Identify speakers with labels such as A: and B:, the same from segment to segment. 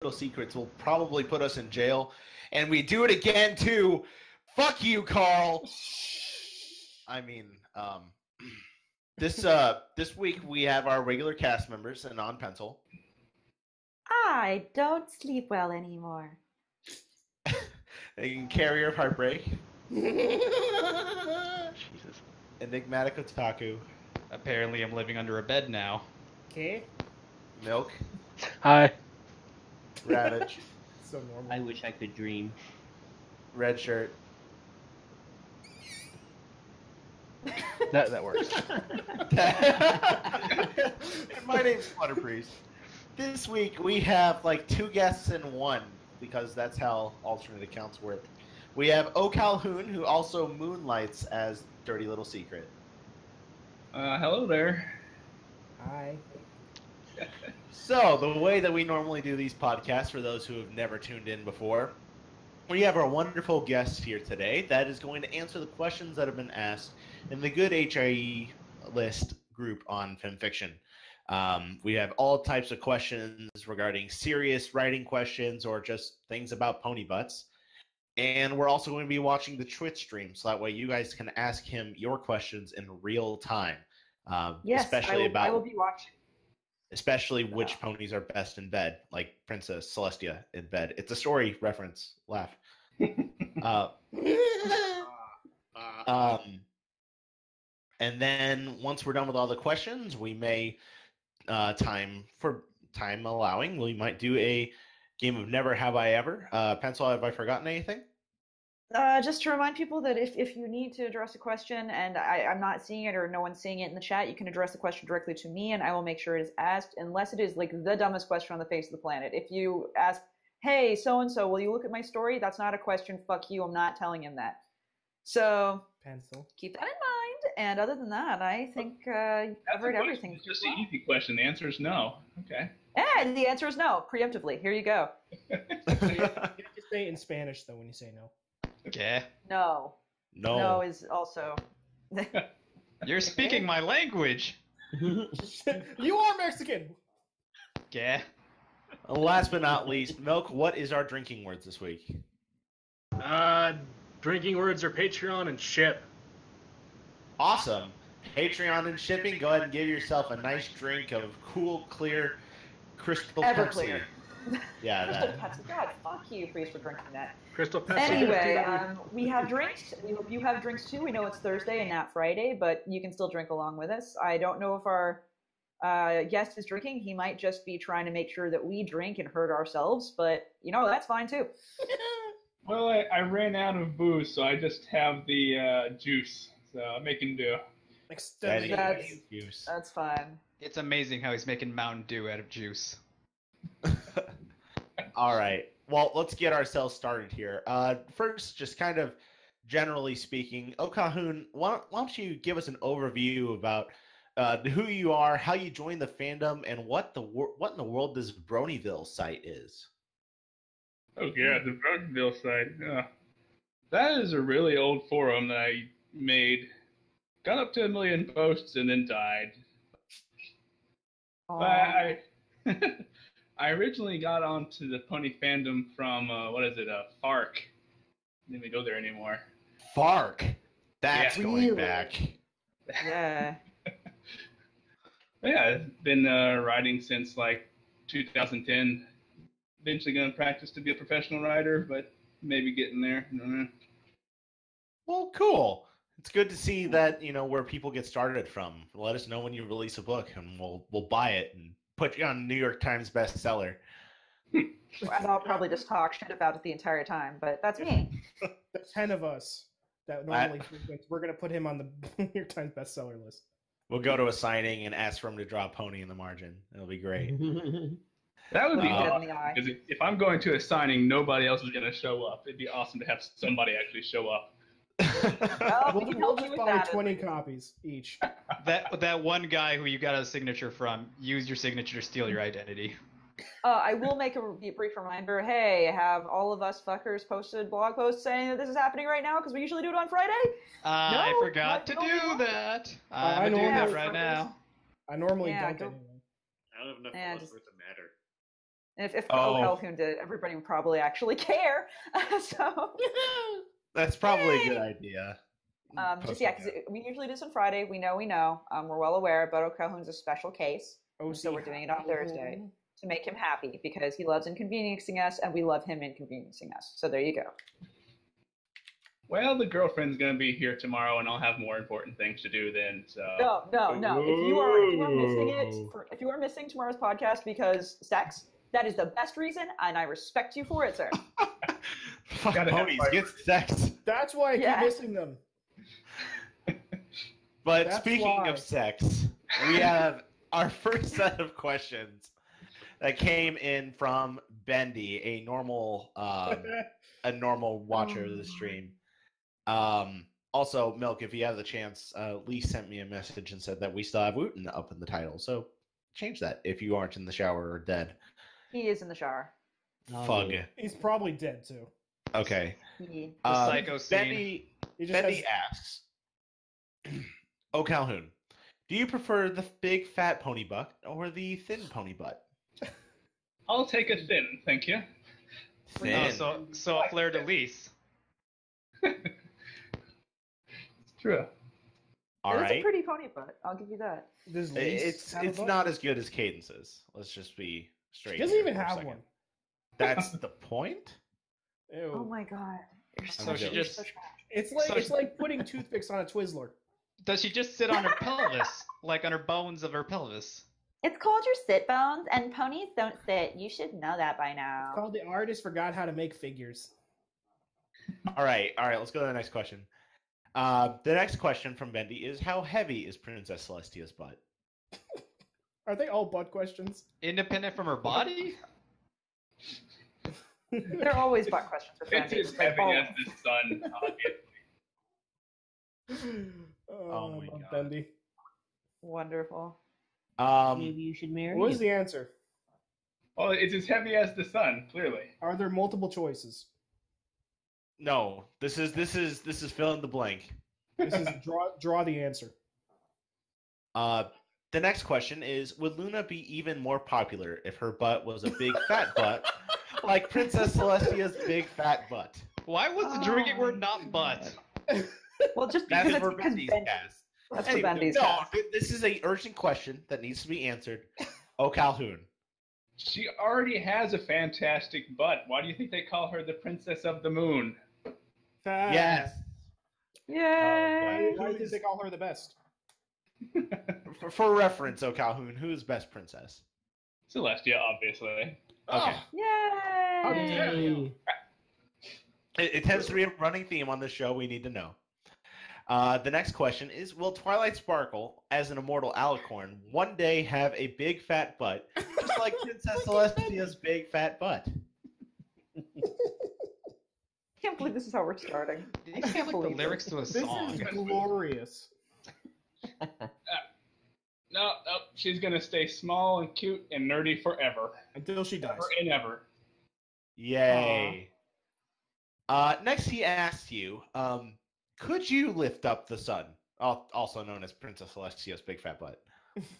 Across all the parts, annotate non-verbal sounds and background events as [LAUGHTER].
A: Franco Secrets will probably put us in jail. And we do it again too. Fuck you, Carl. I mean, um, [CLEARS THROAT] this uh, this week we have our regular cast members and on pencil.
B: I don't sleep well anymore.
A: And Carrier of Heartbreak,
C: Jesus.
A: Enigmatic Otaku,
D: Apparently, I'm living under a bed now.
E: Okay.
A: Milk,
C: Hi.
A: Ravage,
E: So normal.
F: I wish I could dream.
A: Red Shirt,
C: That that
G: [LAUGHS]
C: works.
A: My name's Water Priest. This week we have like two guests in one because that's how alternate accounts work. We have O Calhoun, who also moonlights as Dirty Little Secret.
D: Uh, hello there.
E: Hi.
A: So, the way that we normally do these podcasts, for those who have never tuned in before, we have our wonderful guest here today that is going to answer the questions that have been asked in the Good HIE list group on FemFiction. Um, we have all types of questions regarding serious writing questions or just things about pony butts. And we're also going to be watching the Twitch stream, so that way you guys can ask him your questions in real time. Um,
B: Yes,
A: especially
B: I, will,
A: about
B: I will be watching.
A: especially which ponies are best in bed, like Princess Celestia in bed. It's a story reference.
B: [LAUGHS]
A: Laugh. uh, um, and then once we're done with all the questions, we may uh, time for time allowing, we might do a game of Never Have I Ever. Uh, Pencil, have I forgotten anything?
B: Uh, just to remind people that if, if you need to address a question and I, I'm not seeing it or no one's seeing it in the chat, you can address the question directly to me and I will make sure it is asked, unless it is like the dumbest question on the face of the planet. If you ask, hey, so and so, will you look at my story? That's not a question. Fuck you. I'm not telling him that. So
E: Pencil.
B: keep that in mind. And other than that, I think uh, you
G: That's
B: covered
G: a question.
B: everything.
G: It's just an easy question. The answer is no. Okay.
B: And the answer is no, preemptively. Here you go.
E: You have to say it in Spanish though when you say no.
D: Yeah.
B: No.
A: [LAUGHS] no.
B: No is also.
D: You're speaking my language.
E: you are Mexican.
D: Yeah.
A: And Last but not least, Milk, what is our drinking words this week?
C: Uh, drinking words are Patreon and ship.
A: awesome. Patreon and shipping, go ahead and give yourself a nice drink of cool, clear, crystal
B: Everclear.
A: Pepsi. Yeah,
B: [LAUGHS] Crystal
A: that.
B: Pepsi. God, fuck you, Priest, for drinking that.
C: Crystal Pepsi.
B: Anyway, um, we have drinks. We hope you have drinks too. We know it's Thursday and not Friday, but you can still drink along with us. I don't know if our uh, guest is drinking. He might just be trying to make sure that we drink and hurt ourselves, but you know, that's fine too.
G: Well, I, I ran out of booze, so I just have the uh, juice. So I'm making do.
A: That
E: Extended.
A: is
B: That's-
A: an excuse.
B: That's fine.
D: It's amazing how he's making Mountain Dew out of juice.
A: All right. Well, let's get ourselves started here. Uh, first, just kind of generally speaking, O'Cahoon, why, why don't you give us an overview about uh, who you are, how you joined the fandom, and what the wor- what in the world this Bronyville site is?
G: Oh yeah, the Brooklynville site. Yeah. That is a really old forum that I made. Got up to a million posts and then died. But I, [LAUGHS] I originally got onto the pony fandom from uh, what is it? Uh, Fark. Didn't even go there anymore.
A: Fark. That's
G: Yeah.
A: going back.
B: yeah.
G: But yeah, I've been uh, riding since like 2010. Eventually going to practice to be a professional rider, but maybe getting there. I don't know.
A: Well, cool. It's good to see that you know where people get started from. Let us know when you release a book, and we'll we'll buy it and put you on New York Times bestseller.
B: And I'll probably just talk shit about it the entire time, but that's me.
E: The ten of us that normally frequent, we're gonna put him on the [LAUGHS] New York Times bestseller list.
A: We'll go to a signing and ask for him to draw a pony in the margin. It'll
C: [LAUGHS]
A: be great.
G: That would be
A: Uh,
B: Look it
G: awesome.
B: in the eye.
G: Because if, if I'm going to a signing, nobody else is going to show up. It'd be awesome to have somebody actually show up.
B: Well, Oh, we
E: We'll,
B: can
E: we'll
B: help you
E: just
B: with
E: buy
B: that.
E: twenty copies each.
D: That that one guy who you got a signature from used your signature to steal your identity.
B: Uh, I will make a re- brief reminder. Hey, have all of us fuckers posted blog posts saying that this is happening right now? Because we usually do it on Friday.
D: Uh, I
B: No, not-
D: forgot to
B: no, we
D: do
B: won't.
D: that. Uh,
E: I
D: I'm
E: know
D: doing that
B: that
D: right
B: suckers.
D: now.
E: I normally
B: Yeah,
E: don't
B: go-
E: anyway.
C: I don't have enough
B: Yeah,
C: blood
B: just-
C: for it to matter.
B: And if, if
A: Oh.
B: oh. Calhoun did, it, everybody would probably actually [LAUGHS] care. so,
A: That's probably a good idea.
E: Mm,
B: um, just
A: Post
B: yeah,
A: it
B: because we usually do this on Friday. We know, we know. Um, we're well aware, but O'Calhoun's a special case.
E: Oh,
B: so
E: see,
B: we're doing it on Thursday
E: Halloween.
B: to make him happy because he loves inconveniencing us and we love him inconveniencing us. So there you go.
G: Well, the girlfriend's gonna be here tomorrow, and I'll have more important things to do then. So
B: No, no, no. If you are if you are missing it, for, if you are missing tomorrow's podcast because sex, that is the best reason, and I respect you for it, sir.
A: Fuck
G: Gotta have
A: ponies,
G: fire.
A: get sex.
E: That's why I
B: Yeah.
E: keep missing them.
A: But
E: That's
A: speaking
E: why.
A: of sex, we have our [LAUGHS] first set of questions that came in from Bendy, a normal um, a normal watcher
B: Oh.
A: of the stream. Um, also, Milk, if you have the chance, uh, Lee sent me a message and said that we still have Wooten up in the title, so change that if you aren't in the shower or dead.
B: He is in the shower.
A: Fug.
E: [LAUGHS] He's probably dead too.
A: Okay.
B: He,
D: The
A: Um,
D: psycho scene.
A: Bendy,
E: He just
A: Bendy
E: has-
A: asks, [CLEARS THROAT] "Oh Calhoun, do you prefer the big fat pony butt or the thin pony butt?"
G: I'll take a thin, thank you.
D: Oh, so so a Fleur de Lis.
G: It's true.
A: All
B: it was
A: right.
B: a pretty pony butt. I'll give you that.
E: does
A: I-
E: Lise
A: It's
E: have a
A: it's
E: butt?
A: not as good as Cadence's. Let's just be straight.
E: He doesn't
A: here
E: even
A: for a
E: have
A: second.
E: one. [LAUGHS]
A: That's the point.
E: Ew.
B: Oh my god. You're
A: So she
B: you're
D: just-
B: trash.
E: It's like
D: So-
E: it's like putting toothpicks on a Twizzler.
D: Does she just sit on her pelvis, like on her bones of her pelvis?
B: It's called your sit bones, and ponies don't sit. You should know that by now.
E: It's called the artist forgot how to make figures.
A: All right, all right. Let's go to the next question. Uh, the next question from Bendy is: How heavy is Princess Celestia's butt?
E: Are they all butt questions?
D: Independent from her body?
E: Oh,
B: They're always butt questions for
G: It's
B: friends.
G: as heavy as the sun. [LAUGHS] obviously.
E: oh
A: my
E: I love
A: God.
E: Bendy.
B: Wonderful.
A: Um,
D: Mm-hmm.
F: Maybe you should marry.
E: What was
F: him.
E: the answer?
G: well, it's as heavy as the sun, clearly.
E: Are there multiple choices?
A: no, this is this is this is fill in the blank.
E: This is draw draw the answer.
A: Uh, the next question is: Would Luna be even more popular if her butt was a
B: [LAUGHS]
A: big fat butt, like Princess Celestia's big fat butt?
D: Why was the drinking word not butt?
B: Well, just
A: That's
B: because
A: for
B: because
A: Bendy's
B: Ben-
A: cast.
B: That's for
A: Hey,
B: Bendy's.
A: no,
B: cast.
A: th- this is a urgent question that needs to be answered.
B: [LAUGHS]
A: Oh, Calhoun.
G: She already has a fantastic butt. Why do you think they call her the princess of the moon?
B: Uh,
A: Yes. Oh,
B: Yay!
E: Why did they call her the best?
A: For, for reference, oh Calhoun, who is best princess?
G: Celestia, obviously.
A: Okay.
B: Yay!
F: Yay.
A: It, it tends to be a running theme on this show. We need to know. Uh, the next question is: Will Twilight Sparkle, as an immortal alicorn, one day have a big fat butt, just like Princess Celestia's big fat butt?
B: I can't believe this is how we're starting.
D: These sound like the
B: believe it.
D: lyrics to a
E: This
D: song.
E: is glorious.
G: No, no, she's gonna stay small and cute and nerdy forever,
E: Until she dies.
G: ever and ever.
A: Yay! Uh, next, he asks you, um, "Could you lift up the sun?" al- Also known as Princess Celestia's big fat butt.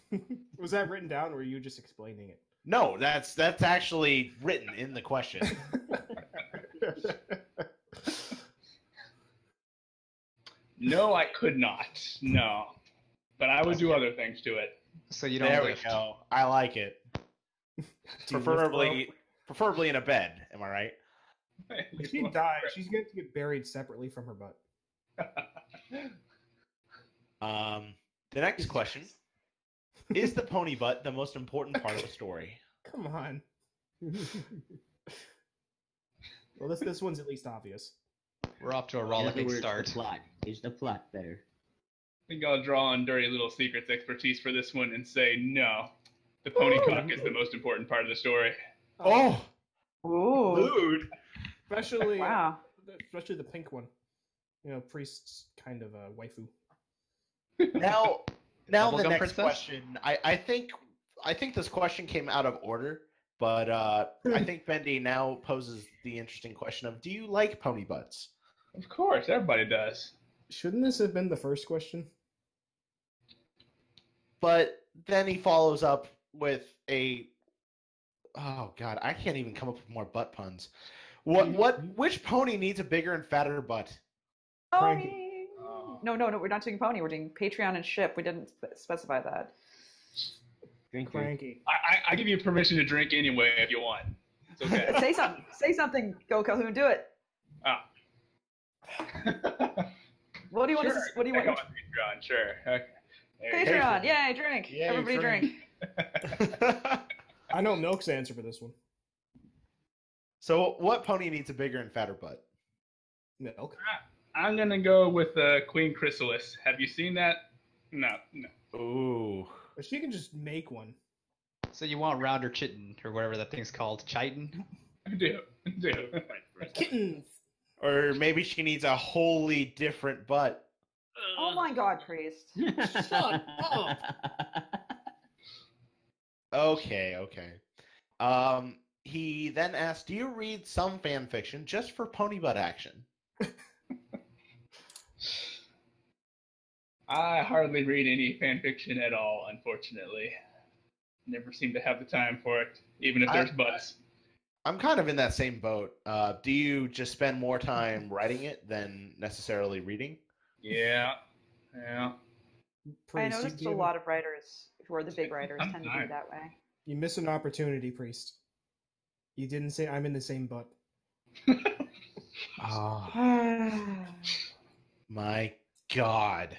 E: [LAUGHS] was that written down or were you just explaining it?
A: No, that's that's actually written in the question.
G: No, I could not. No, but I would do other things to it.
D: So you don't
A: there
D: lift.
A: we go. I like it.
E: Do you lift her
A: [LAUGHS] preferably, preferably in a bed. Am I right?
E: If
A: [LAUGHS]
E: she dies, she's going to get buried separately from her butt.
A: Um, the next question is: The pony butt the most important part of the story?
E: Come on. [LAUGHS] well, this this one's at least obvious.
D: We're off to a
F: In other
D: rollicking
F: words, the
D: start.
F: plot is the plot better.
G: I think I'll draw on Dirty Little Secret's expertise for this one and say no. The pony cock is the most important part of the story.
A: Oh,
B: Ooh!
A: dude!
E: especially
B: Wow.
E: especially the pink one. You know, priest's kind of a waifu.
A: Now, now the
D: Bubblegum
A: next
D: princess?
A: question. I, I think I think this question came out of order, but uh, I think Bendy now poses the interesting question of: Do you like pony butts?
G: Of course, everybody does.
E: Shouldn't this have been the first question?
A: But then he follows up with a Oh God, I can't even come up with more butt puns. What? What? Which pony needs a bigger and fatter butt?
E: Cranky.
B: Pony.
G: Oh.
B: No, no, no. We're not doing pony. We're doing Patreon and ship. We didn't spe- specify that.
F: Drink drink.
E: Cranky.
G: I, I, I give you permission to drink anyway if you want. It's
E: [LAUGHS]
G: okay.
B: say something. Say something. Go Calhoun. Do it.
G: Ah.
B: What do you want?
G: Sure,
B: To, what do you want?
G: I go on Patreon, sure. Okay. There you go.
B: Patreon. Yay, drink.
A: Yay,
B: Everybody
A: drink.
B: drink.
E: I know Milk's answer for this one.
A: so, what pony needs a bigger and fatter butt?
E: Milk.
G: I'm gonna go with uh, Queen Chrysalis. Have you seen that? No, no.
A: Ooh.
E: But she can just make one.
D: So you want rounder chitin or whatever that thing's called, chitin?
G: I do, I do.
E: Kittens.
A: Or maybe she needs a wholly different butt.
G: Uh,
B: Oh my God, Priest.
F: Shut up.
A: Okay, okay. Um, he then asked, "Do you read some fan fiction just for pony butt action?"
G: I hardly read any fan fiction at all, unfortunately. Never seem to have the time for it, even if
A: I-
G: there's butts.
A: I'm kind of in that same boat. Uh, do you just spend more time writing it than necessarily reading?
G: Yeah, yeah.
B: I
E: Priest, you
B: noticed a
E: gave-
B: lot of writers who are the big writers
G: I'm
B: tend to do
G: tired.
B: it that way.
E: You miss an opportunity, priest. You didn't say I'm in the same butt.
A: Oh my god!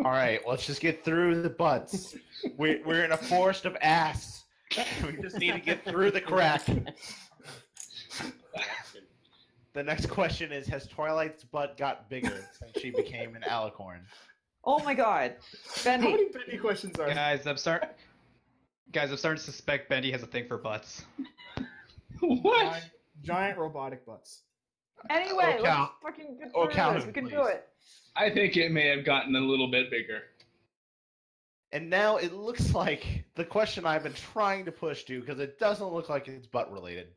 A: All right, let's just get through the butts. We're we're in a forest of ass. [LAUGHS] We just need to get through the crack. The next question is: Has Twilight's butt got bigger since she became an alicorn?
B: oh my God,
E: How
B: Bendy.
E: many penny questions are
D: Guys, I'm starting. Guys, I'm starting to suspect Bendy has a thing for butts.
G: what?
E: Giant, giant robotic butts.
B: Anyway,
A: Or
B: let's
A: Cal-
B: fucking get
A: or
B: through
A: Calhoun,
B: this. We can do
A: please.
B: it.
G: I think it may have gotten a little bit bigger.
A: And now it looks like the question I've been trying to push to because it doesn't look like it's butt related.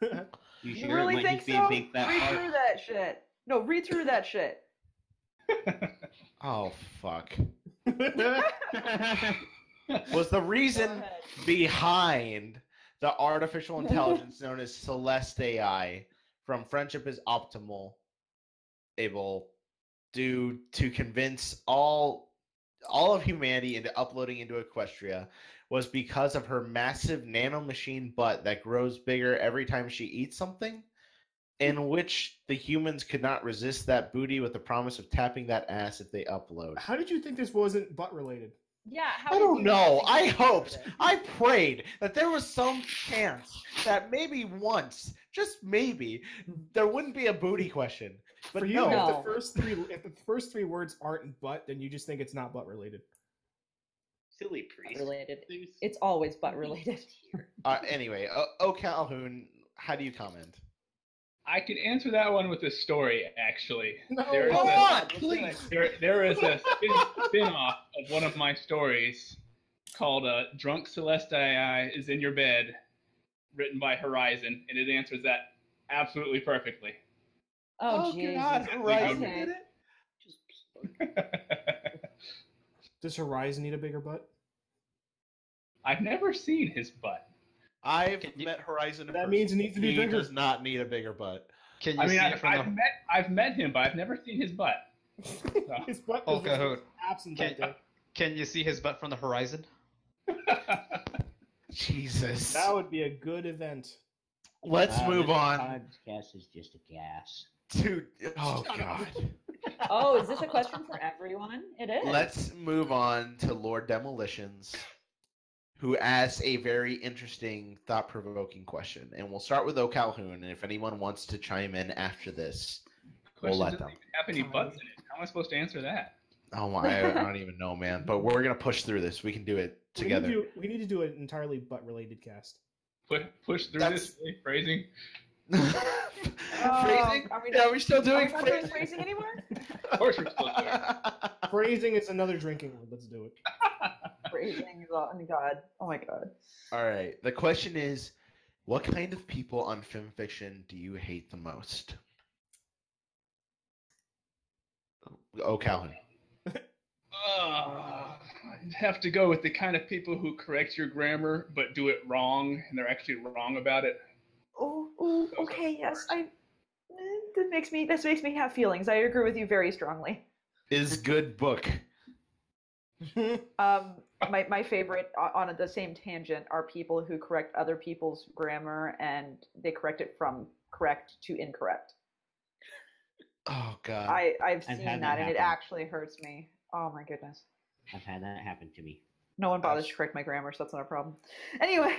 F: You
B: You
F: sure it
B: really
F: might
B: think
F: just be a
B: so?
F: big
B: Read
F: fat fart?
B: through that shit. No, read through that shit.
A: Oh fuck!
B: [LAUGHS]
F: I
A: Was the
B: Go
A: reason
B: ahead.
A: behind the artificial intelligence known as Celeste AI from Friendship is Optimal able to to convince all all of humanity into uploading into Equestria was because of her massive nanomachine butt that grows bigger every time she eats something, in which the humans could not resist that booty with the promise of tapping that ass if they upload.
E: How did you think this wasn't butt related?
B: Yeah, how
A: I
B: would
A: don't
B: you
A: know.
B: think
A: I
B: you
A: hoped,
B: did it?
A: I prayed that there was some chance that maybe once, just maybe, there wouldn't be a booty question. But
E: For you,
A: no.
E: if
B: No.
E: the first three if the first three words aren't butt, then you just think it's not butt related.
F: Silly priest.
B: Related. It's always butt related. [LAUGHS]
A: Uh, anyway, O oh Calhoun, how do you comment?
G: I could answer that one with a story, actually.
E: No,
G: There
A: Go
G: is a-
A: on, please.
G: There, there is a spin off of one of my stories called uh, Drunk Celestii is in Your Bed, written by Horizon, and it answers that absolutely perfectly.
B: Oh,
A: good
B: Jesus.
A: God, Horizon
B: Okay.
A: did it?
E: Does Horizon need a bigger butt?
G: I've never seen his butt.
A: I've
D: Can you-
A: met Horizon. in
E: That
A: person.
E: means it needs to be
A: He
E: bigger.
A: does not need a bigger butt.
D: Can you
G: I mean,
D: see
G: I,
D: it from
G: I've,
D: the
G: met, I've met him, but I've never seen his butt. [LAUGHS]
E: His butt
D: Oh,
E: was just
D: Cahoot.
E: absent that
D: Can-
E: day.
D: Can you see his butt from the horizon?
A: Jesus.
E: That would be a good event.
A: Let's
F: Uh,
A: move
F: this
A: on
F: Podcast is just a gas.
A: to. Oh God.
B: Oh, is this [LAUGHS] a question for everyone? It is. [LAUGHS]
A: Let's move on to Lord Demolitions, who asks a very interesting, thought provoking question. And we'll start with O'Calhoun. And if anyone wants to chime in after this,
G: Question
A: let
G: doesn't
A: them.
G: even have any butts in it. How am I supposed to answer that?
A: oh my, I, I don't even know, man. But we're going to push through this. We can do it together. [LAUGHS]
E: We need to do, we need to do an entirely butt related cast.
G: Push, push through
A: That's-
G: this phrasing.
B: Oh,
A: phrasing?
B: Are we
A: Yeah, we still
B: are we [LAUGHS]
A: doing
B: not doing
A: phrasing. [LAUGHS]
B: phrasing anymore?
G: Of course, we're still doing it.
E: Phrasing is another drinking word. Let's do it.
B: phrasing is all- oh my God. Oh my God.
A: All right. The question is what kind of people on film fiction do you hate the most? O'Calhoun.
G: Uh, I'd have to go with the kind of people who correct your grammar but do it wrong and they're actually wrong about it.
B: Oh, ooh, okay, yes, I. eh, That makes me. This makes me have feelings. I agree with you very strongly.
A: Is good book.
B: Um, my my favorite o- on the same tangent are people who correct other people's grammar and they correct it from correct to incorrect.
A: Oh god.
B: I I've
F: I've
B: seen
F: had
B: that,
F: that
B: and it
F: happen.
B: actually hurts me. Oh my goodness.
F: I've had that happen to me.
B: No one bothers to correct my grammar, so that's not a problem. [LAUGHS] Anyway,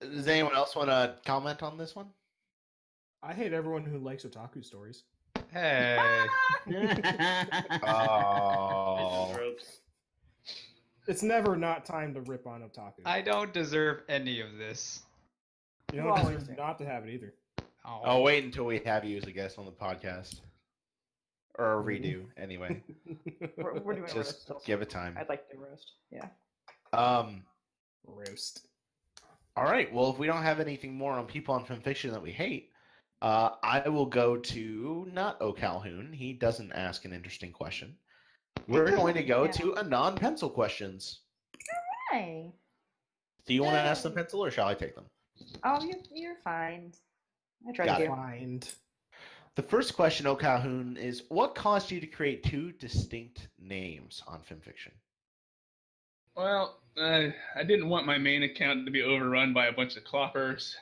A: Does anyone else want to comment on this one?
E: I hate everyone who likes otaku [LAUGHS] stories.
D: Hey.
B: [LAUGHS]
A: Oh.
E: It's never not time to rip on otaku.
D: I don't deserve any of this.
E: you
B: Well,
E: don't deserve
B: it's-
E: not to have it either.
D: Oh,
A: I'll wait until we have you as a guest on the podcast. Or a redo,
B: [LAUGHS]
A: anyway.
E: [LAUGHS]
B: we're, we're doing a
A: Just
B: roast. Mm-hmm. also.
A: give it time.
B: I'd like to do roast. Yeah.
A: Um,
E: Roast.
A: all right. Well, if we don't have anything more on people on fanfiction that we hate, uh, I will go to not O'Calhoun. He doesn't ask an interesting question. We're going to go
B: Yeah.
A: to a non pencil questions.
B: Hi.
A: Do you want to ask the pencil or shall I take them?
B: Oh, you, you're fine. I tried
A: Got
B: to
A: it.
B: give.
E: Find.
A: The first question, O'Calhoun, is what caused you to create two distinct names on fanfiction?
G: Well, uh, I didn't want my main account to be overrun by a bunch of cloppers,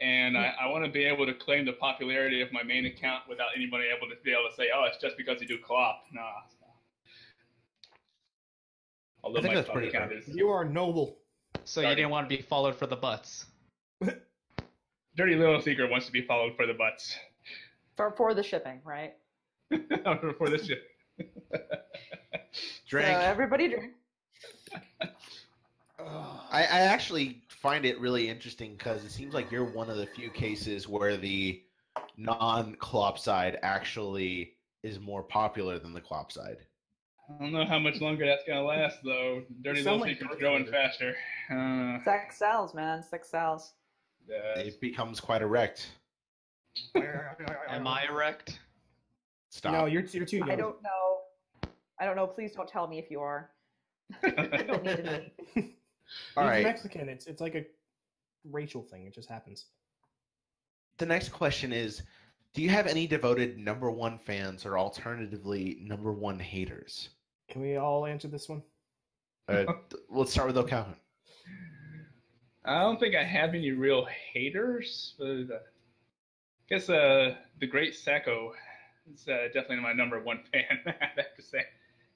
G: and I, I want to be able to claim the popularity of my main account without anybody able to be able to say, "Oh, it's just because you do clop." Nah. Although
A: I think
G: my
A: that's
G: clop
A: pretty
G: account
A: fair.
G: is
E: You are noble.
D: Oh, so you didn't want to be followed for the butts.
G: dirty little secret wants to be followed for the butts [LAUGHS]
B: For, for the shipping, right?
G: for this shit.
A: Drink.
B: So everybody drink.
A: [SIGHS] I, I actually find it really interesting because it seems like you're one of the few cases where the non clop side actually is more popular than the clop side.
G: I don't know how much longer that's gonna last, though. Dirty
E: You
G: little
E: sound like
G: secret's
E: Darth
G: growing
E: Vader.
G: faster. Uh,
B: Sex sells, man. Sex sells.
G: yeah.
A: It becomes quite erect.
D: Am I erect?
A: Stop.
E: No, you're you're too
B: I
E: young.
B: don't know. I don't know. Please don't tell me if you are. I don't need to know.
A: All
E: He's
A: right.
E: Mexican. It's it's like a racial thing. It just happens.
A: the next question is Do you have any devoted number one fans or alternatively number one haters?
E: Can we all answer this one?
A: Uh, th- let's start with O'Calhoun.
G: I don't think I have any real haters, but uh, I guess uh, the Great Sacco is uh, definitely my number one [LAUGHS] fan. I have to say,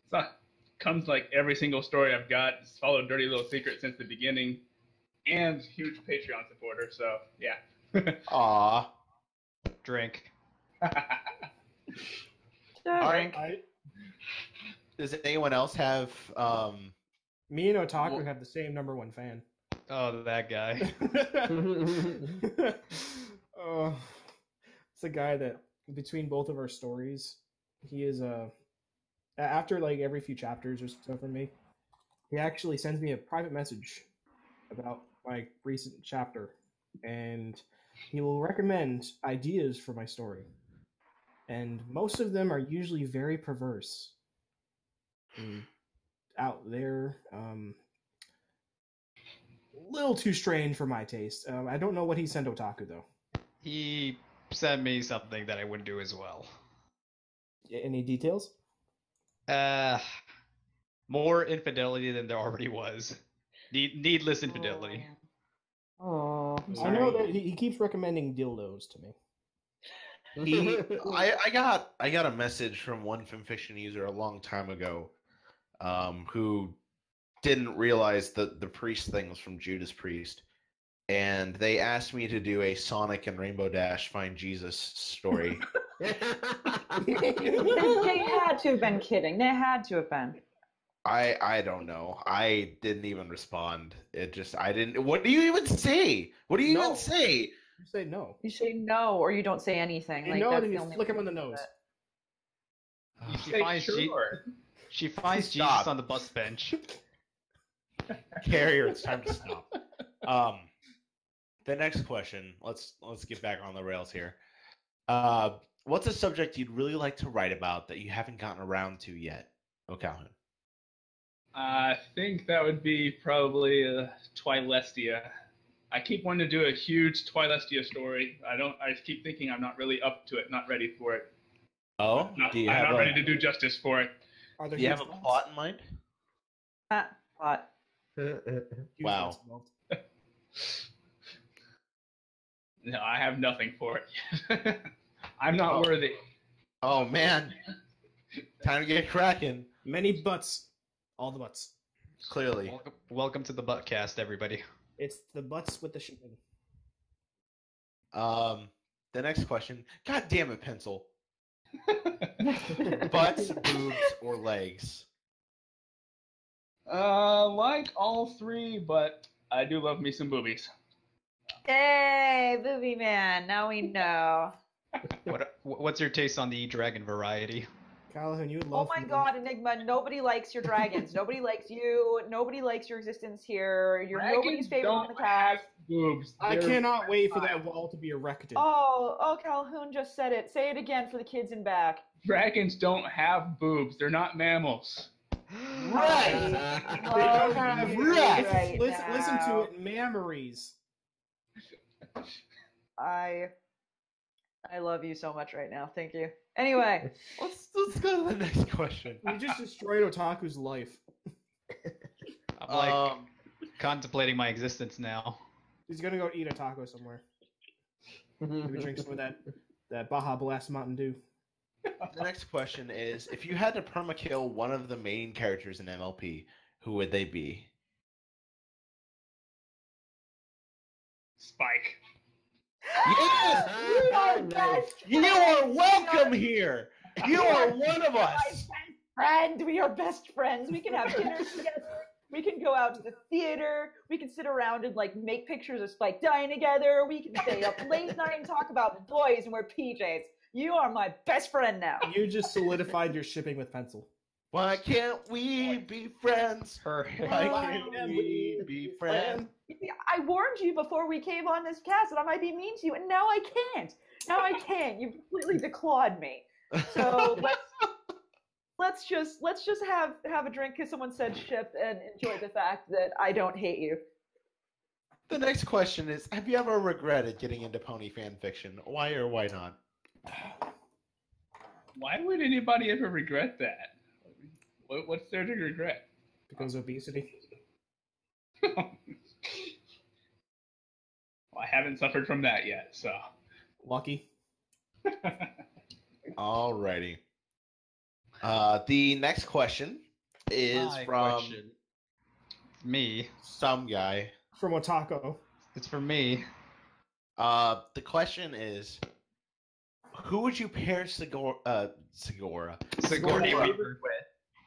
G: it's not comes like every single story I've got. It's followed Dirty Little Secret since the beginning, and huge Patreon supporter. So yeah. [LAUGHS]
A: Aw.
D: Drink.
A: All right.
B: Drink.
E: I,
A: Does anyone else have. Um,
E: me and Otaku
A: Well-
E: have the same number one fan. [LAUGHS]
D: Oh, that guy.
E: uh, it's a guy that between both of our stories, he is uh, a after like every few chapters or so from me, he actually sends me a private message about my recent chapter, and he will recommend ideas for my story, and most of them are usually very perverse, and out there. Um, little too strange for my taste. Um, I don't know what he sent Otaku though,
D: He sent me something that I would do as well.
E: Y- any details?
D: Uh, more infidelity than there already was. Need, needless infidelity.
B: Oh.
E: I know that he, he keeps recommending dildos to me.
A: he, E? I, I got I got a message from one fanfiction user a long time ago, um, who didn't realize that the priest thing was from Judas Priest, and they asked me to do a Sonic and Rainbow Dash Find Jesus story.
B: They, they had to have been kidding. They had to have been.
A: I I don't know. I didn't even respond. It just I didn't. What do you even say? What do you
E: No.
A: even say?
E: You say no.
B: You say no, or you don't say anything.
E: You
B: Like
E: know,
B: that's
E: and
B: the
E: you
B: only
E: flick
B: way
E: him on the
B: to do
E: nose.
B: it.
G: You
D: She
G: say
D: finds Je-
G: sure.
D: She finds
A: Stop.
D: Jesus on the bus bench.
A: carrier it's time to [LAUGHS] stop um the next question let's let's get back on the rails here uh What's a subject you'd really like to write about that you haven't gotten around to yet, Oh, O'Callaghan?
G: I think that would be probably uh, Twilestia. I keep wanting to do a huge Twilestia story. I don't. I keep thinking I'm not really up to it, not ready for it.
A: Oh,
G: Not,
A: do you
G: I'm
A: have
G: not
A: a,
G: ready to do justice for it.
E: Are there
A: do you [LAUGHS]
E: huge
A: have a
E: lands?
A: plot in mind?
B: Plot.
E: Huge
A: Wow.
E: lands involved.
G: No, I have nothing for it. [LAUGHS] I'm not
A: Oh.
G: worthy.
A: [LAUGHS] Oh man, [LAUGHS] time to get cracking.
E: Many butts. All the butts.
A: Clearly,
D: Welcome, welcome to the Buttcast, everybody.
E: It's the butts with the shit. in.
A: um, the next question. God damn it, pencil. [LAUGHS] Butts, boobs, or legs?
G: Uh, like all three, but I do love me some boobies.
B: Hey, Booby Man. Now
E: [LAUGHS]
B: we know.
D: What, what's your taste on the dragon variety?
E: Callahan, you would
B: Oh
E: love.
B: my
E: me.
B: God, Enigma! Nobody likes your dragons.
E: [LAUGHS]
B: nobody likes you. Nobody likes your existence here. You're nobody's
G: Dragons
B: favorite on the
G: don't
B: cast.
G: have Boobs.
E: I
G: They're-
E: cannot wait for that wall to be erected.
B: Oh, oh, Calhoun just said it. Say it again for the kids in back.
G: Dragons don't have boobs. They're not mammals.
A: [LAUGHS] Right.
B: Oh,
E: Have
B: you
A: Right.
B: right
E: listen, listen to
B: now.
E: it, mammaries.
B: I, I love you so much right now. Thank you. [LAUGHS] Anyway,
A: Let's let's go to the next question.
E: You just destroyed Otaku's life.
D: I'm like
A: um,
D: contemplating my existence now.
E: He's gonna go eat a taco somewhere. Maybe drink some of that that Baja Blast Mountain Dew.
A: the next question is: If you had to permakill one of the main characters in MLP, who would they be?
G: Spike.
B: [LAUGHS] you are best.
A: You
B: friends.
A: are welcome here. You are one of us.
B: friend. We are best friends. We can have dinner together. We can go out to the theater. We can sit around and like make pictures of Spike dying together. We can stay up late night and talk about boys and wear PJs. You are my best friend now.
E: You just solidified your shipping with pencil.
A: Why can't we be friends?
D: Her
A: Why
E: Why
A: can't
E: can't
A: we
E: we
A: be
E: be
A: friends?
B: See, I warned you before we came on this cast that I might be mean to you, and now I can't. Now I can't. You completely declawed me. So let's let's just let's just have have a drink because someone said ship and enjoy the fact that I don't hate you.
A: The next question is: Have you ever regretted getting into pony fan fiction? Why or why not?
G: Why would anybody ever regret that? What, what's there to regret?
E: Because obesity.
G: well, I haven't suffered from that yet, so.
E: Lucky.
A: Alrighty. Uh, the next question is
D: My
A: from
D: question. It's me.
A: some guy.
E: From Otako.
D: It's for me.
A: Uh, the question is, who would you pair Segor- uh, Segora?
D: Sigourney
A: Sigourney
D: Weaver.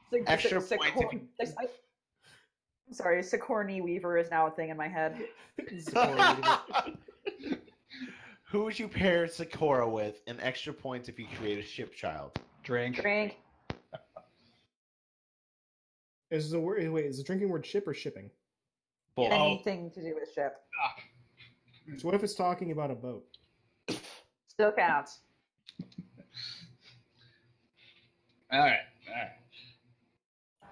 B: Sig-
A: Extra
B: sig-
A: points if
B: sicor- I- I- I'm sorry, Sigourney Weaver is now a thing in my head.
A: who would you pair Sakura with? And extra points if you create a ship child.
D: Drink.
B: Drink.
E: Is the word wait, is the drinking word ship or shipping?
A: Bull.
B: Anything to do with ship
E: So what if it's talking about a boat?
B: still
E: [GASPS]
B: counts.
G: All right, all right.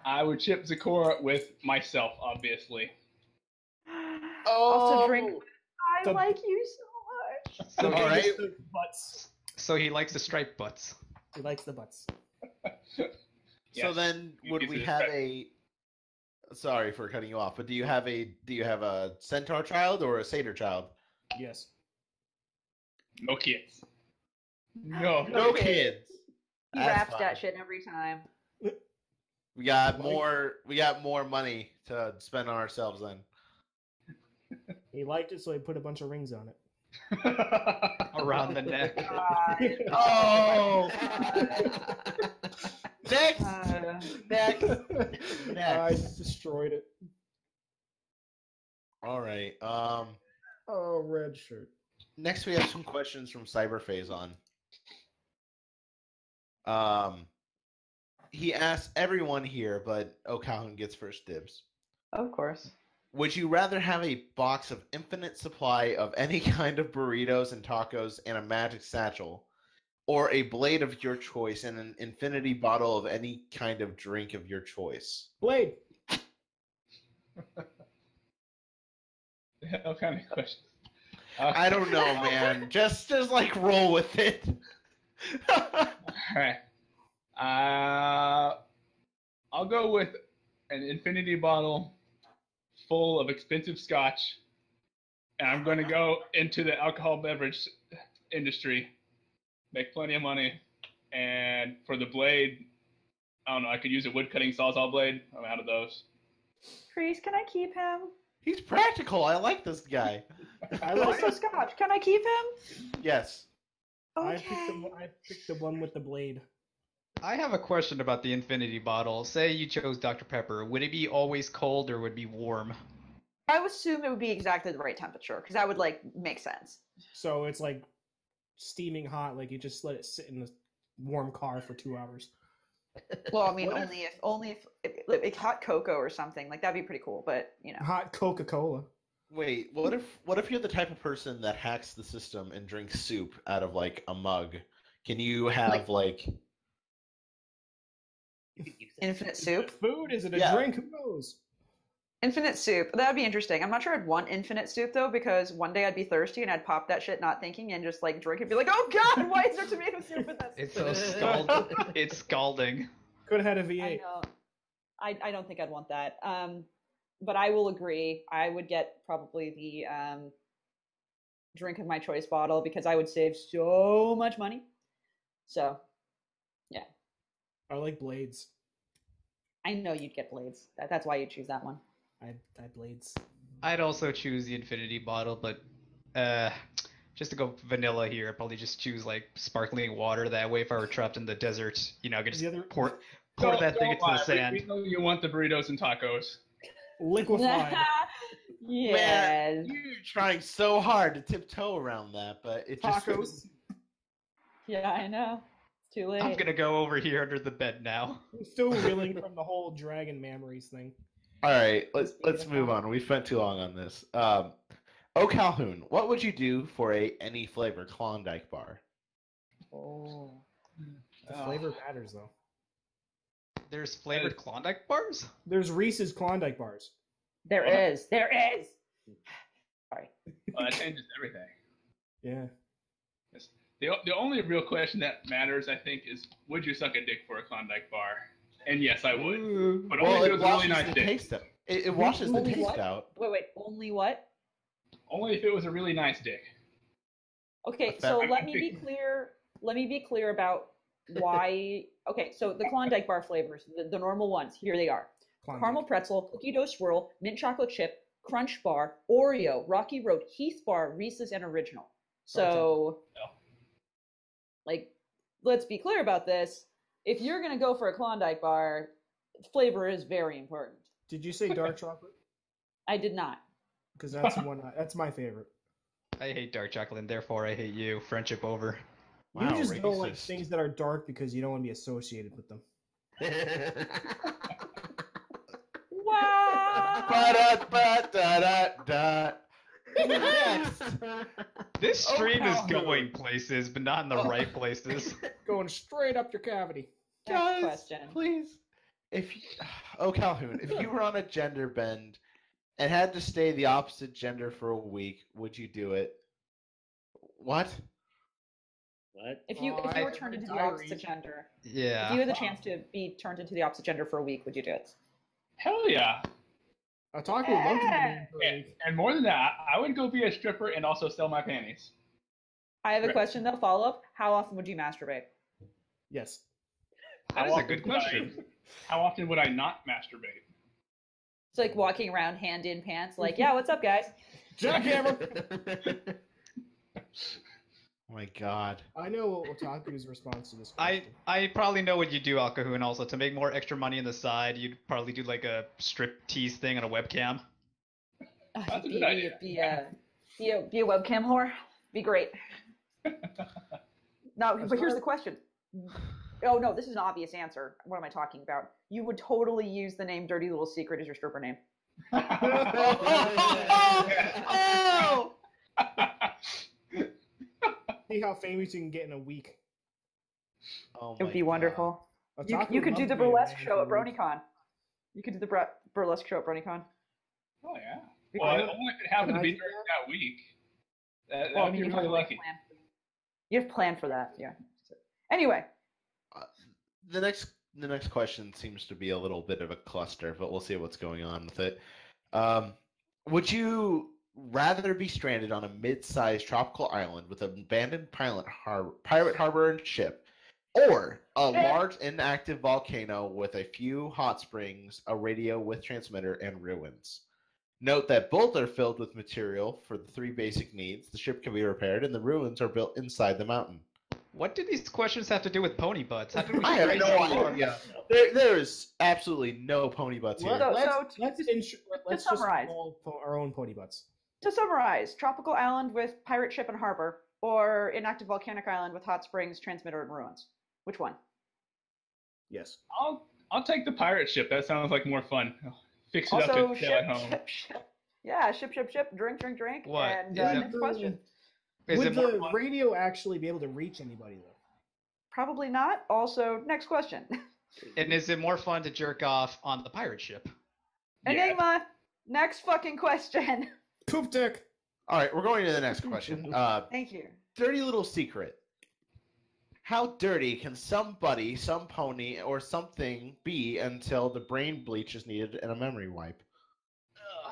G: I would chip Zakora with myself, obviously.
B: Also drink. I
E: Oh! The-
B: like you so much.
D: So,
A: All right.
E: Butts.
D: so he likes the striped butts.
E: He likes the butts.
A: So
G: Yes,
A: then,
G: you
A: would
G: can
A: we
G: do
A: have
G: that.
A: a? Sorry for cutting you off, but do you have a do you have a centaur child or a satyr child?
E: Yes.
G: No kids. No.
A: No
B: Okay.
A: kids.
B: He
A: That's
B: raps
A: fine.
B: that shit every
E: [LAUGHS]
B: time.
A: We got
E: Like-
A: more. We got more money to spend on ourselves. Then
E: He liked it, so he put a bunch of rings on it.
D: around the neck.
B: God.
A: [LAUGHS] Oh! next,
B: Uh,
A: next.
E: I
A: Next.
E: destroyed it.
A: All right. Um.
E: Oh, red shirt.
A: Next, we have some questions from Cyberphase on. Um, he asks everyone here, but O'Callaghan gets first dibs.
B: of course.
A: Would you rather have a box of [LAUGHS] infinite supply of any kind of burritos and tacos and a magic satchel, or a blade of your choice and an infinity bottle of any kind of drink of your choice.
E: Blade.
G: What kind of question?
A: I don't know, man. Just just like roll with it. [LAUGHS]
G: All right. Uh, I'll go with an infinity bottle full of expensive scotch, and I'm going to go into the alcohol beverage industry, make plenty of money, and for the blade, I don't know. I could use a wood cutting sawzall blade. I'm out of those.
B: Trees, can I keep him?
A: He's practical. I like this guy.
B: [LAUGHS]
E: I like.
B: Also, Scotch, can I keep him?
A: Yes.
E: I picked,
B: Okay.
E: the, I picked the one with the blade.
D: I have a question about the infinity bottle. Say you chose Dr. Pepper. Would it be always cold or would it be warm?
B: I would assume it would be exactly the right temperature because that would like make sense.
E: So it's like steaming hot. Like you just let it sit in the warm car for two hours.
B: Well, I mean,
E: What if-
B: only if only if, if like, like hot cocoa or something like that'd be pretty cool. But you know,
E: Hot Coca Cola.
A: Wait, what if what if you're the type of person that hacks the system and drinks soup out of like a mug? Can you have like
B: infinite soup,
E: Food? Is it a
A: Yeah.
E: drink? Who knows?
B: infinite soup. That'd be interesting. I'm not sure I'd want infinite soup though because one day I'd be thirsty and I'd pop that shit not thinking and just like drink it, and be like, oh god, why is there tomato soup in this?
D: [LAUGHS] It's so scald- [LAUGHS] it's scalding.
E: Could have had a V8.
B: I know. I, I don't think I'd want that. Um, but I will agree. I would get probably the um, drink of my choice bottle because I would save so much money. So
E: I like blades.
B: I know you'd get blades. That, that's why you choose that one.
E: I I blades.
D: I'd also choose the infinity bottle, but uh, just to go vanilla here, I'd probably just choose like sparkling water. That way, if I were trapped in the desert, you know, I could just
E: The other
D: pour pour
G: Don't-
D: that thing
G: don't
D: into the
G: lie. We-
D: sand.
G: We know you want the burritos and tacos.
E: liquefied.
B: [LAUGHS] yes.
A: you're trying so hard to tiptoe around that, but it just
E: Tacos.
B: Yeah, I know. It's too late.
D: I'm gonna go over here under the bed now.
E: I'm still reeling from the whole dragon mammaries thing.
A: [LAUGHS] All right, let's
B: Just
A: let's
B: leave it
A: move on. We spent too long on this. Um, oh Calhoun, what would you do for a any flavor Klondike bar?
B: Oh.
E: The
G: Oh.
E: flavor matters though.
D: There's flavored Klondike bars.
E: There's Reese's Klondike bars.
B: There
G: Well,
B: is. There is.
G: Well, that changes everything.
E: Yeah.
G: The, o- the only real question that matters, I think, is would you suck a dick for a Klondike bar? And yes, I would. But
A: Well,
G: only
A: it
G: if it was a
A: washes
G: really nice
A: the
G: dick.
A: taste out. It, it washes the
B: Only
A: taste
B: what?
A: out.
B: Wait, wait. Only what?
G: Only if it was a really nice dick.
B: Okay,
A: Affect-
B: so let me be clear. Let me be clear about why. Okay, so the Klondike bar flavors, the, the normal ones, here they are:
E: Klondike.
B: caramel pretzel, cookie dough swirl, mint chocolate chip, crunch bar, Oreo, Rocky Road, Heath bar, Reese's, and original. So,
G: Yeah.
B: like, let's be clear about this. If you're gonna go for a Klondike bar, flavor is very important.
E: Did you say dark chocolate?
B: I did not.
E: Because
B: [LAUGHS]
E: that's the one. I, that's my favorite.
D: I hate dark chocolate, and therefore I hate you. Friendship over.
A: Wow,
E: you just don't like
A: racist.
E: things that are dark because you don't want to be associated with them.
B: Wow.
A: Ba-da-ba-da-da-da. Next.
D: This
A: Oh,
D: stream is
A: Calhoun. Oh.
D: going places, but not in the right places.
A: [LAUGHS]
E: Going straight up your cavity.
B: Next
A: [LAUGHS] Guys,
B: question.
A: please. If you, [SIGHS] oh Calhoun, if you were on a gender bend and had to stay the opposite gender for a week, would you do it? What?
F: What?
B: If you if
E: I-
B: you were turned into the
E: diaries.
B: opposite gender,
D: Yeah.
B: if you had the chance to be turned into the opposite gender for a week, would you do it?
G: Hell yeah.
E: A taco would love to be named for
G: Yeah.
E: me.
G: And more than that, I would go be a stripper and also sell my panties.
B: I have a
G: Right.
B: question though. Follow up: How often would you masturbate?
E: Yes.
D: That
G: How
D: is a
G: often
D: good
G: would I-
D: question.
G: [LAUGHS] how often would I not masturbate? [LAUGHS]
B: It's like walking around hand in pants, like, yeah, what's up, guys?
E: Jackhammer.
A: Oh my
B: [LAUGHS]
A: god. [LAUGHS]
E: I know Otaku's response to this.
D: I
E: Question.
D: I probably know what you do, Alcahoon. Also, to make more extra money on the side, you'd probably do like a strip tease thing on a webcam.
B: Ugh,
G: That's a
B: be,
G: good
B: be,
G: idea.
B: be a be a be a webcam whore. Be great. no,
E: As
B: but here's
E: far-
B: the question. Oh no, this is an obvious answer. What am I talking about? You would totally use the name "Dirty Little Secret" as your stripper name.
A: oh!
E: see how famous you can get in a week.
A: Oh
B: It would
A: my
B: be
A: God.
B: wonderful. You, you could do the burlesque show at BronyCon. You could do the bra- burlesque show at BronyCon.
G: Oh yeah.
E: Yeah,
G: Well,
E: I
G: it
E: know.
G: only could happen to be
E: Nice.
G: during that week. That, that
B: Well, I
G: would
B: mean,
G: be
B: you have
G: really
B: to make a
G: lucky.
B: plan. You have planned for that, yeah. Anyway,
A: The next the next question seems to be a little bit of a cluster, but we'll see what's going on with it. Um, would you rather be stranded on a mid-sized tropical island with an abandoned pirate harbor, pirate harbor and ship, or a large inactive volcano with a few hot springs, a radio with transmitter, and ruins? Note that both are filled with material for the three basic needs. The ship can be repaired, and the ruins are built inside the mountain.
D: What do these questions have to do with pony butts? How did we
A: I have
D: get
A: no
D: here?
A: idea. There, there is absolutely no pony butts here.
E: Let,
B: So-
E: let's
B: so
E: let's, ensure, let's just
B: summarize.
E: call po- our own pony butts.
B: to summarize, tropical island with pirate ship and harbor, or inactive volcanic island with hot springs, transmitter, and ruins. Which one?
E: Yes.
G: I'll I'll take the pirate ship. That sounds like more fun. Fix it up
B: Also,
G: and sail
B: ship,
G: it home.
B: ship, ship. Yeah, ship, ship, ship. Drink, drink, drink.
D: What?
B: And
D: Is
B: uh,
D: it-
B: next question.
D: Is
E: Would
D: it more
E: the
D: fun?
E: radio actually be able to reach anybody though?
B: Probably not. Also, next question. [LAUGHS]
D: And is it more fun to jerk off on the pirate [LAUGHS] ship?
G: Yeah.
B: Enigma. Next fucking question. [LAUGHS]
E: Poop dick.
A: All right, we're going to the next question. Uh,
B: Thank you.
A: dirty little secret. How dirty can somebody, some pony, or something be until the brain bleach is needed and a memory wipe?
G: Ugh.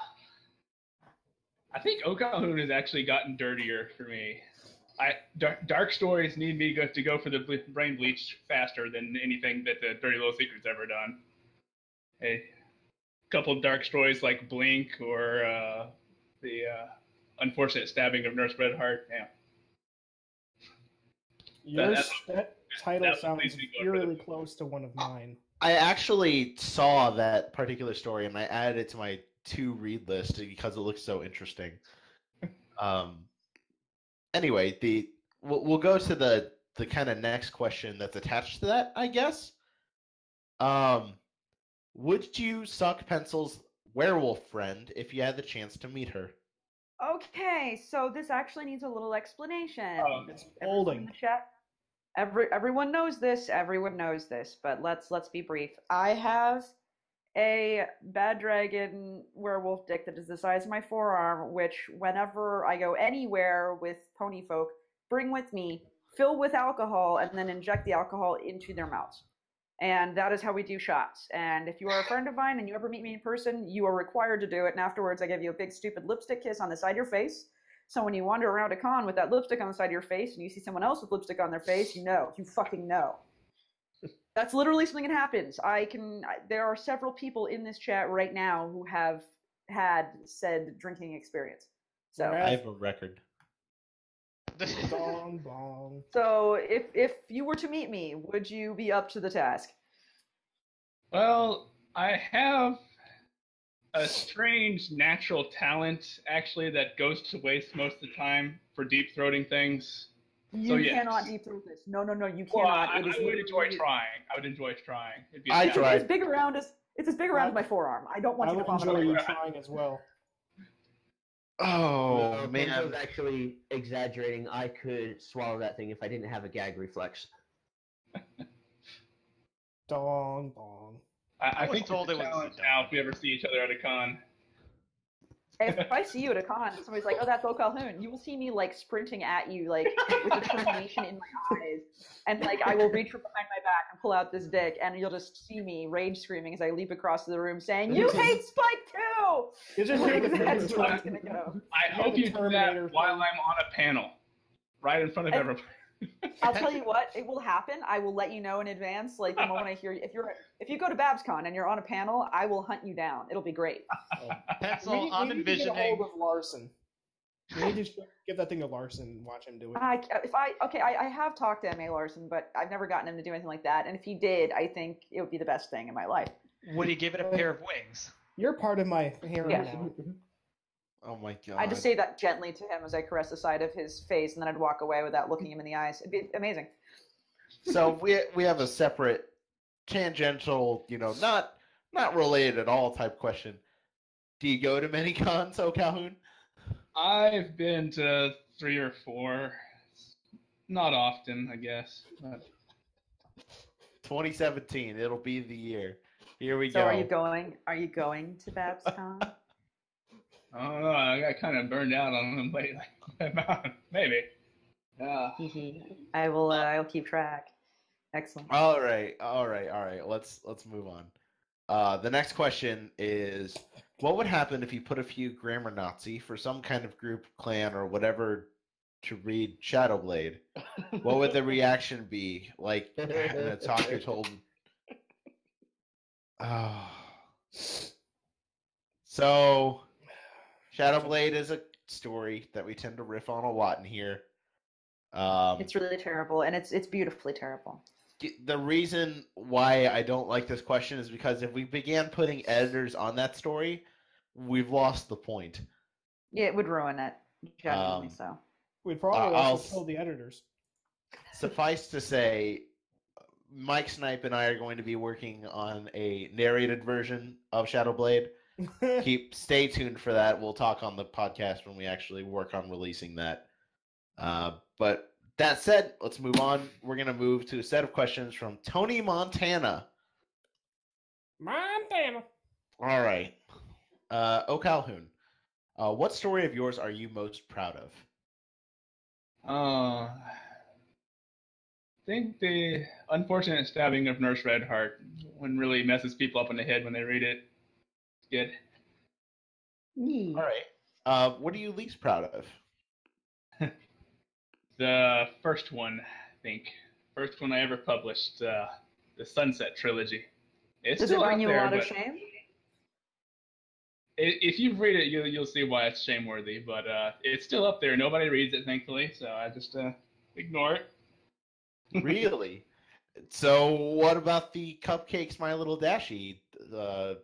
G: I think Okahoon has actually gotten dirtier for me. I dark, dark stories need me go, to go for the ble- brain bleach faster than anything that the Dirty Little Secret's ever done. A couple dark stories like Blink or uh, the uh, unfortunate stabbing of Nurse Redheart. Yeah,
E: Your
G: that-
E: s- that title
G: that would
E: sounds
G: please me go for the-
E: eerily close to one of mine.
A: I actually saw that particular story and I added it to my to read list because it looks so interesting. Um, anyway, the we'll, we'll go to the the kind of next question that's attached to that, I guess. Um, would you suck Pencil's werewolf friend if you had the chance to meet her?
B: Okay, so this actually needs a little explanation.
G: Oh,
E: It's
B: Everyone in
E: folding.
B: the chat. Every everyone knows this. Everyone knows this. But let's let's be brief. I have a bad dragon werewolf dick that is the size of my forearm, which whenever I go anywhere with pony folk, bring with me, fill with alcohol, and then inject the alcohol into their mouths. And that is how we do shots. And if you are a friend of mine and you ever meet me in person, you are required to do it. And afterwards, I give you a big stupid lipstick kiss on the side of your face. So when you wander around a con with that lipstick on the side of your face and you see someone else with lipstick on their face, you know, you fucking know. That's literally something that happens. I can. I, there are several people in this chat right now who have had said drinking experience. So.
E: Right.
A: I have a record.
E: Bong bong.
B: So if if you were to meet me, would you be up to the task?
G: Well, I have a strange natural talent actually that goes to waste most of the time for deep throating things.
B: You
G: So, yes.
B: cannot deep throat this. No, no, no, you
G: Well,
B: cannot.
G: I,
B: It is
G: I would enjoy
B: literally-
G: trying. I would enjoy trying. It'd be a
A: I
G: challenge.
B: It's
A: tried.
B: as big around as it's as big around as my forearm. I don't want
E: I
B: you to
E: would
B: vomit. on
E: enjoy
B: my
E: you
B: forearm.
E: trying as well.
A: Oh
F: No,
A: man,
F: Benzo's actually exaggerating. I could swallow that thing if I didn't have a gag reflex.
E: Dong bong.
G: I, I
D: was
G: think
D: told
G: told it
D: it was
G: challenge
D: dumb.
G: now if we ever see each other at a con.
B: If I see you at a con, and somebody's like, "Oh, that's Bo Calhoun," you will see me like sprinting at you, like with determination in my eyes, and like I will reach from behind my back and pull out this dick, and you'll just see me rage screaming as I leap across the room, saying, "You hate Spike too!"
E: You're just doing
B: Like,
E: the
B: that's
E: Terminator.
B: where it's gonna go.
G: I
E: You're
G: hope
E: the
G: you do that
E: Terminator
G: while I'm
E: thing.
G: on a panel, right in front of
B: And-
G: everyone.
B: I'll tell you what, it will happen. I will let you know in advance. Like the moment I hear you, if you're if you go to BabsCon and you're on a panel, I will hunt you down. It'll be great.
E: [LAUGHS] We
D: Pencil,
E: need-
D: I'm
E: we need to get a
D: envisioning.
E: hold of Larson. We need to sh- give that thing to Larson and watch him do it.
B: I if I okay, I, I have talked to Ma Larson, but I've never gotten him to do anything like that. And if he did, I think it would be the best thing in my life.
D: Would he give it a pair of wings?
E: You're part of my harem
B: Yeah.
E: now.
A: oh my god!
B: I just say that gently to him as I caress the side of his face, and then I'd walk away without looking him in the eyes. It'd be amazing.
A: so we we have a separate tangential, you know, not not related at all type question. Do you go to [LAUGHS] many cons, O Calhoun?
G: I've been to three or four, not often, I guess. But
A: 2017. It'll be the year. Here we
B: So
A: go.
B: are you going? Are you going
A: [LAUGHS]
B: to BabsCon?
G: I don't know. I got kind of burned out on them [LAUGHS] lately. [LAUGHS] Maybe. Uh,
B: I will. Uh, I'll keep track. Excellent.
A: All right, all right, all right. Let's let's move on. Uh, the next question is: What would happen if you put a few grammar Nazi for some kind of group, clan, or whatever to read Shadowblade? What would the reaction be? Like an attacker told. Oh. So, Shadowblade is a story that we tend to riff on a lot in here. Um,
B: It's really terrible, and it's it's beautifully terrible.
A: g- the reason why I don't like this question is because if we began putting editors on that story, we've lost the point.
B: Yeah, it would ruin it. Genuinely,
A: Um,
B: so
E: We'd probably
A: Uh, I'll
E: also
A: s-
E: kill the editors.
A: Suffice to say, Mike Snipe and I are going to be working on a narrated version of Shadowblade. Keep stay tuned for that. We'll talk on the podcast when we actually work on releasing that. Uh, but that said, let's move on. We're gonna move to a set of questions from Tony Montana.
E: Montana.
A: All right. Uh, O'Calhoun, uh, what story of yours are you most proud of?
G: Uh, I think the unfortunate stabbing of Nurse Redheart one really messes people up in the head when they read it. It's good.
A: All right. Uh, what are you least proud [LAUGHS] of?
G: The first one, I think, first one I ever published, uh, the Sunset Trilogy. It's
B: does it
G: still
B: bring
G: out
B: you
G: there,
B: a lot of
G: but
B: shame?
G: i- If you read it, you'll you'll see why it's shameworthy. But uh, it's still up there. Nobody reads it, thankfully. So I just uh, ignore it.
A: Really? so, what about the Cupcakes My Little Dashie uh,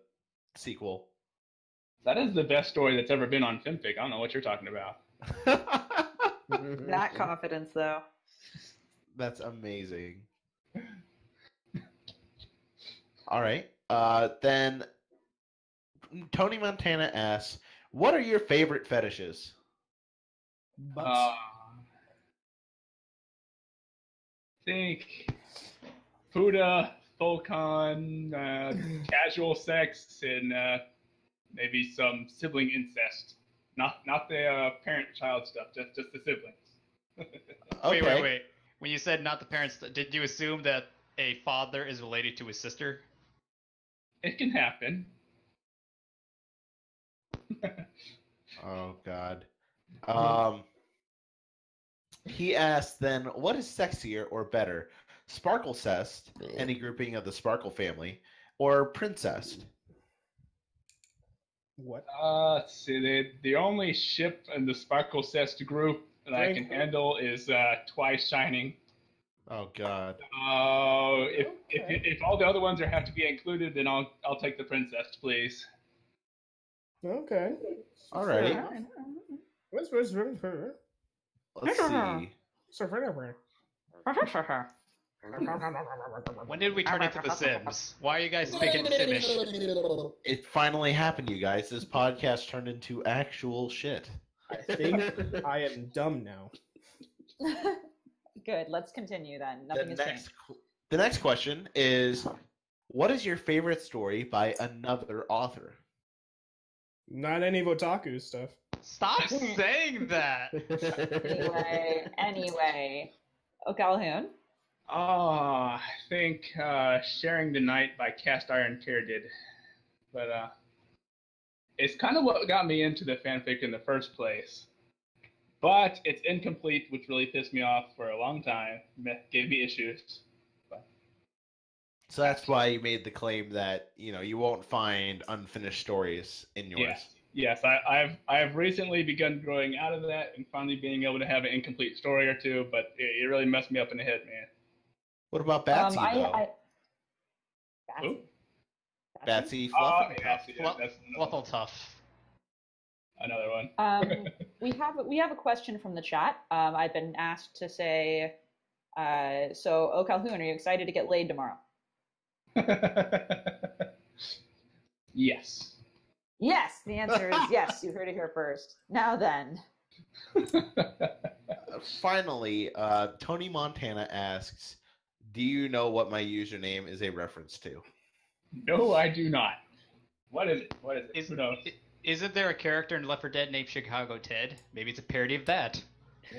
A: sequel? [LAUGHS]
G: That is the best story that's ever been on Femfic. I don't know what you're talking about.
B: That confidence, though.
A: That's amazing. All right. Uh, then Tony Montana asks, "What are your favorite fetishes?"
E: Butts.
G: Uh, think Fuda, Fulcon, uh,
E: [LAUGHS]
G: casual sex, and uh, maybe some sibling incest. Not not the uh, parent-child stuff, just just the siblings.
A: Okay.
D: Wait, wait, wait. When you said not the parents, did you assume that a father is related to his sister?
G: It can happen.
A: Oh God. Um. He asks then, what is sexier or better, Sparkle Cest, any grouping of the Sparkle family, or Princess?
E: What?
G: Uh, let's see, the, the only ship in the Sparkle Cest group that I can
E: Thank you.
G: handle is uh, Twice Shining.
A: Oh God.
G: Uh, if,
E: Okay.
G: if if all the other ones are have to be included, then I'll I'll take the princess, please.
E: Okay.
A: All right.
E: Fair enough. What's what's what's-
A: Let's see.
E: So fair enough.
D: When did we turn into The Sims? Why are you guys speaking Simish?
A: It finally happened, you guys. This podcast turned into actual shit.
E: I
B: [LAUGHS]
E: think I am dumb now.
B: [LAUGHS] Good. Let's continue then.
A: The
B: Nothing is
A: next,
B: changed.
A: qu- the next question is, what is your favorite story by another author?
E: Not any of otaku stuff.
D: Stop saying that.
F: [LAUGHS]
B: Anyway, anyway, O'Callaghan.
G: Ah, I think uh, "Sharing the Night" by Cast Iron Tear did, but uh, it's kind of what got me into the fanfic in the first place. But it's incomplete, which really pissed me off for a long time. Meh, Gave me issues.
A: So that's why you made the claim that you know you won't find unfinished stories in yours.
G: Yes, yes. I, I've I've recently begun growing out of that and finally being able to have an incomplete story or two. But it, it really messed me up in the head, man.
A: What about Batsy
B: Um, I,
A: though?
B: I,
G: Who?
A: Batsy
B: Batsy.
G: Ah,
A: Fluffy.
G: yes, yes,
D: Fluff-
G: that's another,
D: Flufflepuff.
G: another one.
B: Um, we have we have a question from the chat. Um, I've been asked to say, uh, so O'Calhoun, are you excited to get laid tomorrow?
G: [LAUGHS] yes.
B: Yes, the answer is yes. You heard it here first. Now then,
A: Finally, uh, Tony Montana asks, Do you know what my username is a reference to?
G: No, I do not. What is it? What is it?
D: Is-
G: Who knows?
D: Isn't there a character in Left 4 Dead named Chicago Ted? Maybe it's a parody of that.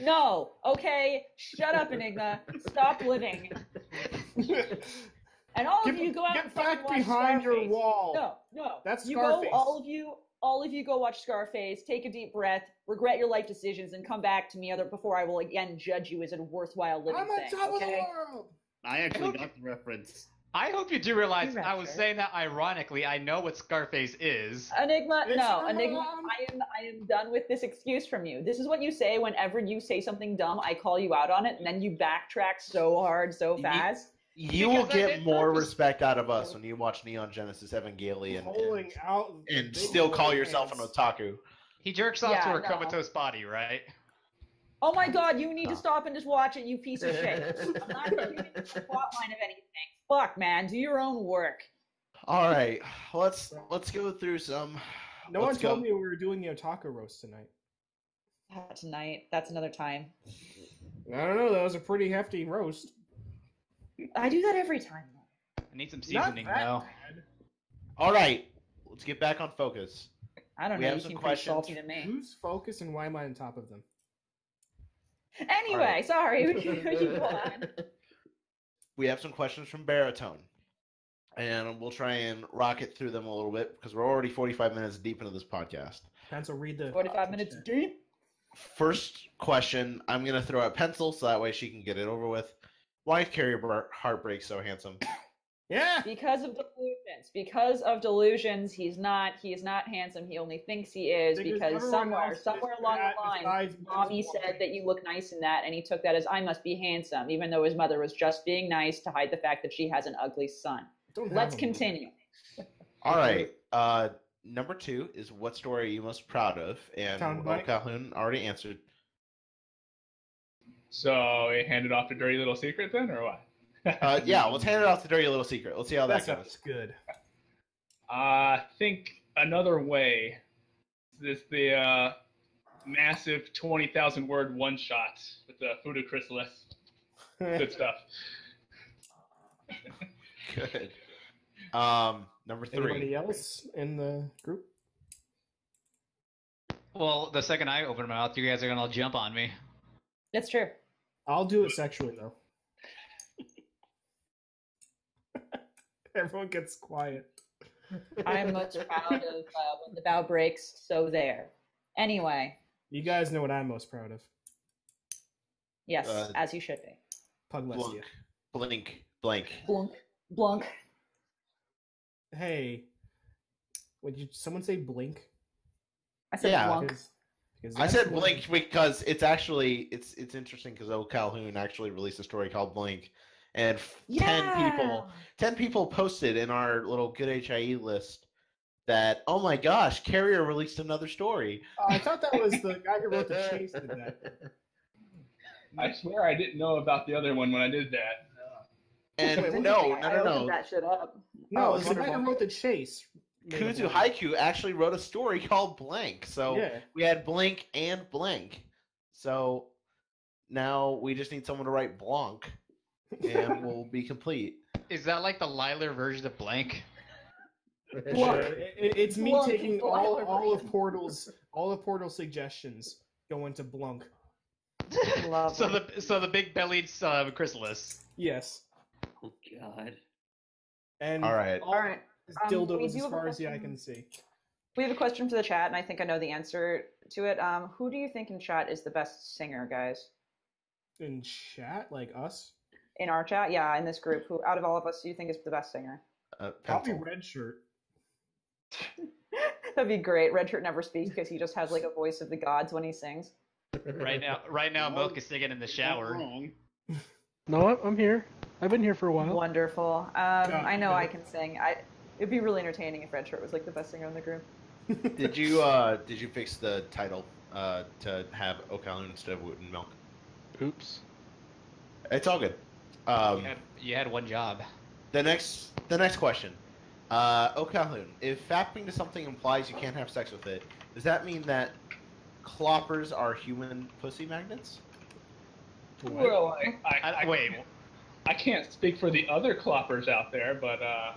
B: No. Okay. Shut up, Enigma. Stop living. And all
E: Get,
B: of Oh, you go out
E: get
B: and fucking
E: back
B: watch
E: behind your
B: Scarface.
E: wall.
B: No, no.
E: That's
B: you
E: Scarface.
B: go. All of you. All of you go watch Scarface. Take a deep breath. Regret your life decisions and come back to me other before I will again judge you as a worthwhile living
E: I'm
B: thing.
E: on top
B: okay.
E: of the world.
H: I actually got the reference.
D: I hope you do realize
B: You
D: I was
B: bastard.
D: saying that ironically. I know what Scarface is.
B: Enigma,
E: It's
B: no,
E: your
B: Enigma.
E: mom.
B: I am, I am done with this excuse from you. This is what you say whenever you say something dumb. I call you out on it, and then you backtrack so hard, so
A: You-
B: fast.
A: You
D: Because
A: will
D: I
A: get
D: did
A: more
D: purpose-
A: respect out of us when you watch Neon Genesis Evangelion
E: Holding
A: and,
E: out.
A: and
E: big
A: still call
E: boy
A: yourself an
E: hands.
A: otaku.
D: He jerks off
B: Yeah,
D: to her
B: no.
D: comatose body, right?
B: Oh my god, you need to stop and just watch it, you piece of
E: [LAUGHS]
B: shit. I'm not giving you the plot line of anything. Fuck, man, do your own work.
A: All right, let's let's go through some.
E: No
A: let's
E: one told
A: go-
E: me we were doing the otaku roast tonight.
B: Not tonight. That's another time.
E: I don't know. That was a pretty hefty roast.
B: I do that every time.
D: I need some seasoning
E: that
D: though.
A: All right, let's get back on focus.
B: I don't
A: We
B: know.
A: have
B: You
A: some
B: seem pretty
A: questions.
B: salty to me.
E: Who's focus and why am I on top of them?
A: [LAUGHS]
B: Anyway,
A: Alright.
B: sorry. [LAUGHS] We can go on.
A: we have some questions from Baritone. And we'll try and rocket through them a little bit because we're already 45 minutes deep into this podcast.
E: Pencil, read the.
B: 45 minutes deep.
A: First question I'm going to throw out Pencil so that way she can get it over with. Why is Carrie Bar- Heartbreak so
E: [LAUGHS]
A: handsome?
E: Yeah.
B: Because of delusions. Because of delusions, he's not. He is not handsome. He only thinks he is because
E: everyone
B: somewhere,
E: else is
B: somewhere along
E: fat
B: the line,
E: besides Moses
B: Mommy said
E: Walker.
B: that you look nice in that, and he took that as I must be handsome, even though his mother was just being nice to hide the fact that she has an ugly son.
E: Don't have
B: Let's
E: him.
B: continue.
A: All right. Uh, number two is what story are you most proud of? And
E: Sound
A: Will
E: bite.
A: Calhoun already
E: [LAUGHS]
A: answered.
G: So we handed off the dirty little secret then, or what?
A: Uh, yeah, let's hand it off to Dirty Little Secret. Let's see how
E: That
A: that goes.
E: sounds
A: [LAUGHS]
E: good.
G: I think another way is the uh, massive 20,000 word one shot with the Fuda Chrysalis. Good stuff.
A: [LAUGHS] Good. Um, number three.
E: [LAUGHS] Anybody else in the group?
D: Well, the second I open my mouth, you guys are gonna all jump on me.
B: That's true.
E: I'll do it sexually though. [LAUGHS] Everyone gets quiet. [LAUGHS]
B: I'm most proud of uh, when the bow breaks. So there. Anyway,
E: You guys know what I'm most proud of.
B: yes,
A: Uh,
B: as you should be.
E: Puglestia.
A: Blunk. Blink. Blank.
B: Blunk, blunk.
E: Hey, would you someone say blink?
B: I said
A: Yeah,
B: blunk.
E: Because- because
A: I
E: that's
A: said
E: what-
A: Blink because it's actually it's it's interesting because O Calhoun actually released a story called Blink, and f- ten people ten people posted in our little good HIE list that oh my gosh, Carrier released another story.
E: Oh, I thought that was the guy who
A: [LAUGHS]
E: wrote the chase did that.
H: [LAUGHS]
G: I swear I didn't know about the other one when I did that.
A: And
B: It's
A: no, no,
B: interesting. I
A: no, no.
B: opened That shit up.
E: No,
A: Oh,
E: it's the guy
A: wonderful.
E: who wrote the chase. made a
A: Kuzu
E: blink.
A: Haiku actually wrote a story [LAUGHS] called Blank. So
E: Yeah.
A: we had Blink and Blank. So now we just need someone to write Blanc,
E: [LAUGHS]
A: and we'll be complete.
D: Is that like the Liler version of Blank?
B: [LAUGHS]
E: Look, it, it- it's me
B: Blunk
E: taking
B: is
E: all,
B: Blunk.
E: all of Portal's all of Portal's suggestions going to Blunk.
D: so the so the big bellied uh, chrysalis.
E: Yes.
H: Oh God.
E: And
A: All right.
B: All right.
E: is
B: Um,
E: dildos
B: we
E: as
B: do have a
E: far as the eye
B: question.
E: can see.
B: We have a question for the chat, and I think I know the answer to it. Um, who do you think in chat is the best singer, guys?
E: In chat, like us,
B: In our chat, yeah, in this group, who out of all of us do you think is the best singer?
A: Uh,
E: probably
A: pencil.
E: red shirt. [LAUGHS]
B: That'd be great. Redshirt never speaks because he just has like a voice of the gods when he sings.
D: Right now, right now, Milk is singing in the shower.
G: Wrong.
I: No, I- I'm here. I've been here for a while.
B: Wonderful. Um, I know
E: yeah.
B: I can sing. I it'd be really entertaining if Redshirt was like the best singer in the group.
A: Did you uh did you fix the title uh to have O'Callaghan instead of Wooten Milk?
I: Oops.
A: It's all good. Um,
D: You had, you had one job.
A: The next the next question. Uh O'Callaghan, if fapping to something implies you can't have sex with it, does that mean that cloppers are human pussy magnets?
G: Well, I, I,
D: I, wait,
G: I can't speak for the other cloppers out there, but uh,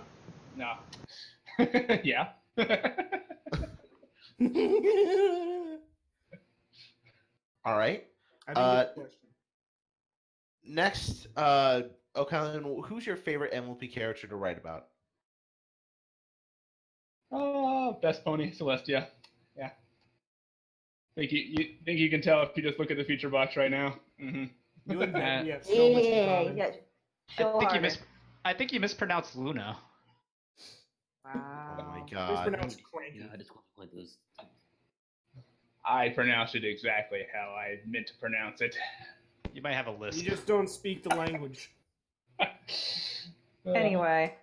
G: no. [LAUGHS] yeah. [LAUGHS]
A: All right.
E: I think
A: Uh,
E: that's a question.
A: Next, uh, O'Connor, who's your favorite MLP character to write about?
G: oh, best pony, Celestia. Yeah. Think you, you think you can tell if you just look at the feature box right now? hmm
E: You and Ben, we [LAUGHS] have so much in
B: Yeah,
E: common.
B: yeah.
D: I
B: Go
D: think
B: harder.
D: you mis- I think you mispronounced Luna.
A: Oh my
B: Wow.
E: It's
A: god.
E: pronounced cranky.
H: Yeah, I just want one of those.
G: I pronounced it exactly how I meant to pronounce it. [SIGHS]
D: You might have a list.
E: You just don't speak the language.
G: Uh,
B: Anyway,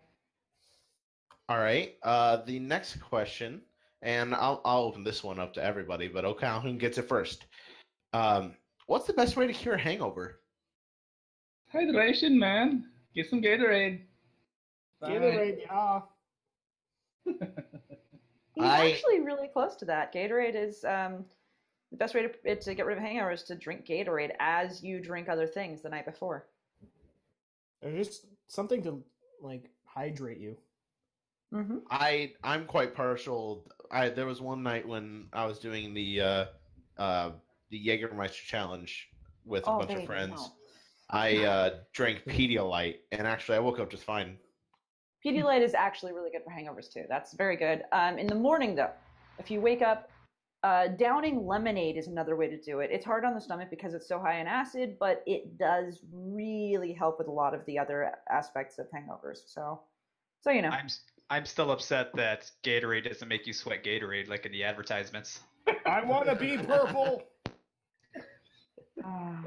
A: All right. Uh, the next question, and I'll I'll open this one up to everybody, but O'Callaghan gets it first. Um, what's the best way to cure a hangover?
G: Hydration, man. Get some Gatorade.
E: Get
G: Bye.
E: it right, yeah.
B: he's
A: I-
B: actually really close to that. Gatorade is um, the best way to, it, to get rid of a hangover is to drink Gatorade as you drink other things the night before.
E: There's just something to like hydrate you.
B: hmm
A: I I'm quite partial. I there was one night when I was doing the uh, uh, the Jägermeister challenge with
B: Oh,
A: a bunch of friends. I uh, drank Pedialyte, and actually I woke up just fine.
B: Pedialyte is actually really good for hangovers too. That's very good. Um, in the morning though, if you wake up, uh, downing lemonade is another way to do it. It's hard on the stomach because it's so high in acid, but it does really help with a lot of the other aspects of hangovers. So, so you know,
D: I'm s- I'm still upset that Gatorade doesn't make you sweat Gatorade like in the advertisements.
E: I want to be purple.
B: Ah.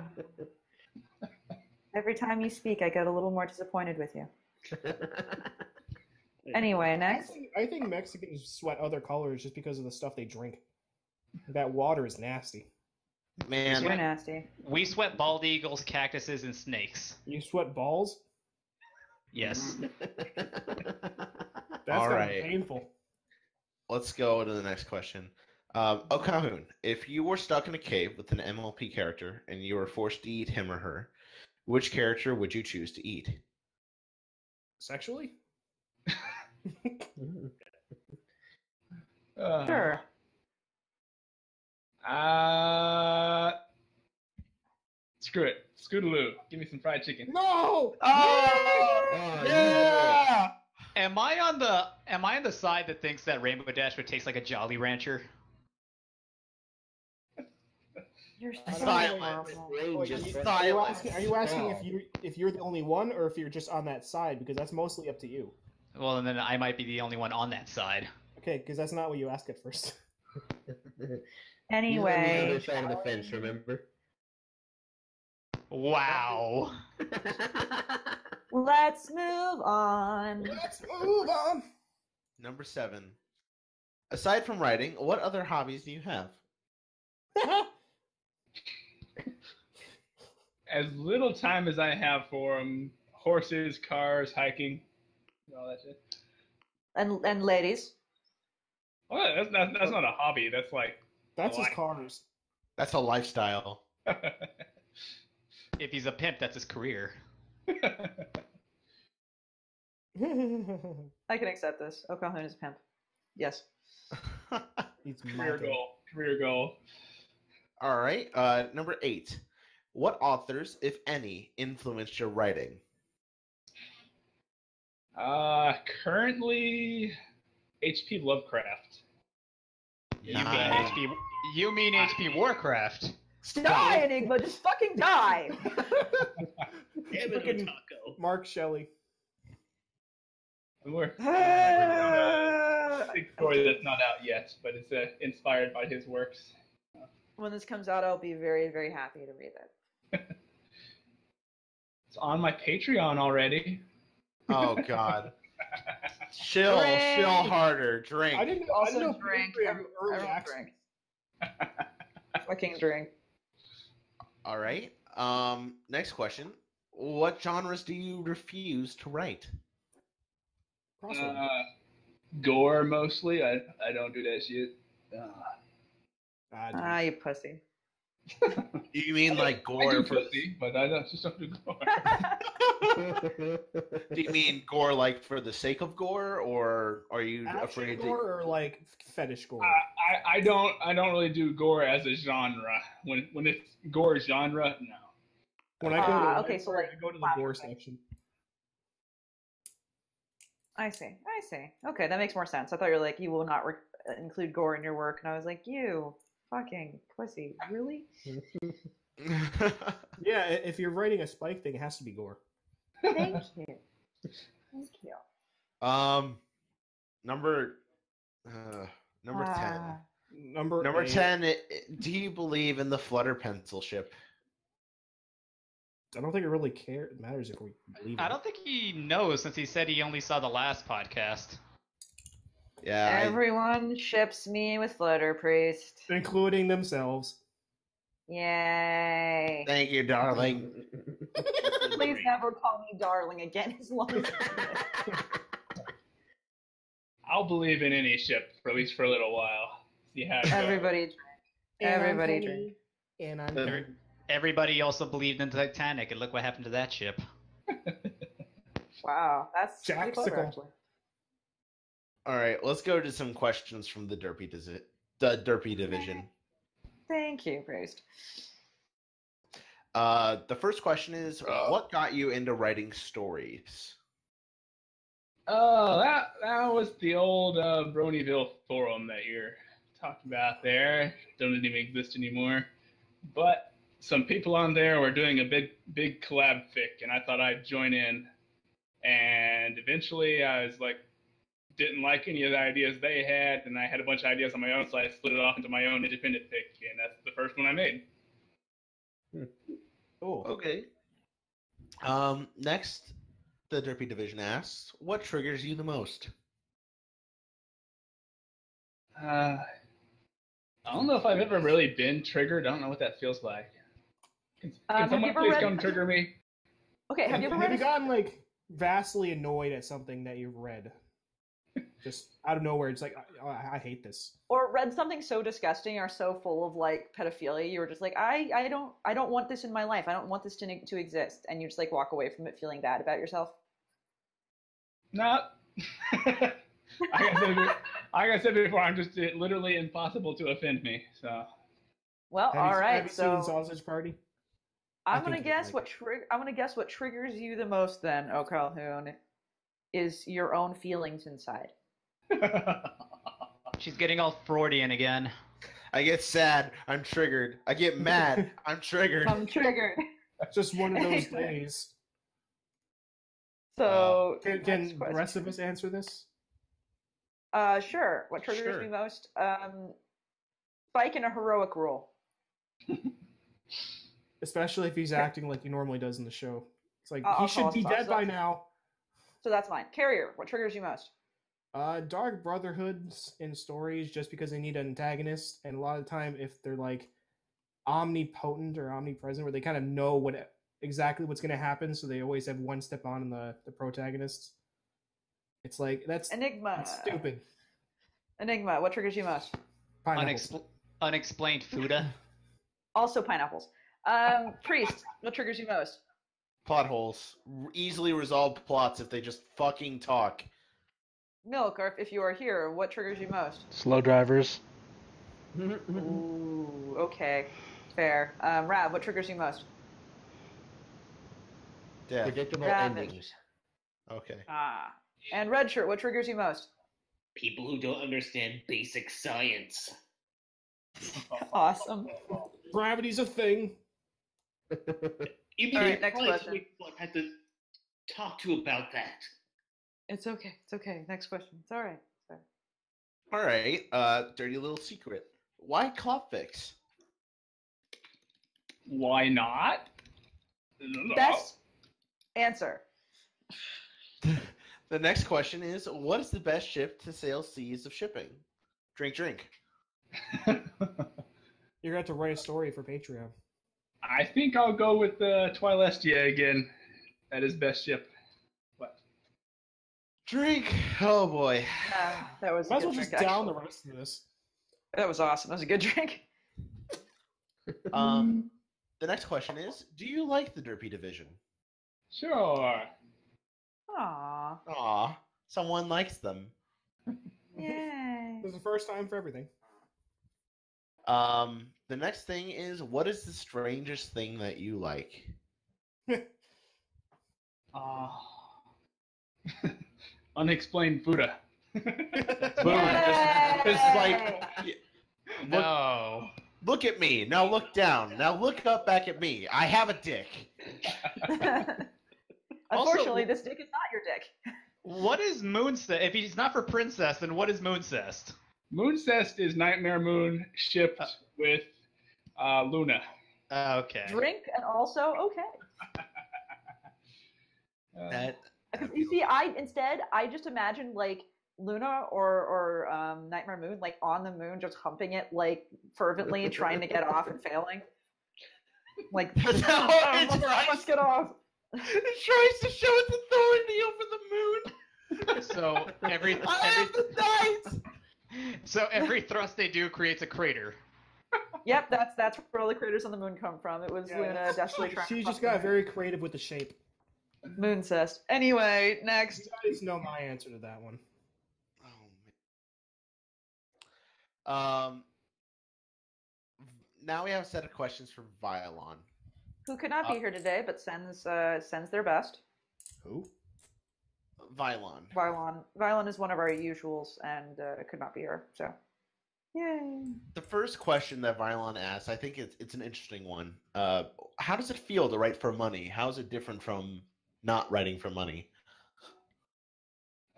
B: [SIGHS] every time you speak, I get a little more disappointed with you. Anyway,
E: [LAUGHS] I
B: next.
E: think, I think Mexicans sweat other colors just because of the stuff they drink. That water is nasty.
A: Man,
B: You're nasty.
D: We sweat bald eagles, cactuses, and snakes.
E: You sweat balls.
D: Yes.
E: That's
A: All
E: gotta
A: right.
E: be painful.
A: let's go to the next question. Um, O'Calhoun, if you were stuck in a cave with an MLP character and you were forced to eat him or her, which character would you choose to eat?
E: Sexually?
G: Uh,
B: Sure.
G: Uh, screw it. Scootaloo. Give me some fried chicken.
E: No.
D: Oh! Yeah! Am I on the Am I on the side that thinks that Rainbow Dash would taste like a Jolly Rancher?
B: You're
E: I
B: so
E: don't know.
B: horrible.
E: Like,
F: Just
E: are, you, are you
A: silence.
E: asking, are you asking
F: Wow.
E: if you if you're the only one or if you're just on that side? Because that's mostly up to you.
D: Well, and then I might be the only one on that side.
E: Okay, because that's not what you asked at first.
F: He's on the other
B: Anyway,
F: side of the
B: [LAUGHS]
F: fence, remember?
D: Wow.
B: let's move on.
E: Let's move on.
A: Number seven. Aside from writing, what other hobbies do you have?
G: As little time as I have for 'em, horses, cars, hiking, all that shit.
B: And and ladies,
G: Well, Oh, that's not, that's not a hobby. That's like
E: [LAUGHS] That's his
G: Why?
E: cars.
A: That's a lifestyle. [LAUGHS]
D: If he's a pimp, that's his career.
E: it's
B: I can accept this. O'Callaghan is a pimp. Yes.
E: my
G: career
E: thing.
G: goal. Career goal.
A: All right. Uh, number eight. What authors, if any, influenced your writing?
G: Uh, currently, H.P. Lovecraft.
D: You mean HP? You mean HP Warcraft?
B: Die, Enigma. Just fucking
A: [LAUGHS]
B: die.
H: Damn it,
E: Fucking-
H: Otaku.
E: Mark Shelley.
G: And we're
B: Ah.
G: big story that's not out yet, but it's uh, inspired by his works.
B: [LAUGHS] when this comes out, I'll be very, very happy to read it.
G: It's on my Patreon already.
A: Oh God. chill, chill
B: Drink.
A: harder. Drink.
E: I didn't. I
B: Also
E: didn't know
B: drink.
E: Patreon
B: Everyone-
E: early
B: everyone
E: access.
A: [LAUGHS]
B: drink. fucking drink.
A: All right. Um, next question. What genres do you refuse to write?
E: Crossover.
G: Uh, gore mostly. I I don't do that shit. Uh,
E: Ah, dude.
B: Ah,
A: [LAUGHS]
B: you pussy.
A: You mean like
G: I
A: gore
G: do
A: for
G: [LAUGHS] pussy, but I don't, just don't do gore.
A: [LAUGHS] Do you mean gore like for the sake of gore, or are you
E: Action
A: afraid Uh, that?
E: gore or like fetish gore?
G: I, I don't I don't really do gore as a genre. When when it's gore genre, no.
E: when I go,
B: [LAUGHS]
E: to,
B: Ah, okay, so,
E: I
B: like,
E: go to the
B: wow,
E: gore
B: okay.
E: section.
B: I see. I see. Okay, that makes more sense. I thought you were like, you will not rec- include gore in your work, and I was like, you fucking pussy, really?
E: Yeah, i- if you're writing a spike thing, it has to be gore.
A: [LAUGHS]
B: Thank you. Thank you.
A: um, number, uh, number ten.
B: Ah.
E: Number
A: Number
E: eight.
A: ten. i- i- Do you believe in the flutter pencil ship?
E: I don't think it really care. It matters if we leave.
D: I
E: it.
D: don't think he knows since he said he only saw the last podcast.
A: Yeah. I-
B: Everyone ships me with Flutter Priest.
E: including themselves.
B: Yay.
A: thank you, darling.
G: [LAUGHS]
B: [LAUGHS] Please never call me darling again as long
E: [LAUGHS]
B: as
G: I'll believe in any ship for at least for a little while. See how it goes.
B: everybody drink. Everybody drink.
E: And I'm
A: Uh,
E: hungry.
D: Everybody also believed in the Titanic, and look what happened to that ship.
B: Wow, that's pretty
E: Jack
B: clever,
E: Sickle.
B: actually.
A: All right, let's go to some questions from the Derpy Divi- the Derpy division.
B: Thank you, Priest.
A: Uh, the first question is, what got you into writing stories?
G: Oh, that that was the old uh, Bronyville forum that you're talking about there. Doesn't even exist anymore. But some people on there were doing a big big collab fic, and I thought I'd join in. And eventually, I was like, didn't like any of the ideas they had, and I had a bunch of ideas on my own, so I split it off into my own independent fic, and that's the first one I made.
E: Oh,
A: Okay. Um, next, the Derpy division asks, what triggers you the most?
G: Uh, I don't know if I've ever really been triggered. I don't know what that feels like. Can,
B: Um,
G: can
B: have you
G: someone
B: ever
G: please
B: read-
G: come trigger me?
B: Okay, have you ever read a-
E: gotten like vastly annoyed at something that you've read? Just out of nowhere, it's like I, oh, I, I hate this.
B: or read something so disgusting or so full of like pedophilia you were just like i i don't i don't want this in my life i don't want this to, to exist and you just like walk away from it feeling bad about yourself
G: No. [LAUGHS] like, I
B: [LAUGHS]
G: said, be- like I said before, I'm just it literally impossible to offend me. So [LAUGHS]
B: well
E: Have you-
B: all
E: have
B: right
E: you
B: so
E: seen Sausage Party. I
B: i'm gonna
E: think you'd
B: guess
E: like
B: what trig- i'm gonna guess what triggers you the most then oh calhoun is your own feelings inside
D: She's getting all Freudian again.
A: I get sad, I'm triggered. I get mad, I'm triggered.
B: i'm triggered
E: It's
B: [LAUGHS]
E: Just one of those days.
B: so
E: Uh, Can, can
B: next
E: the rest of
B: question.
E: us answer this?
B: uh sure what triggers
A: Sure.
B: me most um spike in a heroic role
E: Especially if he's acting like he normally does in the show. It's like
B: I'll-
E: he
B: Uh, I'll call
E: should be
B: us
E: dead by
B: Sausage.
E: now.
B: so that's mine carrier what triggers you most
E: Uh, dark brotherhoods in stories just because they need an antagonist, and a lot of the time, if they're like omnipotent or omnipresent, where they kind of know what e, exactly what's going to happen, so they always have one step on the the protagonist. It's like that's,
B: enigma
E: that's stupid.
B: Enigma, what triggers you most?
E: Pineapples.
D: Unexpl- unexplained [LAUGHS] Fuda.
B: Also pineapples. Um,
E: [LAUGHS]
B: priest, what triggers you most?
A: Plot holes. R- Easily resolved plots if they just fucking talk.
B: Milk, or if, if you are here, what triggers you most?
I: Slow drivers.
B: Ooh, okay, fair. Um, Rab, what triggers you most?
A: Death.
F: Predictable
B: Rabbit.
F: endings.
A: Okay.
B: Ah, and red shirt, what triggers you most?
H: People who don't understand basic science.
B: Awesome.
E: Gravity's a thing.
H: Even
B: All
H: All right,
B: right, next question.
H: We had to talk to about that.
B: It's okay. It's okay. Next question. It's all right.
A: All right, uh, dirty little secret. Why Clopfix?
G: why not? I don't know.
B: Best answer.
A: [LAUGHS] The next question is, what is the best ship to sail seas of shipping? Drink, drink.
E: You're going to have to write a story for Patreon.
G: I think I'll go with the uh, Twilestia again. That is best ship.
A: Drink. Oh boy.
B: Yeah, [SIGHS] that was. a
E: Might as
B: good
E: well just
B: drink,
E: down the
B: actually.
E: rest of this.
B: That was awesome. That was a good [LAUGHS] drink.
A: Mm-hmm. Um, the next question is, do you like the Derpy division?
G: Sure.
B: [LAUGHS] Aw.
A: Aw, someone likes them.
B: Yay.
E: This is the first time for everything.
A: Um, the next thing is, what is the strangest thing that you like?
G: Ah. [LAUGHS] Unexplained Buddha. [LAUGHS]
A: Boom. This is like,
B: Yay.
D: No.
A: look at me. Now look down. Now look up back at me. I have a dick.
B: [LAUGHS]
E: [LAUGHS]
B: Unfortunately, this dick is not your dick.
D: What is Moonset? If he's not for Princess, then what is Moonset?
G: Mooncest is Nightmare Moon shipped with uh, Luna.
D: Okay.
B: Drink and also okay.
G: Uh,
A: [LAUGHS] That
B: Because you see, I instead I just imagined like Luna or or um, Nightmare Moon like on the moon just humping it like fervently trying to get off and failing.
E: [LAUGHS]
B: Like
A: That's [LAUGHS]
B: just, [LAUGHS]
A: how
B: "Oh,
A: it's
B: let's-
A: right."
B: let's get off.
A: it tries to show its authority over the [LAUGHS] moon.
D: So [LAUGHS] every
A: I have
D: every
A: the dice.
D: so every thrust they do creates a crater.
B: Yep, that's that's where all the craters on the moon come from. It was
E: Yeah,
B: Luna
E: that's-
B: desperately trying.
E: She
B: to
E: just
B: fuck
E: got
B: the
E: very creative with the shape.
B: moon. moon cest. Anyway, next.
E: You guys know my answer to that one.
A: Oh man. Um. Now we have a set of questions for Violon.
B: Who could not be
A: Uh,
B: here today but sends uh, sends their best.
A: Who? Violon.
B: Violon Violon is one of our usuals and uh, could not be here. So, yay. [LAUGHS]
A: The first question that Violon asks, I think it's it's an interesting one. Uh, how does it feel to write for money? How is it different from not writing for money?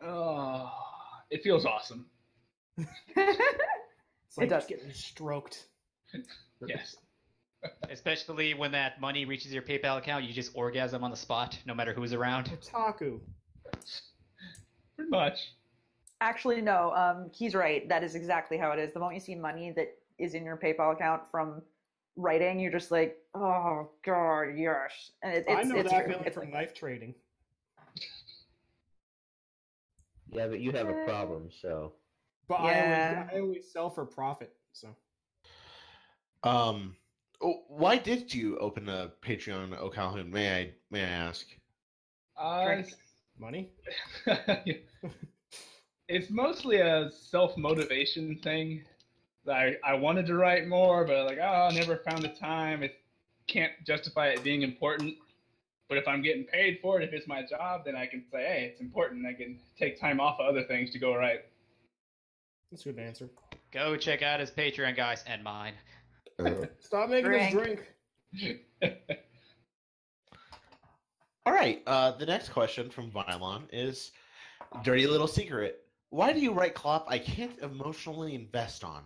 G: oh, it feels awesome.
E: It's like
B: It does.
E: getting stroked.
G: Yes.
D: Especially when that money reaches your PayPal account, you just orgasm on the spot, no matter who's around. [LAUGHS]
E: Otaku.
G: Pretty much.
B: Actually, no. Um, he's right. That is exactly how it is. The moment you see money that is in your PayPal account from writing, you're just like, oh god, yes. And it, it's,
E: I know
B: it's
E: that
B: true.
E: feeling
B: It's
E: from
B: like-
E: life trading.
F: Yeah, but you have a
B: Uh,
F: problem, so.
E: But
B: Yeah.
E: I, always, I always sell for profit. So
A: Um, oh, why did you open a Patreon, O'Callaghan? May I may I ask?
G: Uh,
B: Drink.
E: money.
G: [LAUGHS] it's mostly a self motivation thing. I I wanted to write more, but like, oh, I never found the time. It can't justify it being important. But if I'm getting paid for it, if it's my job, then I can say, hey, it's important. I can take time off of other things to go write.
E: That's a good answer.
D: Go check out his Patreon, guys, and mine.
E: Stop making us
B: Drink.
E: drink.
A: All right. Uh, the next question from Violon is, dirty little secret. Why do you write clop I can't emotionally invest on?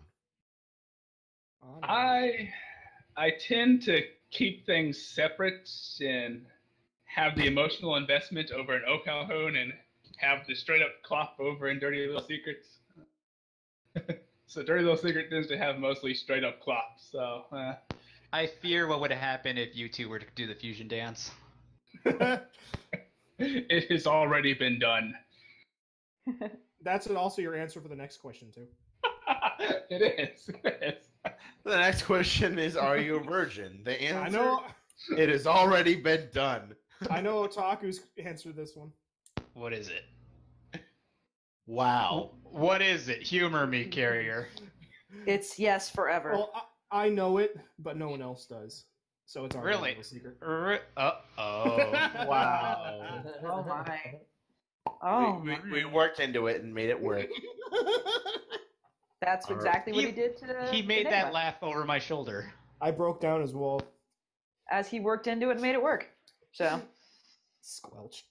G: I I tend to keep things separate and have the emotional investment over in O'Calhoun and have the straight up clop over in Dirty Little Secrets. [LAUGHS] so Dirty Little Secret tends to have mostly straight up clop. So uh, [LAUGHS]
D: I fear what would happen if you two were to do the fusion dance.
G: it has already been done. [LAUGHS]
E: [LAUGHS] That's also your answer for the next question too.
G: it is. [LAUGHS] It is.
A: The next [LAUGHS] question is, are you a virgin? The answer
E: I know.
A: it has already been done.
E: I know. Otaku's answered this one.
D: What is it?
A: Wow.
D: Oh, What is it? Humor me, carrier.
B: It's yes forever.
E: Well, I, I know it, but no one else does. So it's our
D: Really?
E: secret.
D: Uh oh. [LAUGHS]
A: Wow.
B: oh my. Oh,
A: we,
B: my.
A: we, we worked into it and made it work.
B: that's
A: All right.
B: exactly what
D: He-
B: he did to.
D: He made
B: Enigma.
D: that laugh over my shoulder.
E: I broke down as well.
B: as he worked into it and made it work. So,
E: Squelch.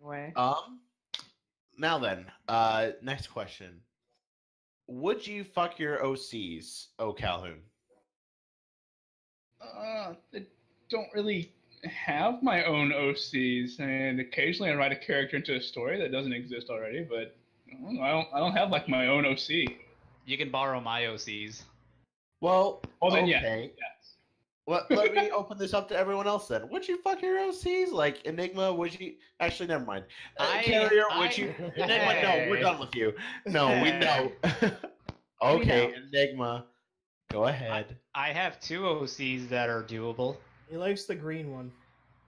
B: anyway.
A: Um. Now then, uh, next question. Would you fuck your OCs, O Calhoun?
G: Uh, I don't really have my own OCs, and occasionally I write a character into a story that doesn't exist already. But I don't, know, I don't, I don't have like my own OC.
D: You can borrow my OCs.
A: Well,
G: Well, then yeah,
F: okay.
A: let, let me open this up to everyone else then. Would you fuck your OCs? Like Enigma, would you actually never mind. Uh,
D: I-
A: Carrier,
D: I-
A: would you Enigma, no, we're
D: Hey.
A: done with you. No, we know. [LAUGHS] okay, Enigma. Go ahead.
D: I have two OCs that are doable.
E: He likes the green one.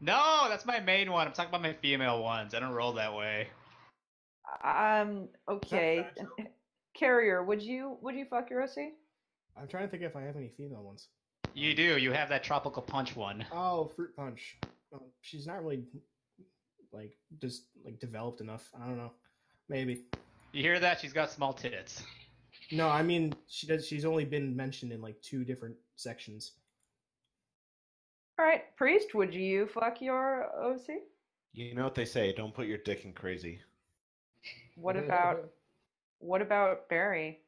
D: No, that's my main one. I'm talking about my female ones. I don't roll that way.
B: Um. Okay.
E: That's
B: [LAUGHS] Carrier, would you would you fuck your OC?
E: I'm trying to think if I have any female ones.
D: You do. You have that tropical punch one.
E: Oh, fruit punch. Um, she's not really like just like developed enough. I don't know. Maybe.
D: You hear that? She's got small tits.
E: No, I mean she does. She's only been mentioned in like two different sections.
B: All right, priest, would you fuck your OC?
A: You know what they say, don't put your dick in crazy.
B: What about what about Barry?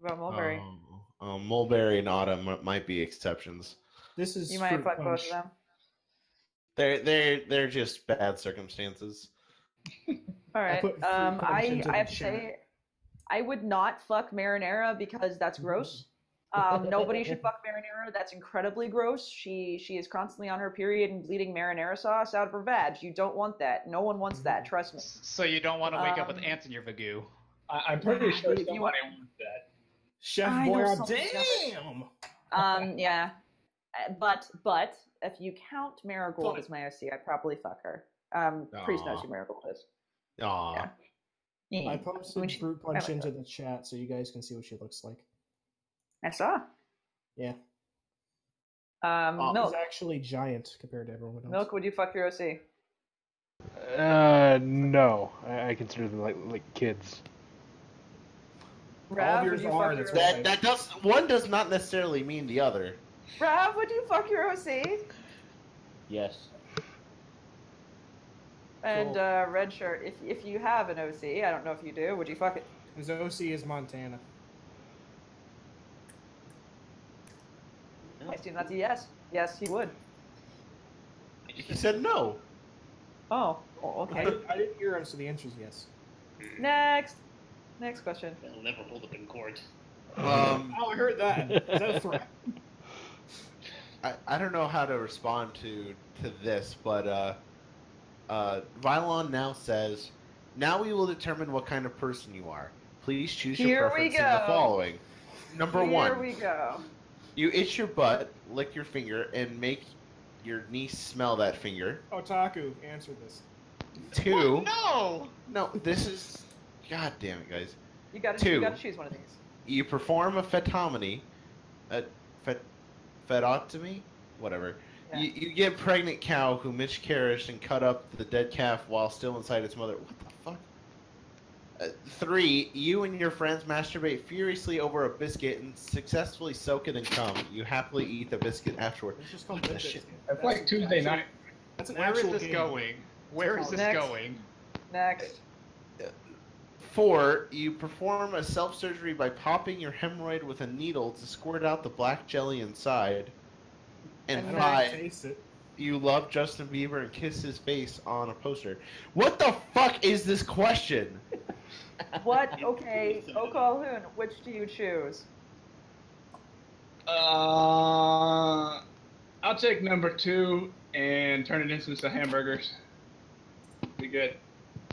B: What about Mulberry?
E: Oh,
A: Um, um, Mulberry and Autumn mi- might be exceptions.
E: This is
B: you might
E: fruit
B: fuck both
E: punch.
B: of them.
A: They're they're they're just bad circumstances.
B: All right.
E: put fruit
B: um,
E: punch
B: I
E: into
B: I
E: the
B: have to
E: chat.
B: say, I would not fuck marinara because that's gross.
E: Mm-hmm.
B: Um, nobody should fuck marinara. That's incredibly gross. She she is constantly on her period and bleeding marinara sauce out of her vag. You don't want that. No one wants
E: Mm-hmm.
B: that. Trust me.
D: S- So you don't want to wake up with
B: Um,
D: ants in your vagoo.
G: I, I'm pretty sure
B: You- you
G: somebody
B: want-
G: wants that.
E: Chef
B: I know
E: Boyardee.
B: something
E: Damn.
B: Um, yeah, Uh, but but if you count Marigold
E: Fuck.
B: as my OC, I probably fuck her. Um, priest knows
A: Aw.
B: who Marigold is.
A: Aw.
B: Yeah.
E: I
B: Mm,
E: posted
B: which-
E: fruit
B: I
E: punch
B: like
E: into
B: that.
E: the chat so you guys can see what she looks like.
B: I saw.
E: Yeah.
B: Um,
A: Oh,
B: milk,
E: She's actually giant compared to everyone else.
B: milk. Would you fuck your OC?
I: Uh, no. I, I consider them like like kids.
B: Rav, would
E: yours
B: you
E: are,
B: fuck
E: that's
B: your
E: right.
B: OC?
A: That that does one does not necessarily mean the other.
B: Rav, would you fuck your OC?
F: Yes.
B: And
E: Cool.
B: uh, red shirt, if if you have an OC, I don't know if you do. Would you fuck it?
E: His OC is Montana.
B: I assume that's a yes. Yes, he would.
A: He said no.
B: Oh, oh, [LAUGHS]
E: I,
B: okay.
E: I didn't hear him, so the answer is yes.
B: Next, next question.
H: They'll never hold up in court.
A: Um,
E: Oh, I heard [LAUGHS] that. Is that a threat?
A: I, I don't know how to respond to to this, but uh, uh, Vylon now says, "Now we will determine what kind of person you are. Please choose
B: Here
A: your
B: we
A: preference in the
B: go.
A: following: Number
B: Here
A: one,
B: we go.
A: you itch your butt, lick your finger, and make your niece smell that finger.
E: Otaku, answer this.
B: [LAUGHS]
A: Two,
D: Oh, No.
A: no, this is, god damn it, guys.
B: You got to
A: Two.
B: you got to choose one of these.
A: you perform a fetominy, a fet, fetotomy, whatever.
B: Yeah.
A: You, you get pregnant cow who miscarried and cut up the dead calf while still inside its mother. What the fuck? Uh, three, you and your friends masturbate furiously over a biscuit and successfully soak it in cum. You happily eat the biscuit afterward.
E: It's just called
A: What the
E: Biscuit.
A: shit?
G: That's like Tuesday night.
E: That's an
D: Where is
E: actual
D: this
E: game.
D: going? Where is this
B: Next.
D: going?
A: [LAUGHS]
B: Next.
A: Four, you perform a self surgery by popping your hemorrhoid with a needle to squirt out the black jelly inside. And,
E: I don't
A: five,
E: taste it.
A: you love Justin Bieber and kiss his face on a poster. What the fuck is this question?
B: What? Okay, O'Calhoun, which do you choose?
G: Uh, I'll take number two and turn it into some hamburgers. Be good.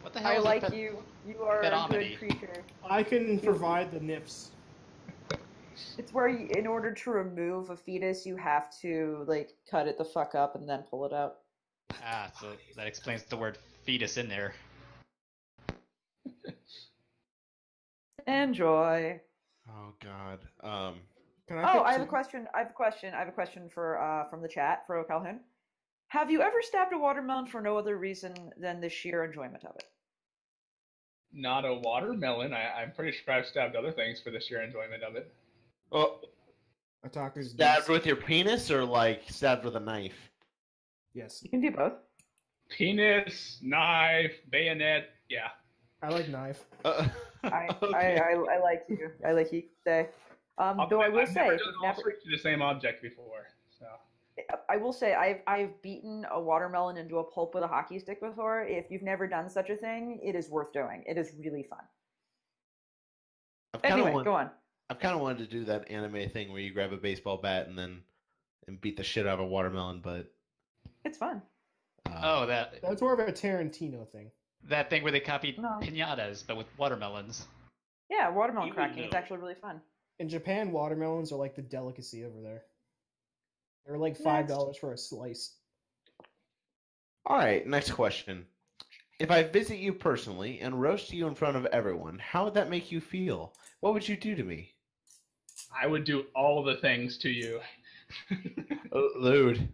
D: What the hell?
B: I
D: is a
B: like
D: pet-
B: you. You are a
D: Pedomedy.
B: good creature.
E: I can provide the nips.
B: It's where, you, in order to remove a fetus, you have to like cut it the fuck up and then pull it out.
D: Ah, so that explains the word fetus in there.
B: Enjoy.
A: Oh god. Um
E: Can I
B: Oh,
E: pick
B: I have a
E: some-
B: question. I have a question. I have a question for uh, from the chat for O'Calhoun. Have you ever stabbed a watermelon for no other reason than the sheer enjoyment of it?
G: Not a watermelon. I, I'm pretty sure I've stabbed other things for the sheer enjoyment of it.
A: oh,
E: Otaku's
A: stabbed
E: yes.
A: with your penis or like stabbed with a knife?
E: yes.
B: You can do both.
G: Penis, knife, bayonet. Yeah.
E: I like knife.
A: [LAUGHS] Uh,
G: [LAUGHS]
B: I,
A: okay.
B: I, I, I like you. I like you today. Um,
G: I've-
B: though I will
G: I've
B: say,
G: never
B: if
G: done
B: you've
G: all
B: never-
G: three to the same object before. So
B: I will say I've I've beaten a watermelon into a pulp with a hockey stick before. If you've never done such a thing, it is worth doing. It is really fun.
A: I've kinda
B: Anyway,
A: want-
B: go on.
A: I've kinda wanted to do that anime thing where you grab a baseball bat and then and beat the shit out of a watermelon, but
B: It's fun.
A: uh,
D: Oh, that
E: That's more of a Tarantino thing.
D: that thing where they copied
B: No.
D: pinatas but with watermelons.
B: Yeah, watermelon
H: You would
B: cracking. It's
H: know.
B: actually really fun.
E: In Japan, watermelons are like the delicacy over there. They're like five dollars for a slice.
B: Oh.
A: All right, next question. If I visit you personally and roast you in front of everyone, how would that make you feel? What would you do to me?
G: I would do all the things to you.
A: Uh,
B: Oh,
A: Lude.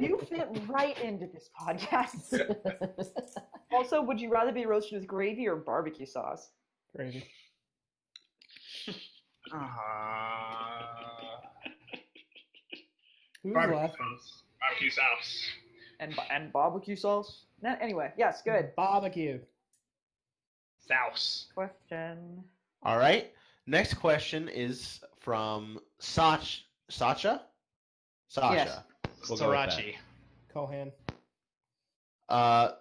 B: You fit right into this
G: [LAUGHS]
B: podcast. also, would you rather be roasted with gravy or barbecue sauce?
E: Crazy.
G: Ah.
E: Who's
G: barbecue
E: left?
G: sauce. Barbecue sauce.
B: And ba- and barbecue sauce? No, anyway, yes, good
E: Barbecue.
G: Sauce.
B: question.
A: All right. Next question is from Sach Sacha. Sasha.
B: Yes.
A: We'll go with that.
D: Sorachi.
E: Cohan. [LAUGHS]
A: Uh,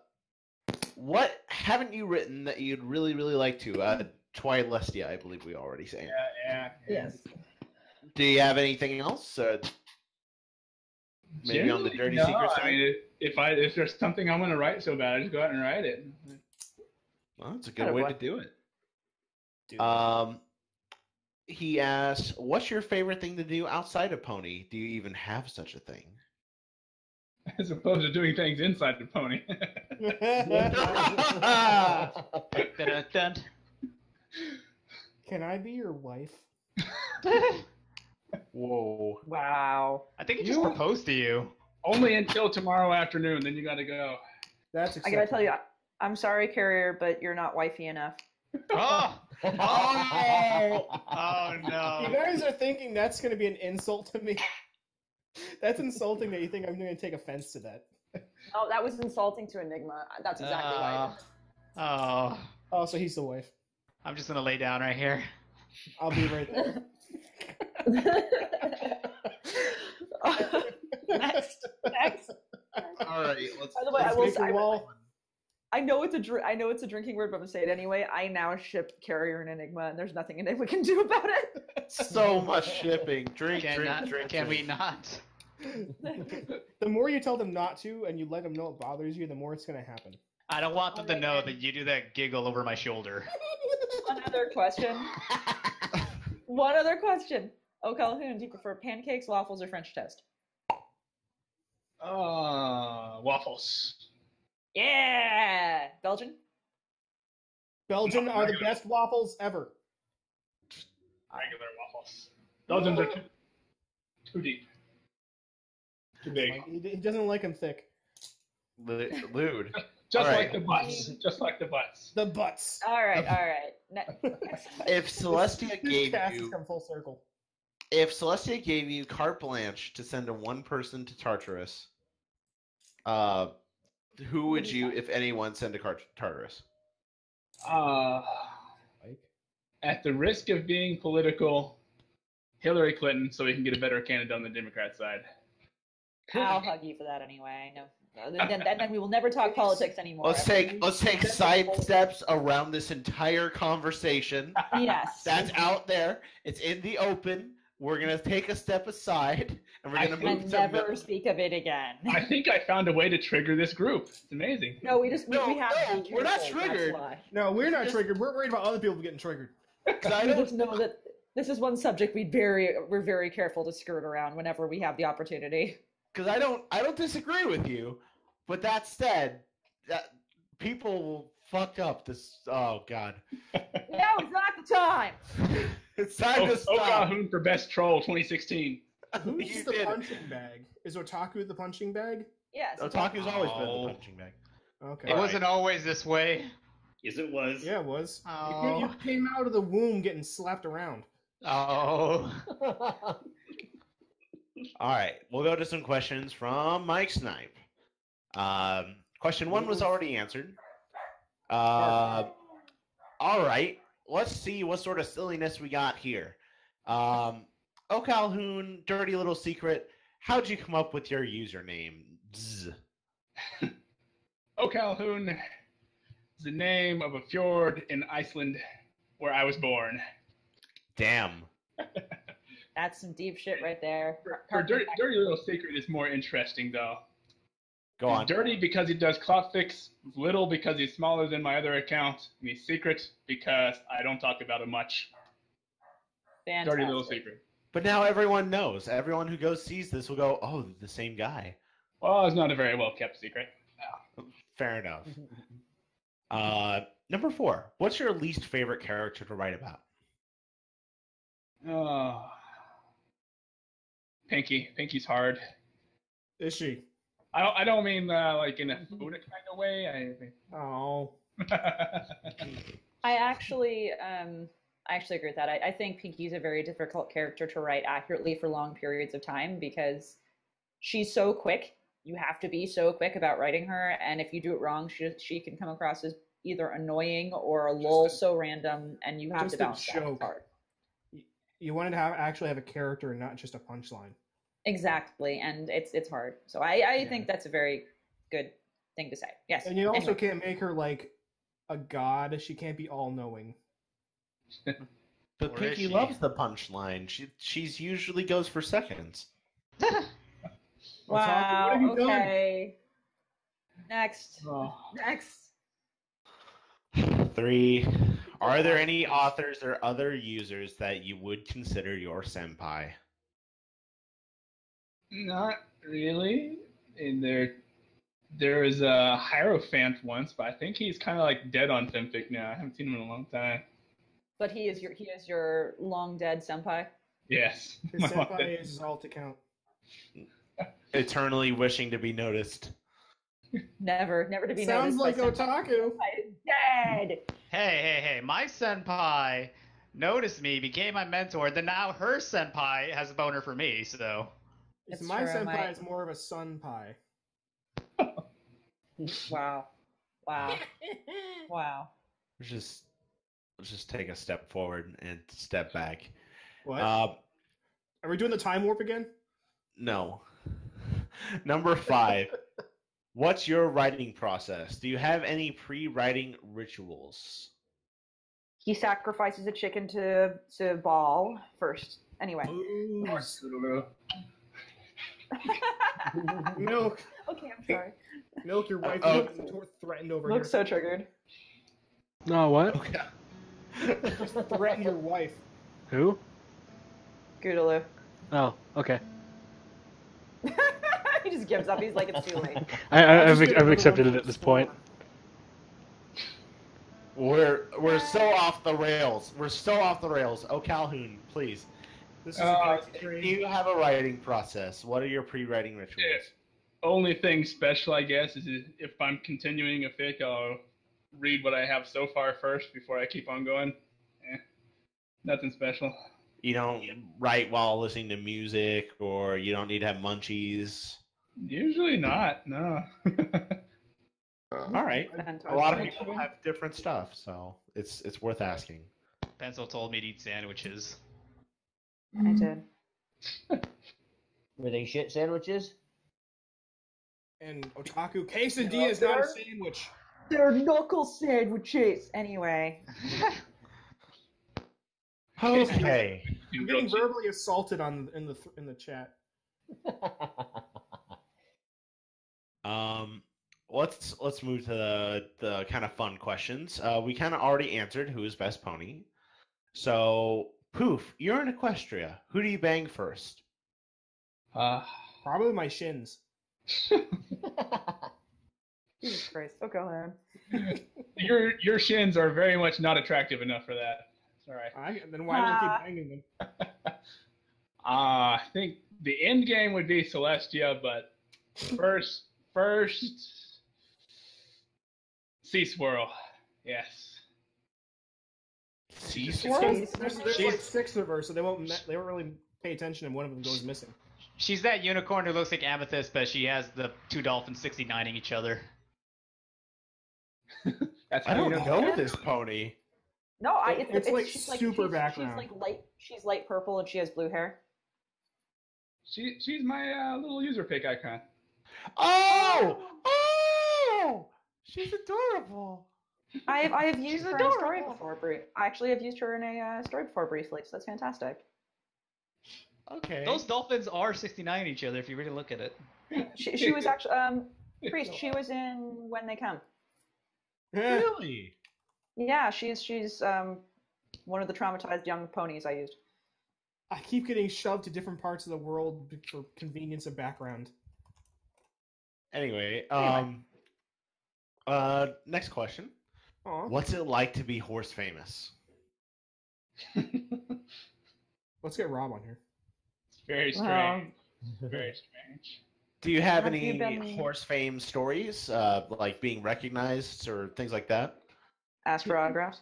A: what haven't you written that you'd really, really like to? Uh, Twilistia, I believe we already say.
G: Yeah, yeah.
E: Yes.
A: Do you have anything else? Uh, maybe on the
G: Generally,
A: dirty
G: no,
A: secret side.
G: I mean, if, if I if there's something I'm gonna write so bad, I just go out and write it. [LAUGHS]
A: well, that's a
B: Kinda
A: good way to
B: what-
A: do it.
E: Dude.
A: Um, he asks, "What's your favorite thing to do outside of Pony? Do you even have such a thing?"
G: As opposed to doing things inside the pony. [LAUGHS]
D: [LAUGHS] Dun-dun-dun.
E: Can I be your wife?
I: Whoa.
B: Wow.
D: I think he just
E: You-
D: proposed to you.
G: Only until tomorrow afternoon, then you gotta go.
E: That's
B: I
E: acceptable.
B: gotta tell you, I- I'm sorry, Carrier, but you're not wifey enough.
D: Oh,
F: Oh!
D: oh
E: You
D: no.
E: guys are thinking that's going to be an insult to me. [LAUGHS] That's insulting that you think I'm going to take offense to that.
B: Oh, that was insulting to Enigma. That's exactly right.
D: Uh, oh,
E: Oh, so he's the wife.
D: I'm just gonna lay down right here.
E: I'll be right there.
B: [LAUGHS]
A: Ah.
B: next, next.
A: All right, let's.
B: By the way, I will.
E: Make
B: Say,
E: a
B: I,
E: wall.
B: [LAUGHS] I know it's a. dr- I know it's a drinking word, but I'm gonna say it anyway. I now ship Carrier and Enigma, and there's nothing Enigma can do about it.
A: [LAUGHS]
B: [LAUGHS]
A: So much shipping. Drink,
D: Can,
A: drink,
D: not-
A: drink.
D: can we
A: drink.
D: not?
E: the more you tell them not to and you let them know it bothers you, the more it's going to happen.
D: I don't want them
B: Oh
D: to
B: my
D: know
B: God.
D: that you do that giggle over my shoulder.
B: One other question.
A: [LAUGHS]
B: One other question. O'Callaghan, do you prefer pancakes, waffles, or French toast?
G: Uh, waffles.
B: Yeah, Belgian.
E: Belgian are the best waffles ever.
G: Regular waffles. Belgians are too, too deep. Too big.
E: Like, he, he doesn't like them thick.
A: Lu- Lude.
G: Just
A: Alright.
G: like the butts. Just like the butts.
E: The butts.
B: All right, all right. Ne-
A: [LAUGHS] If Celestia
E: This
A: gave
E: cast has
A: you,
E: come full circle.
A: if Celestia gave you carte blanche to send a one person to Tartarus, uh, who would you, if anyone, send to Car- Tartarus?
G: Uh, at the risk of being political, Hillary Clinton, so we can get a better candidate on the Democrat side.
B: I'll hug you for that anyway. No, no, then, then, then we will never talk politics anymore.
A: Let's take let's take side steps around this entire conversation.
B: Yes.
A: That's out there. It's in the open. We're gonna take a step aside, and we're
G: I
A: gonna move
B: and
A: to.
B: never speak of it again.
G: I think I found a way to trigger this group. It's amazing.
B: [LAUGHS] No, we just we,
A: No,
B: we have to
A: no,
B: be
A: we're not
B: careful, that's
A: triggered.
B: why.
E: No, we're not
A: Just-
E: triggered. We're worried about other people getting triggered.
A: Because I
B: We
A: don't
B: just know that this is one subject we very we're very careful to skirt around whenever we have
A: [LAUGHS]
B: the opportunity.
A: because I don't I don't disagree with you, but that said, that people will fuck up this. Oh God,
B: Now is not the time.
A: it's time
G: Oh,
A: to stop.
G: Calhoun for best troll 2016.
A: [LAUGHS]
E: Who's
A: You
E: the
A: did it.
E: punching bag? Is Otaku the punching bag?
B: Yes.
A: Otaku's always been
D: Oh.
A: the punching bag.
E: Okay.
D: It wasn't always this way.
H: Yes, it was.
E: Yeah, it was. You, you
D: Oh,
E: came out of the womb getting slapped around.
D: oh.
A: All right, we'll go to some questions from Mike Snipe. Um, question one was already answered. Uh, all right, let's see what sort of silliness we got here. Um, oh Calhoun, dirty little secret. How'd you come up with your username? Zzz.
G: Oh, Calhoun is the name of a fjord in Iceland where I was born.
A: Damn.
B: That's some deep shit right there.
G: Her dirty, dirty little secret is more interesting, though.
A: Go on.
G: He's dirty because he does clock fix, little because he's smaller than my other account, and he's secret because I don't talk about him much.
B: Fantastic.
G: Dirty little secret.
A: But now everyone knows. Everyone who goes sees this will go, "Oh, the same guy."
G: Well, it's not a very well kept secret.
A: Fair enough.
D: [LAUGHS]
A: Uh, number four. What's your least favorite character to write about?
G: Oh. Pinky. Pinky's hard.
E: Is she?
G: I don't, I don't mean uh, like in a food kind of way. I mean,
E: Oh,
G: [LAUGHS]
B: I actually, um, I actually agree with that. I, I think Pinky's a very difficult character to write accurately for long periods of time because she's so quick. You have to be so quick about writing her, and if you do it wrong, she she can come across as either annoying or a lull so random, and you have
E: just
B: to
E: a
B: balance that.
E: joke.
B: part.
E: you wanted to have actually have a character and not just a punchline.
B: Exactly, and it's it's hard. So I I
E: Yeah.
B: think that's a very good thing to say. Yes,
E: And you also
B: Anyway.
E: can't make her like a god. She can't be all knowing.
A: But
D: Or is
A: Pinky
D: she?
A: loves the punchline. She she's usually goes for seconds.
B: Wow.
E: What have you done?
B: okay. Next.
G: oh.
B: Next.
A: [SIGHS] Three. Are there any authors or other users that you would consider your senpai?
G: Not really. And there, there was a Hierophant once, but I think he's kind of like dead on Femfic now. I haven't seen him in a long time.
B: But he is your he is your long dead senpai.
G: Yes. [LAUGHS]
E: His
G: My
E: [LAUGHS]
G: wife-
E: senpai is his alt account.
A: Eternally wishing to be noticed.
B: Never, never to be
E: Sounds like
B: noticed. by senpai.
E: otaku.
B: Senpai is Dead.
D: [LAUGHS] Hey, hey, hey, my senpai noticed me, became my mentor, then now her senpai has a boner for me, so.
E: It's
B: That's
E: my
B: true,
E: senpai
B: my-
E: is more of a sun pie.
B: Wow. Wow.
E: [LAUGHS]
B: Wow.
A: Let's Just let's just take a step forward and step back.
E: What?
A: Uh,
E: Are we doing the time warp again?
A: no. [LAUGHS] Number five. What's your writing process? Do you have any pre-writing rituals?
B: He sacrifices a chicken to to ball first. Anyway. [LAUGHS]
G: Poor Sudoru.
E: Milk,
B: okay, I'm sorry.
E: milk, your wife
A: Uh,
E: is tor- threatened over
B: Looks
E: here.
B: so triggered.
I: No, what?
A: Okay.
E: Threaten your wife.
I: Who?
B: Goodaloo. [LAUGHS]
I: Oh, okay.
B: he just gives up. He's like, it's too
E: [LAUGHS]
B: late.
I: I, I,
E: I'll
I: I've,
E: just do
I: I've
E: another
I: accepted
E: one
I: it at this point.
A: [LAUGHS] We're we're so off the rails. We're so off the rails. Oh Calhoun, please.
E: This is
G: Uh,
E: a
A: Do
E: train.
A: you have a writing process? What are your pre-writing rituals?
G: Only thing special, I guess, is if I'm continuing a fic, I'll read what I have so far first before I keep on going. Eh, nothing special.
A: You don't write while listening to music, or you don't need to have munchies.
G: Usually not. No. [LAUGHS]
A: All right.
B: And-
A: A lot of people have different stuff, so it's it's worth asking.
D: Pencil told me to eat sandwiches.
B: I did.
F: Were they shit sandwiches? [LAUGHS]
E: And otaku quesadilla is not a sandwich.
B: They're knuckle sandwiches. Anyway.
A: Okay.
E: I'm
G: You real
E: getting
G: cheap.
E: verbally assaulted on in the th- in the chat.
A: Um, let's let's move to the the kind of fun questions. Uh, we kind of already answered who is best pony. So poof, you're in Equestria. Who do you bang first?
G: Uh,
E: Probably my shins.
B: Jesus Christ. Oh, go ahead.
G: your your shins are very much not attractive enough for that. It's all right.
E: I, then why do I
B: Ah.
E: keep banging them?
G: Uh, I think the end game would be Celestia, but first, first, Sea Swirl. Yes.
A: Sea
E: There's, there's, there's like
G: Jeez.
E: six of her, so they won't me- they won't really pay attention if one of them goes missing.
D: She's that unicorn who looks like Amethyst, but she has the two dolphins 69ing each other.
G: That's
A: I
G: how you
A: don't know this pony.
B: No, I,
E: It-
B: it's,
E: it's, like,
B: she's
E: super
B: she's,
E: background.
B: She's like light. She's light purple and she has blue hair.
G: She she's my uh, little user pick icon.
A: Oh! Oh! She's adorable.
B: I have I have
A: She's
B: used her in a story
A: adorable.
B: before. Bri- I actually have used her in a uh, story before briefly, so that's fantastic.
A: Okay.
D: Those dolphins are 69 each other if you really look at it.
B: She, she was actually um
G: [LAUGHS]
B: priest. She was in When They Come.
E: Eh, [LAUGHS]
A: really?
B: Yeah, she's she's um one of the traumatized young ponies I used.
E: I keep getting shoved to different parts of the world b- for convenience of background.
A: Anyway, um, uh, next question.
E: Aw.
A: What's it like to be horse famous?
G: it's
E: Let's get Rob on here.
G: very
B: Wow.
G: strange.
A: [LAUGHS]
G: Very strange.
A: Do you have
B: Have
A: any
B: you been-
A: horse fame stories, uh, like being recognized or things like that?
B: Ask for autographs.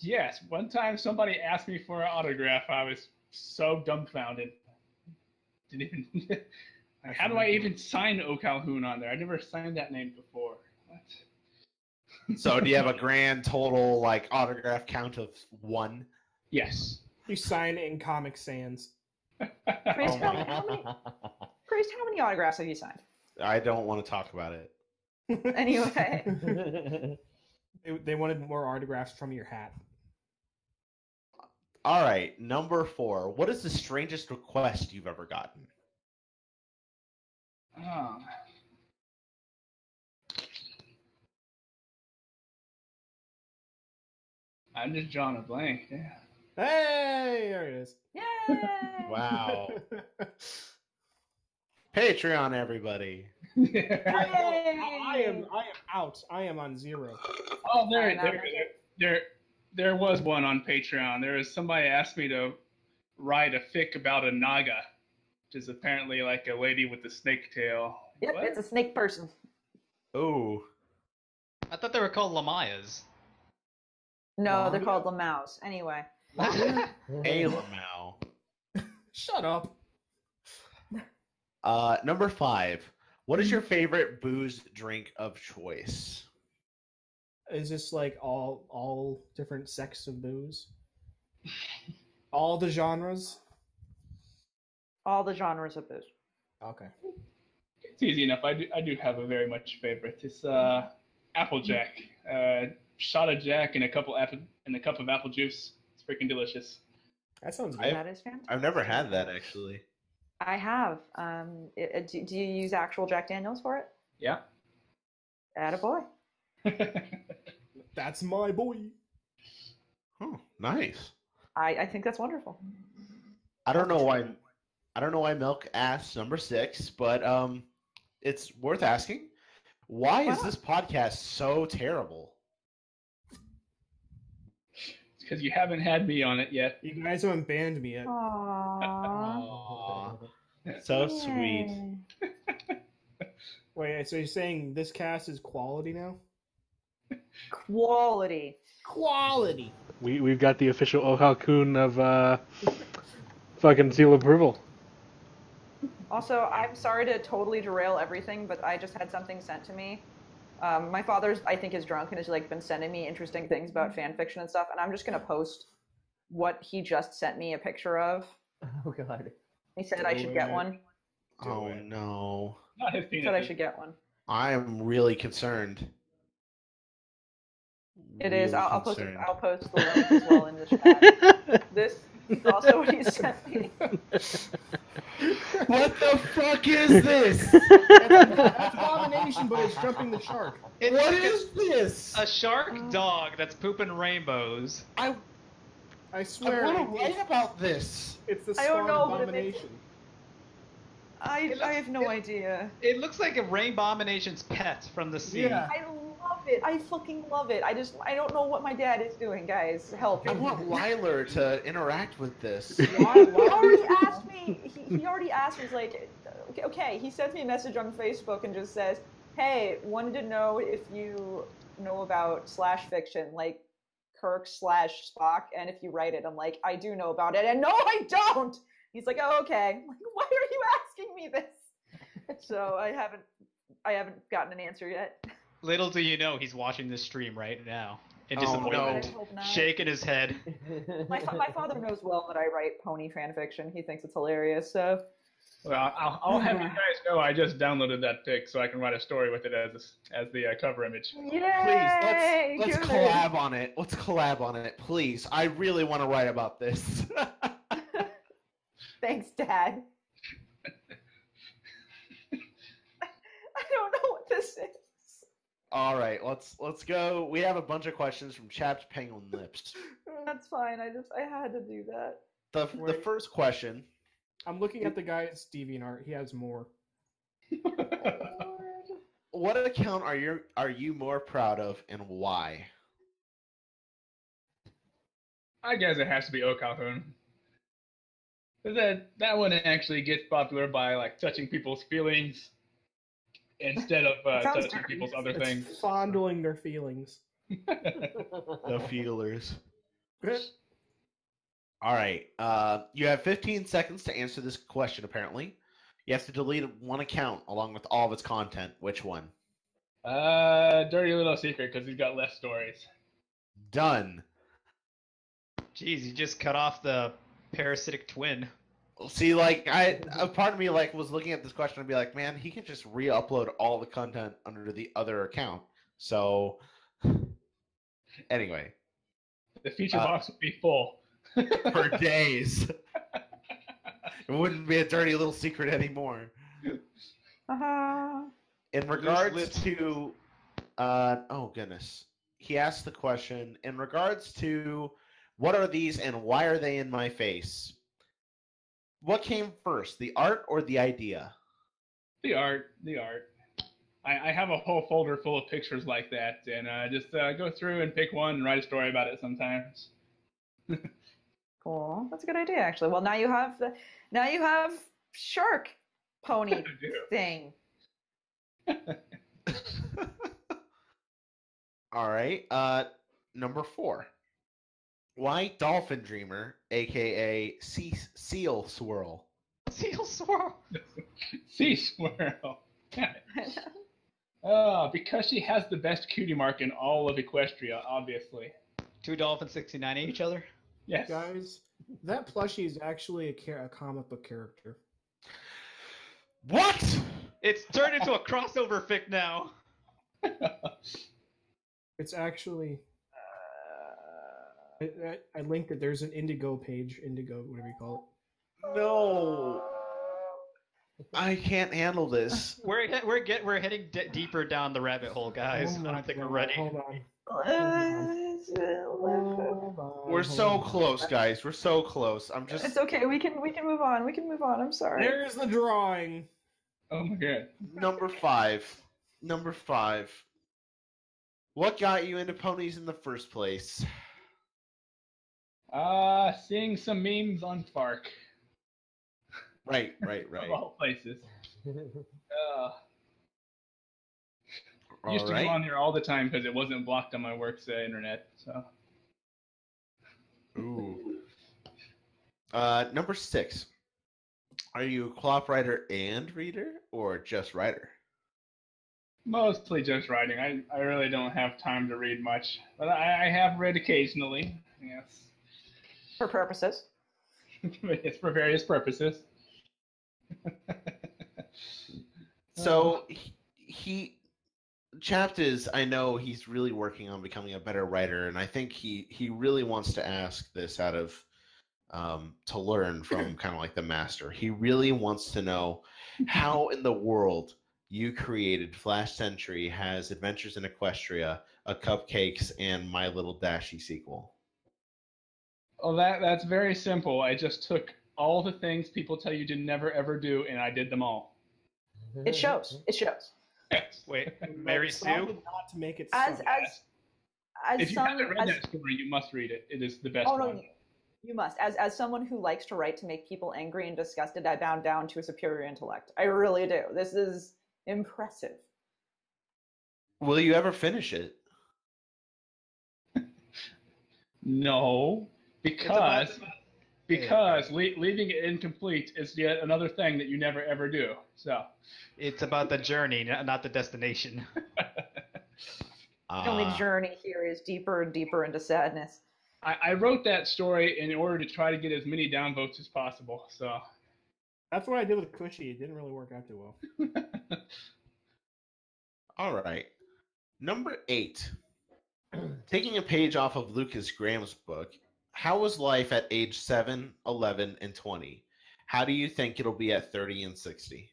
G: Yes, one time somebody asked me for an autograph. I was so dumbfounded. Didn't even. [LAUGHS] like, how do I even sign O'Calhoun on there? I never signed that name before. What?
A: So, do you
B: [LAUGHS]
A: have a grand total like autograph count of one?
G: Yes.
E: You sign it in Comic Sans.
B: Grace,
A: Oh
B: how, how many, Grace, how many autographs have you signed?
A: I don't want to talk about it.
F: [LAUGHS]
B: Anyway,
E: They, they wanted more autographs from your hat.
A: All right, number four. What is the strangest request you've ever
B: [LAUGHS]
A: gotten?
G: Um, I'm just drawing a blank. Yeah.
E: Hey, there it is.
B: yay!
A: Wow. Patreon, everybody.
E: I,
B: Yay!
E: I am I am out. I am on zero.
G: Oh, there,
B: Sorry,
G: there,
B: Malcolm.
G: there, there, there was one on Patreon. There was somebody asked me to write a fic about a naga, which is apparently like a lady with a snake tail.
B: Yep,
G: What?
B: it's a snake person. [LAUGHS]
A: Oh,
D: I thought they were called Lamayas.
B: No, they're
E: Lambda?
B: called Lamaus. Anyway,
A: hey Lamau.
E: Shut up.
A: Uh, number five. What is your favorite booze drink of choice?
E: Is this like all all different sects of booze? All the genres?
B: all the genres of booze.
E: Okay.
G: it's easy enough. I do, I do have a very much favorite. It's uh, Applejack. Uh, shot of Jack and a couple apple and a cup of apple juice. It's freaking delicious.
E: That sounds
A: I-
E: good.
B: That is fantastic.
A: I've never had that actually.
B: I have. Um, it, it- do, do you use actual Jack Daniels for it?
G: Yeah.
B: Attaboy.
E: That's my boy.
A: Oh, nice.
B: I, I think
A: [LAUGHS]
B: that's wonderful.
A: I don't know why. I don't know why Milk asked number six, but um, it's worth asking. Why is
B: Wow.
A: this podcast so terrible?
G: because you haven't had me on it yet.
E: You guys haven't banned me yet.
B: Aww.
A: Aw, so sweet.
B: Yay.
E: Wait, so you're saying this cast is quality
B: [LAUGHS]
E: now?
B: Quality.
E: Quality.
I: We we've got the official Ohakun of uh, fucking seal of [LAUGHS] approval.
B: Also, I'm sorry to totally derail everything, but I just had something sent to me. Um, my father's, I think, is drunk and has like been sending me interesting things about fan fiction and stuff, and I'm just gonna post what he just sent me a picture of.
F: oh god.
B: He said I should get
E: Wait.
B: one.
A: Oh no,
G: Not his
B: He
G: penis.
B: said I should get one.
A: I'm really concerned.
B: It is.
A: Really
B: I'll, I'll post. it-
A: concerned.
B: I'll post the link as well in the chat. This is also what he sent me.
A: What the fuck
B: [LAUGHS]
A: is this?
E: That's abomination, but it's jumping the shark.
D: It's
A: what
D: like
A: is this?
D: a, a shark dog that's pooping rainbows.
A: I,
E: I
A: I
E: swear.
A: want to
E: it's,
A: write about this.
E: it's the
B: I don't know,
E: swan
B: but it makes-
E: abomination.
B: [LAUGHS] I, I have no
D: It-
B: idea.
D: It looks like a Rainbomination's pet from the sea.
E: Yeah.
B: I love it. I fucking love it. I just I don't know what my dad is doing, guys. Help.
A: I
B: [LAUGHS]
A: want Lyler to interact with this.
E: Why-
B: he
E: why-
B: already asked me. He, he already asked me. He's like, okay, okay. He sends me a message on Facebook and just says, "Hey, wanted to know if you know about slash fiction, like Kirk slash Spock, and if you write it." I'm like, "I do know about it," and no, I don't. He's like, "Oh, okay." I'm like, why are you asking me this? [LAUGHS] So I haven't, I haven't gotten an answer yet.
D: Little do you know, he's watching this stream right now in
A: Oh,
B: [LAUGHS] I
D: disappointment,
B: hope not.
D: shaking his head.
B: My, fa- my father knows well that I write pony fan fiction. He thinks it's hilarious. So
G: Well, I'll, I'll
B: [LAUGHS]
G: have you guys know I just downloaded that pic so I can write a story with it as as the uh, cover image.
B: Yay!
A: Please, let's,
B: do
A: let's
B: it.
A: collab on it. Let's collab on it, please. I really want to write about this. [LAUGHS]
B: Thanks, Dad. [LAUGHS] I don't know what this is.
A: All right, let's let's go. We have a bunch of questions from Chapped Penguin Lips.
B: That's fine. I just I had to do that.
A: The the
E: Right.
A: first question.
E: I'm looking at the guy's DeviantArt. He has more.
A: What account are you are you more proud of, and why?
G: I guess it has to be O Calhoun. 'Cause That that one actually gets popular by like touching people's feelings instead of uh,
B: Sounds
G: touching
B: dirty.
G: people's other
E: It's
G: things.
E: fondling their feelings.
A: The feelers. All right. Uh, you have 15 seconds to answer this question. Apparently, you have to delete one account along with all of its content. Which one?
G: Uh, dirty little secret because he's got less stories.
A: Done.
D: Jeez, you just cut off the parasitic twin.
A: See, like I, a part of me like was looking at this question and be like, man, he could just re-upload all the content under the other account. So, anyway,
G: The feature
A: Uh,
G: box would be full.
A: for days, [LAUGHS] it wouldn't be a dirty little secret anymore.
B: Uh-huh.
A: In
G: lips.
A: regards to, uh, oh goodness, he asked the question. In regards to, what are these and why are they in my face? What came first, the art or the idea?
G: The art, the art. I, I have a whole folder full of pictures like that, and uh, just uh, go through and pick one and write a story about it sometimes. [LAUGHS]
B: Cool. That's a good idea, actually. Well, now you have the now you have shark pony
G: [LAUGHS] I do.
B: thing.
A: All right. Uh, number four. Why Dolphin Dreamer, aka sea- Seal Swirl?
D: Seal swirl.
G: Sea squirrel. [LAUGHS] Oh, because she has the best cutie mark in all of Equestria, obviously.
D: Two dolphins 69 each other.
G: Yes.
E: Guys, that plushie is actually a, char- a comic book character.
A: What?
D: It's turned into a crossover fic now.
E: It's actually. I, I, I linked it. There's an Indigo page, Indigo, whatever you call
A: No. I can't handle this.
D: We're he- we're get we're heading d- deeper down the rabbit hole,
E: it.
D: guys.
E: Oh
D: I
E: my
D: don't think we're
E: God,
D: ready.
E: Hold on. Hold on,
A: We're
E: hold
A: so
E: on.
A: close, guys. We're so close. I'm
B: It's [LAUGHS]
A: just
B: okay. We can we can move on. We can move on. I'm sorry.
E: There's the drawing.
G: Oh my god.
A: number five. Number five. What got you into ponies in the first place?
G: Uh, seeing some memes on Fark
A: Right, right, right.
G: [LAUGHS] of all places. Uh, used
A: All
G: to go on
A: right.
G: here all the time because it wasn't blocked on my work's uh, internet. So
A: Ooh. Uh, number six. Are you a clop writer and reader, or just writer?
G: mostly just writing. I I really don't have time to read much, but I, I have read occasionally. Yes. [LAUGHS]
B: For purposes.
G: it's for various purposes. [LAUGHS]
A: So he, he Chapt is I know he's really working on becoming a better writer, and I think he he really wants to ask this out of um, to learn from kind of like the master. He really wants to know how in the world you created Flash Century has Adventures in Equestria, a Cupcakes, and My Little Dashy sequel.
G: Well, that that's very simple. I just took all the things people tell you to never ever do, and I did them all.
B: It shows. It shows.
G: Yes.
D: Wait,
E: But
D: Mary
E: decided
D: Sue.
E: Not to make it.
B: As
E: suck.
B: as as
G: If you
B: some
G: haven't read
B: as,
G: that story, you must read it. It is the best
B: oh
G: one.
B: no, you, you must. As as someone who likes to write to make people angry and disgusted, I bow down to a superior intellect. I really do. This is impressive.
A: Will you ever finish it?
G: No, because because le- leaving it incomplete is yet another thing that you never ever do. So
D: It's about the journey, n- not the destination.
B: The only
A: Ah.
B: journey here is deeper and deeper into sadness.
G: I, I wrote that story in order to try to get as many downvotes as possible. So
E: That's what I did with Cushy. It didn't really work out too well.
A: All right. Number eight. [CLEARS THROAT] Taking a page off of Lucas Graham's book, how was life at age 7, 11, and 20? How do you think it'll be at 30 and 60?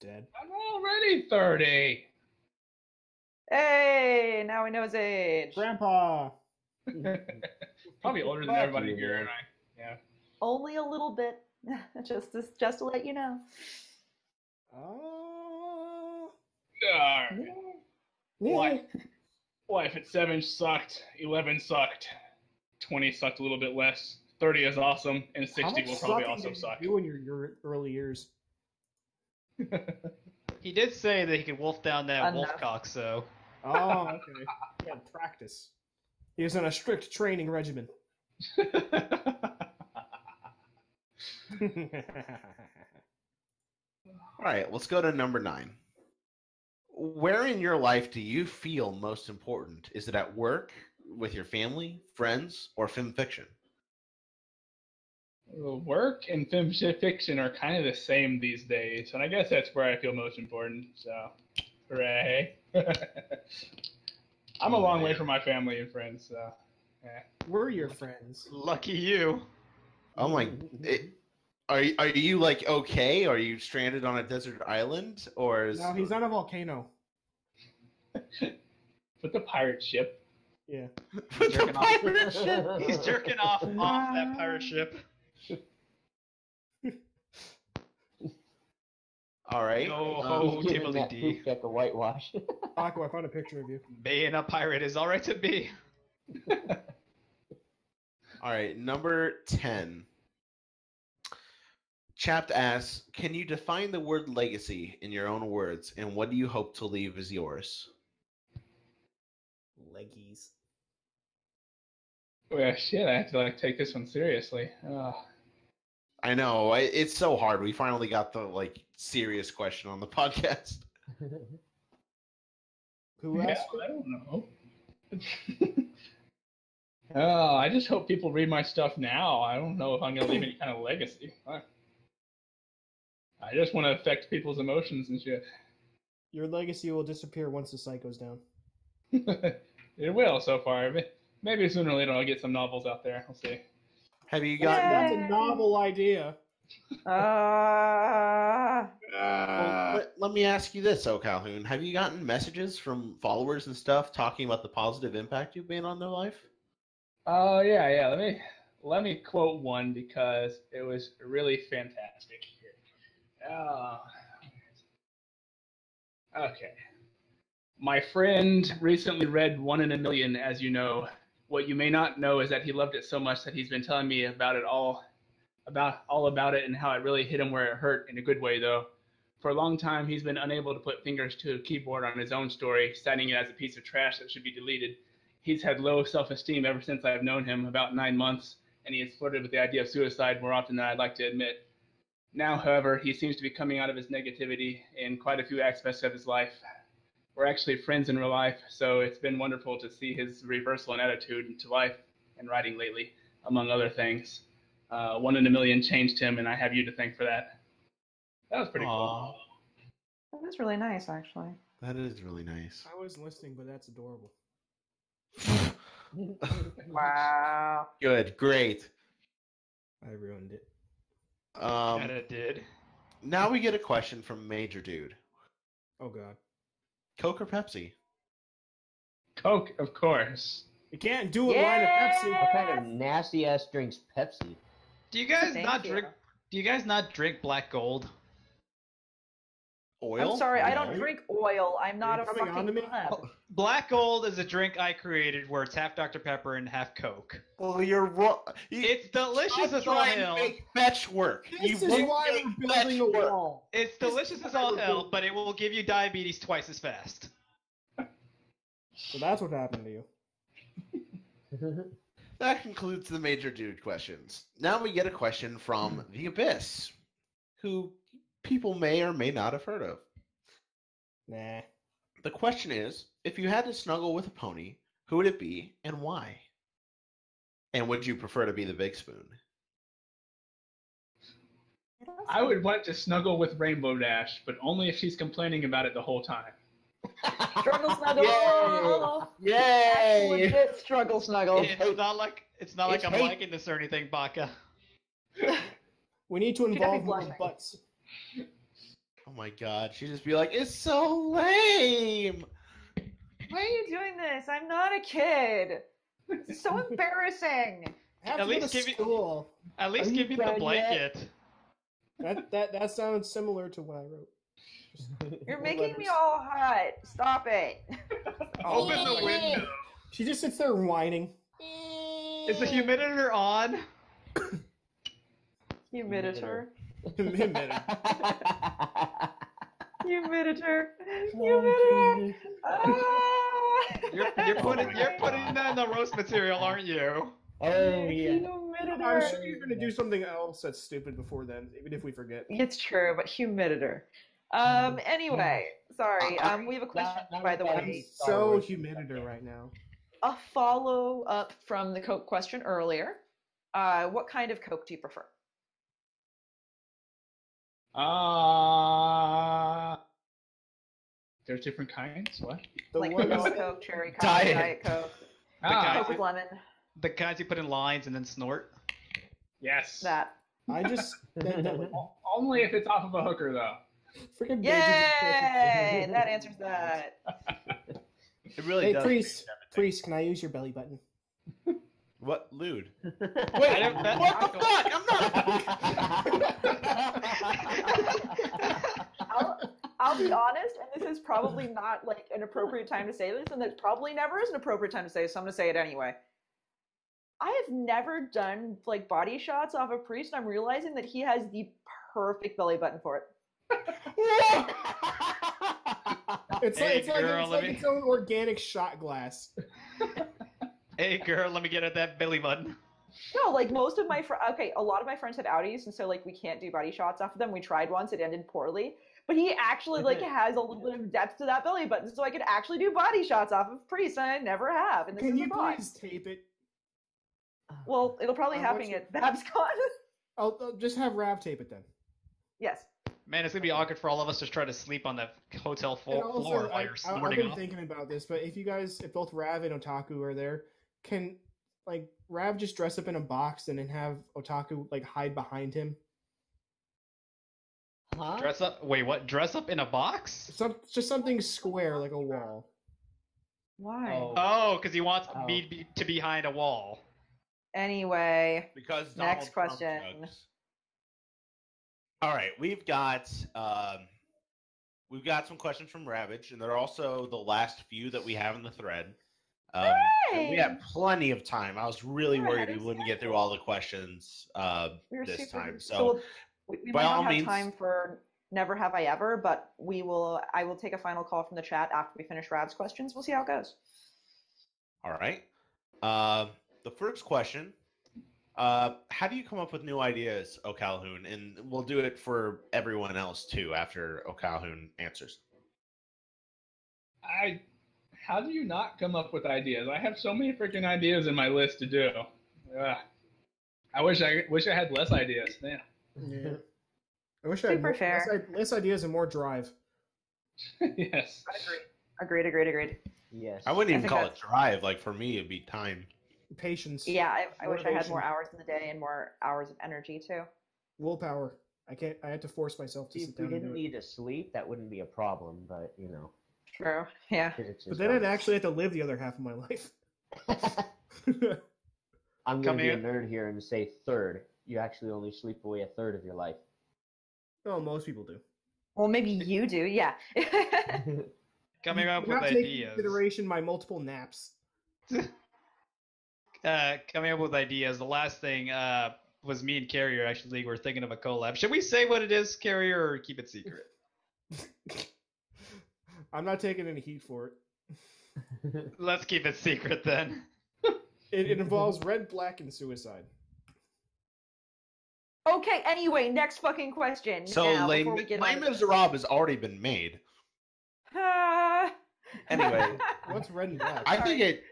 E: Dead.
G: I'm already thirty. [LAUGHS]
B: Hey, now we know his age.
E: Grandpa.
G: Probably older than
F: Fuck
G: everybody
F: you,
G: here,
F: man.
G: and I.
B: [LAUGHS] Only a little bit, just to, just to let you know.
E: Uh,
G: Arr.
E: yeah.
G: Why? Why, if it's 7 sucked, 11 sucked, 20 sucked a little bit less, 30 is awesome, and
E: How
G: 60
E: much
G: will probably
E: sucking
G: also
E: did you
G: suck.
E: Do in your, your early years.
D: He did say that he could wolf down that wolf
B: Enough.
D: cock, so
E: Oh, [LAUGHS] okay. yeah, practice. He was on a strict training regimen. [LAUGHS]
G: [LAUGHS]
A: All right, let's go to number nine. Where in your life do you feel most important? Is it at work, with your family, friends, or film fiction?
G: Well, Work and film shi- fiction are kind of the same these days, and I guess that's where I feel most important. So, hooray! [LAUGHS] I'm a long way from my family and friends. So,
E: We're your friends.
D: lucky you.
A: Oh my! It, are y- are you like okay? Are you stranded on a desert island, or is
E: No, he's not a volcano.
G: with the pirate ship,
E: Yeah.
A: with the
D: jerking off.
A: pirate ship?
D: He's jerking off off that pirate ship.
A: [LAUGHS] All right.
D: No
E: Oh,
A: um,
D: ho,
F: He's giving
D: tibbly
F: that
D: dee.
F: poop at the whitewash. [LAUGHS]
E: Paco, I found a picture of you.
D: Being a pirate is all right to be.
A: All right, number 10. Chapped asks, can you define the word legacy in your own words, and what do you hope to leave as yours?
E: Leggies.
G: well, Oh, shit, I have to like take this one seriously. Ugh.
A: I know, I, it's so hard. We finally got the like serious question on the [LAUGHS] podcast.
E: Who
G: Yeah,
E: asked?
G: I don't know. [LAUGHS] oh, I just hope people read my stuff now. I don't know if I'm gonna leave any kind of legacy. Fuck. I just want to affect people's emotions and shit.
E: Your legacy will disappear once the site goes down.
G: [LAUGHS] it will so far. but Maybe sooner or later I'll get some novels out there. We'll see.
A: Have you
B: Yeah.
A: gotten
E: That's a novel idea.
B: Uh,
A: well, let, let me ask you this, O Calhoun. Have you gotten messages from followers and stuff talking about the positive impact you've made on their life?
G: Oh yeah, yeah. Let me let me quote one because it was really fantastic. Uh, okay. My friend recently read One in a Million, as you know. What you may not know is that he loved it so much that he's been telling me about it all, about all about it and how it really hit him where it hurt in a good way though. For a long time, he's been unable to put fingers to a keyboard on his own story, citing it as a piece of trash that should be deleted he's had low self-esteem ever since I've known him, about nine months, and he has flirted with the idea of suicide more often than I'd like to admit. Now, however, he seems to be coming out of his negativity in quite a few aspects of his life. We're actually friends in real life, so it's been wonderful to see his reversal in attitude to life and writing lately, among other things. Uh, one in a million changed him, and I have you to thank for that. That was pretty
A: Aw.
G: cool.
B: that's really nice, actually.
A: That is really nice. [LAUGHS]
E: I wasn't listening, but that's adorable.
B: Wow.
A: Good, great.
E: I ruined it.
A: Um,
D: Kinda did.
A: Now we get a question from Major Dude.
E: Oh god.
A: Coke or Pepsi?
G: Coke, of course.
E: You can't do a line of Pepsi.
F: what kind of nasty ass drinks Pepsi? [LAUGHS]
D: Do you guys
B: Thank
D: not
B: you.
D: drink? Do you guys not drink black gold?
A: Oil?
B: I'm sorry, I
A: No.
B: don't drink oil. I'm not
E: you
B: a
E: coming on to
B: fucking
E: me?
B: pub.
D: Black gold is a drink I created where it's half Dr Pepper and half Coke.
A: Well, you're wrong.
D: It's delicious as all
A: trying to
D: hell.
A: make fetch work.
E: This
A: you
E: is
A: won't
E: why
A: make
E: we're
A: fetch
E: building a
A: work.
E: wall.
D: It's delicious as all hell, but it will give you diabetes twice as fast.
E: So that's what happened to you.
A: That concludes the Major Dude questions. Now we get a question from The Abyss, who people may or may not have heard of.
E: Nah.
A: The question is if you had to snuggle with a pony, who would it be and why? And would you prefer to be the big spoon?
G: I would want to snuggle with Rainbow Dash, but only if she's complaining about it the whole time.
B: Struggle snuggle. Actual
A: Yay!
B: legit struggle snuggle.
D: It's not like it's not like
F: It's
D: I'm
F: hate.
D: liking this or anything, Baka.
E: We need to
B: Should I be
E: involve more
B: blushing?
E: butts.
A: Oh my god, she'd just be like, it's so lame!
B: Why are you doing this? I'm not a kid. It's so embarrassing.
E: I have
D: At
E: to go
D: least
E: to
D: give me-
E: school.
D: At least
F: you
D: give me the
F: done yet?
D: blanket.
E: That that that sounds similar to what I wrote.
B: You're making me all hot. Stop it.
G: Open the window.
E: She just sits there whining.
D: Is the humidifier on?
B: Humiditor. Humiditor. Humiditor.
E: Humiditor.
B: Ah!
D: You're, you're putting
B: [LAUGHS]
D: you're putting that in the roast material, aren't you?
F: Oh yeah.
E: I'm
B: Humiditor.
E: sure you're gonna do something else that's stupid before then, even if we forget.
B: It's true, but humiditor. Um. Anyway, sorry. Um. We have a question,
F: That- that
B: by
F: was
B: the
F: bad.
B: way.
E: So humiditor right now.
B: A follow up from the Coke question earlier. Uh, what kind of Coke do you prefer?
G: Uh, there's different kinds. What?
E: The
B: like [LAUGHS]
E: one
B: vanilla
E: that's-
B: Coke, cherry Coke,
A: Diet.
B: Diet Coke,
G: Ah,
B: Coke with lemon.
D: The kinds you put in lines and then snort.
G: yes.
B: That.
E: I just that, that one-
G: O- Only if it's off of a hooker, though.
E: freaking Benji's
B: Yay!
E: [LAUGHS] a-
B: that answers that.
A: It really
E: Hey
A: does.
E: priest, priest, can I use your
B: [LAUGHS]
E: belly button?
A: What lewd?
D: I
A: Wait,
D: don't- that-
A: what the fuck? I'm not. [LAUGHS]
B: I'll, I'll be honest, and this is probably not like an appropriate time to say this, and it probably never is an appropriate time to say this, so I'm gonna say it anyway. I have never done like body shots off a priest, and I'm realizing that he has the perfect belly button for it.
E: It's like
D: Hey,
E: it's like,
D: girl,
E: it's,
D: let
E: like
D: me-
E: its own organic shot glass.
D: Hey girl, let me get at that belly button.
B: No, like most of my
A: Mm.
B: fr- okay, a lot of my friends had Audis, and so like we can't do body shots off of them. We tried once, it ended poorly. But he actually like has a little bit of depth to that belly button, so I could actually do body shots off of priests, and I never have. And this
E: Can
B: is
E: you
B: a thought.
E: please tape it?
B: Well, it'll probably
E: Uh,
B: happen
E: what's
B: [LAUGHS] at BabsCon.
E: I'll, I'll just have Rav tape it then.
B: yes.
D: Man, it's gonna be awkward for all of us to try to sleep on that hotel fo-
E: And also,
D: floor while
E: I,
D: you're
E: have
D: snorting
E: been
D: off.
E: thinking about this, but if you guys, if both Rav and Otaku are there, can like Rav just dress up in a box and then have Otaku like hide behind him?
F: Huh?
D: Dress up. Wait, what? Dress up in a box?
E: Some just something square like a wall.
B: Why?
F: Oh.
D: Oh, because he wants
F: Oh.
D: me to be- to be behind a wall.
B: Anyway,
A: Because Donald
B: Next
A: Trump
B: question.
A: jokes. All right, we've got um, we've got some questions from Ravage, and they're also the last few that we have in the thread. Um, and We have plenty of time. I was really
B: Yeah,
A: worried we
B: there's
A: wouldn't get through all the questions. Uh,
B: we were
A: this
B: super-
A: time, so
B: we'll- we, we
A: by
B: might not
A: all
B: have
A: means-
B: time for never have I ever, but we will. I will take a final call from the chat after we finish Rav's questions. We'll see how it goes.
A: all right. Uh, the first question: uh, How do you come up with new ideas, O'Calhoun? And we'll do it for everyone else too after O'Calhoun answers.
G: I. How do you not come up with ideas? I have so many freaking ideas in my list to do. Ugh. I wish I wish I had less ideas. Yeah.
E: Yeah. I wish I had
B: Super
E: more,
B: fair.
E: less i- less ideas and more drive.
G: [LAUGHS] yes.
B: Agreed. Agreed. Agreed.
F: Yes.
A: I wouldn't
B: I
A: even
B: think
A: call it drive. Like for me, it'd be time.
E: Patience.
B: Yeah, I, I wish I had
E: Motivation.
B: more hours in the day and more hours of energy too.
E: Willpower. I can't. I had to force myself to
F: See,
E: sit
F: if we
E: down. And
F: didn't
E: do it.
F: need to sleep, that wouldn't be a problem. But you know,
B: True. Yeah.
F: it's
E: But
F: just
E: then I'd
F: us.
E: actually have to live the other half of my [LAUGHS] life.
F: I'm gonna
D: Come
F: be
D: here.
F: a nerd here and say third. You actually only sleep away a third of your life. [LAUGHS]
E: oh, most people do.
B: Well, maybe you do. Yeah. [LAUGHS]
D: Coming up
E: Not
D: with
E: taking
D: ideas.
E: Consideration my multiple naps.
D: Uh, coming up with ideas. The last thing uh, was me and Carrier actually were thinking of a collab. Should we say what it is, Carrier, or keep
E: [LAUGHS]
D: it secret?
E: I'm not taking any heat for it.
D: Let's keep it secret then.
E: It, it [LAUGHS] involves red, black, and suicide.
B: okay. Anyway, next fucking question.
A: So
B: now,
A: Les,
B: before we get
A: Les
B: out of-
A: Miserables has already been made.
B: Ah.
A: Anyway,
E: What's red and black?
A: I think
B: Sorry.
A: it.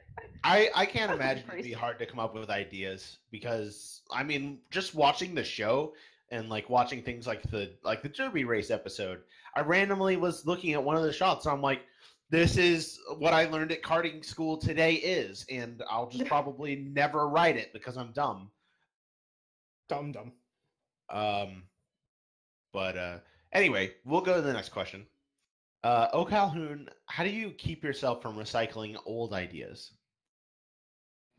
A: I
B: [LAUGHS]
A: I can't
B: That's
A: imagine it'd be
B: crazy.
A: hard to come up with ideas because I mean, just watching the show and like watching things like the like the Derby race episode, I randomly was looking at one of the shots. And I'm like, this is what I learned at karting school today is, and I'll
B: [LAUGHS]
A: just probably never write it because I'm dumb.
E: Dum dum.
A: Um, but uh, anyway, we'll go to the next question. Uh, O'Calhoun, how do you keep yourself from recycling old ideas?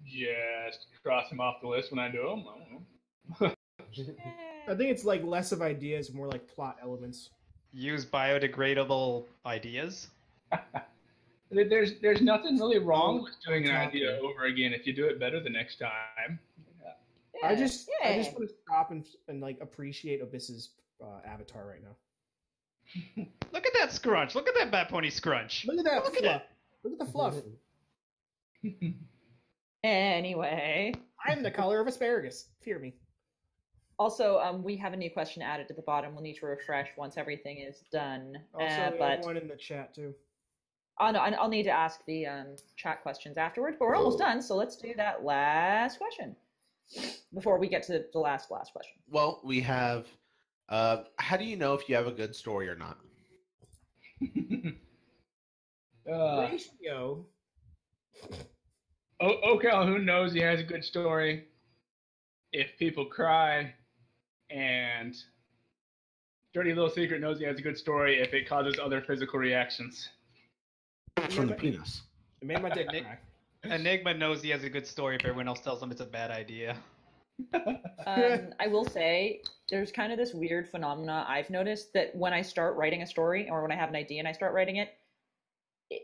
G: Just cross them off the list when I do them. I don't know.
B: [LAUGHS]
E: I think it's like less of ideas, more like plot elements.
D: use biodegradable ideas.
G: There- There's there's nothing really wrong with doing an
E: exactly.
G: idea over again if you do it better the next time.
E: I just I
B: yeah.
E: just want to stop and, and like appreciate Abyss's uh, avatar right now.
D: Look at that scrunch. Look at that bat pony scrunch.
E: Look at that
D: Look at
E: fluff. Look at the
B: [LAUGHS]
E: fluff.
B: Anyway,
E: I'm the color of asparagus. Fear me.
B: also um, we have a new question added to the bottom. We'll need to refresh once everything is done.
E: Also,
B: uh,
E: we have
B: but
E: one in the chat too.
B: oh, no, I- I'll need to ask the um, chat questions afterwards. But we're almost done, so let's do that last question before we get to the last last question.
A: Well, we have. Uh, how do you know if you have a good story or not?
G: Uh,
E: Ratio.
G: O- O'Calhoun knows he has a good story. If people cry, and Dirty Little Secret knows he has a good story if it causes other physical reactions.
A: From the penis.
E: It made
B: [LAUGHS]
E: my dick
B: Uh,
D: Nick-
E: crack.
D: Enigma knows he has a good story if everyone else tells him it's a bad idea.
E: [LAUGHS]
B: um, I will say there's kind of this weird phenomena I've noticed that when I start writing a story or when I have an idea and I start writing it, it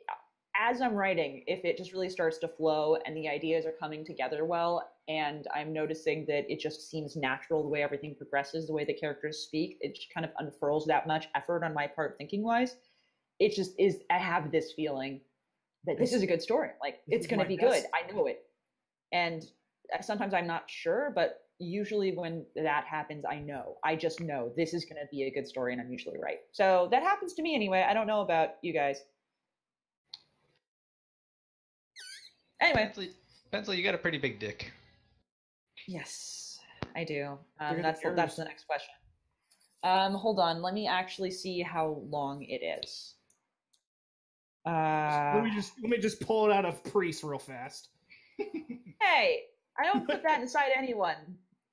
B: as I'm writing, if it just really starts to flow and the ideas are coming together well, and I'm noticing that it just seems natural the way everything progresses, the way the characters speak, it just kind of unfurls that much effort on my part thinking wise. It just is, I have this feeling that this is a good story. Like,
E: This
B: it's
E: is
B: going to
E: my
B: be
E: best.
B: good. I know it. And sometimes I'm not sure, but usually when that happens, I know. I just know this is going to be a good story, and I'm usually right. So that happens to me anyway. I don't know about you guys. Anyway,
D: [LAUGHS] Pencil, Pencil, you got a pretty big dick.
B: yes, I do.
E: at
B: Um,
E: the
B: that's the, that's
E: ears.
B: the next question. Um, hold on, let me actually see how long it is. Uh,
E: let me just let me just pull it out of Priest real fast.
B: hey, I don't put that inside anyone.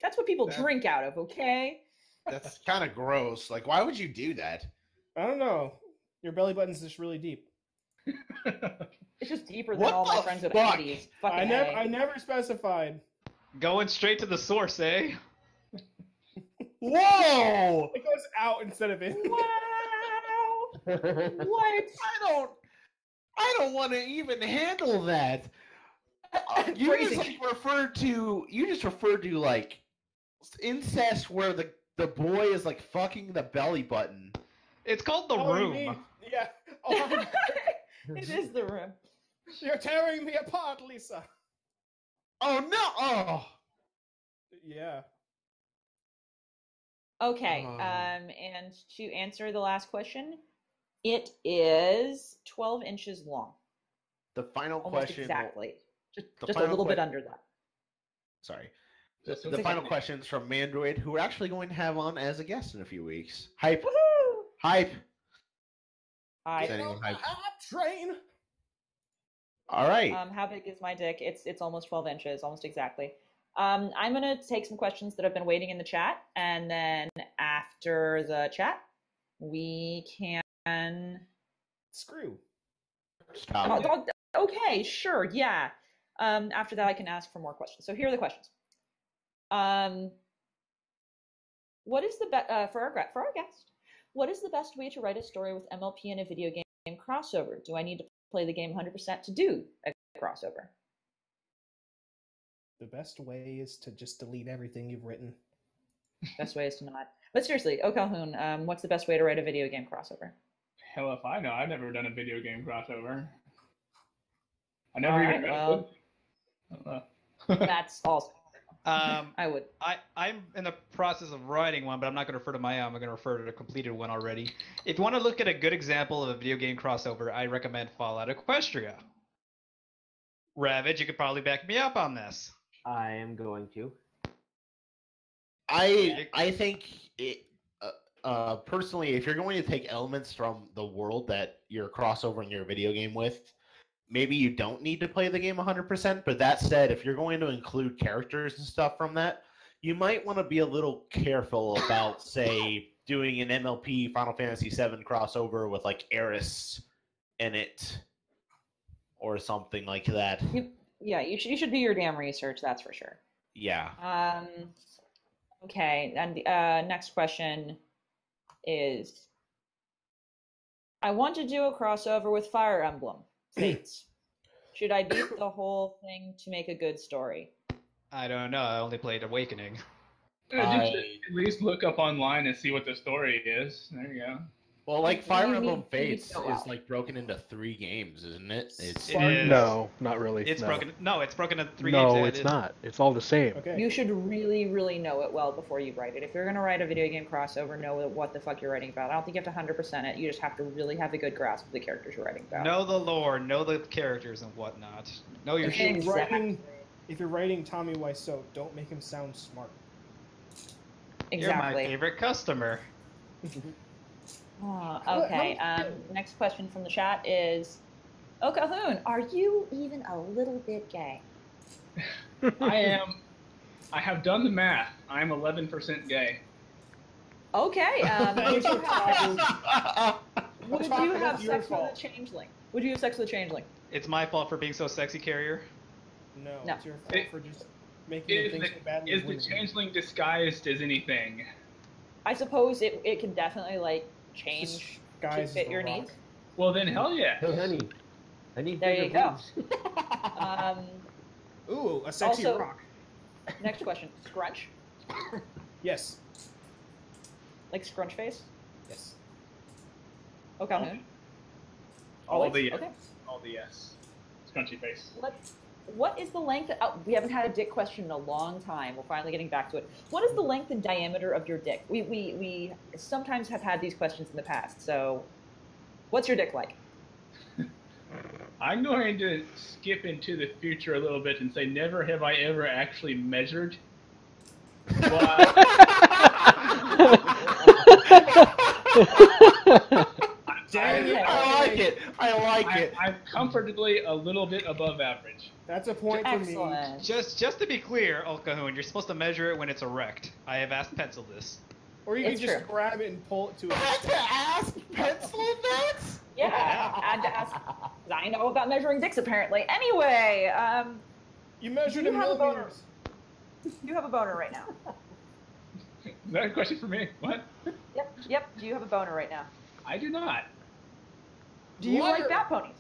B: That's what people drink out of, okay?
A: That's kind of gross. Like, why would you do that?
E: I don't know. Your belly button's just really deep.
B: It's just deeper than
A: What
B: all my
A: the
B: friends at
A: fuck?
B: Hades. Fucking
E: I never
B: A.
E: I never specified.
D: Going straight to the source, eh?
A: Whoa!
E: It goes out instead of in.
B: Wow!
F: That's
B: What? [LAUGHS]
A: I don't. I don't want to even handle that. Uh, You just
B: Phrasing.
A: like, referred to. You just referred to like incest, where the the boy is like fucking the belly button.
D: It's called the
E: Oh, you
D: room.
E: mean- Yeah. [LAUGHS] Oh, my-
B: it is the room.
E: you're tearing me apart, Lisa.
A: Oh no! Oh,
E: Yeah.
B: Okay.
A: Oh.
B: Um, and to answer the last question, it is 12 inches long,
A: the final
B: almost
A: question.
B: exactly. Just,
A: the
B: just a
A: final
B: little bit
A: que-
B: under that.
A: Sorry.
G: Just
A: The
G: looks
A: final
G: like-
A: questions from Mandroid, who we're actually going to have on as a guest in a few weeks. Hype,
B: Woohoo!
A: hype.
B: I
A: Get anyone hyped?
E: Up train.
A: All right.
B: Um, how big is my dick? It's it's almost 12 inches, almost exactly. Um, I'm gonna take some questions that have been waiting in the chat, and then after the chat, we can.
E: Screw.
A: Stop.
B: Oh, dog- okay, sure, yeah. Um, after that, I can ask for more questions. So here are the questions. Um, what is the best uh, for our gra- for our guest? What is the best way to write a story with MLP and a video game crossover? Do I need to play the game 100% to do a crossover?
E: The best way is to just delete everything you've written.
B: Best way is to not. But seriously, O'Calhoun, um, what's the best way to write a video game crossover?
G: Hell if I know. I've never done a video game crossover. I never
B: Alright,
G: even read a
B: well.
G: book. I don't know. [LAUGHS]
B: That's also.
D: Um,
B: I would.
D: I, I'm in the process of writing one, but I'm not going to refer to my own. I'm going to refer to the completed one already. If you want to look at a good example of a video game crossover, I recommend Fallout Equestria. Ravage, you could probably back me up on this.
F: I am going to.
A: I I think it, uh, uh, personally, if you're going to take elements from the world that you're crossovering your video game with, maybe you don't need to play the game 100%. But that said, if you're going to include characters and stuff from that, you might want to be a little careful
B: [COUGHS]
A: about, say, doing an MLP Final Fantasy VII crossover with like Eris in it or something like that.
B: Yeah, you should. You should do your damn research. That's for sure.
A: Yeah.
B: Um, okay, and uh, next question is I want to do a crossover with Fire Emblem Fates. [CLEARS THROAT] Should I beat the whole thing to make a good story?
D: I don't know. I only played Awakening.
G: Uh, you should at least look up online and see what the story is. There you
D: [LAUGHS]
G: go.
A: Well, like Fire
B: We-
A: Emblem
B: we-
A: Fates
B: we go
A: is
B: out.
A: like broken into three games, isn't it? It's
D: It is.
I: No, not really.
D: It's
I: no.
D: broken. No, it's broken into three games.
I: no,
D: Yeah, it
I: it's
D: is.
I: not. It's all the same.
E: Okay.
B: You should really, really know it well before you write it. If you're going to write a video game crossover, know what the fuck you're writing about. I don't think you have to 100% it. You just have to really have a good grasp of the characters you're writing about.
D: Know the lore, know the characters and whatnot. Know your
E: if
D: shit.
E: you're
B: Exactly.
E: writing, if you're writing Tommy Wiseau, don't make him sound smart.
D: You're my
B: Exactly.
D: favorite customer.
B: Oh, okay. Um, next question from the chat is Oh, Calhoun, are you even a little bit gay?
G: I am. I have done the math. I am 11% gay.
B: Okay. Um, would [LAUGHS] you have, would
E: That's
B: you
E: not
B: have
E: your
B: sex with
E: fault.
B: a changeling? Would you have sex with a changeling?
D: It's my fault for being so sexy, Carrier.
E: No,
B: No.
E: it's your fault
G: It-
E: for just making
G: is
E: him think
G: the-
E: so badly.
G: Is
E: of
G: the
E: women.
G: changeling disguised as anything?
B: I suppose it, it can definitely like change to
E: Guys,
B: fit
E: The
B: your
E: Rock.
B: needs.
G: Well, then hell yeah.
F: Hey, honey, I need
B: There
F: bigger
B: you go.
F: boobs.
B: Um,
E: Ooh, a sexy
B: Also-
E: rock.
B: next question, scrunch,
E: Yes.
B: like scrunch face.
E: Yes.
B: Oh, Calhoun.
G: All
B: Always?
G: the-
B: okay.
G: All the yes. Scrunchy face.
B: What what is the length? oh, we haven't had a dick question in a long time. We're finally getting back to it. What is the length and diameter of your dick? We we we sometimes have had these questions in the past. So, what's your dick like?
G: I'm going to skip into the future a little bit and say never have I ever actually measured. But
E: Dang it.
A: [LAUGHS] I like it. I like
G: I,
A: it.
G: I'm comfortably a little bit above average.
E: That's a point for me.
B: Excellent.
D: Just just to be clear, El Cajon, you're supposed to measure it when it's erect. I have asked Pencil this.
E: Or you can
B: It's
E: just
B: true.
E: grab it and pull it to a
A: That's an ass pencil nuts.
B: Yeah, I had to ask. 'cause I know about measuring dicks apparently. Anyway, um,
E: You measured
B: You
E: in
B: have a boner.
E: millimeters.
B: you have a boner right now.
G: Is that a question for me? What?
B: [LAUGHS] Yep, yep. Do you have a boner right now?
G: I do not.
B: Do you
E: Liar.
B: like bat ponies?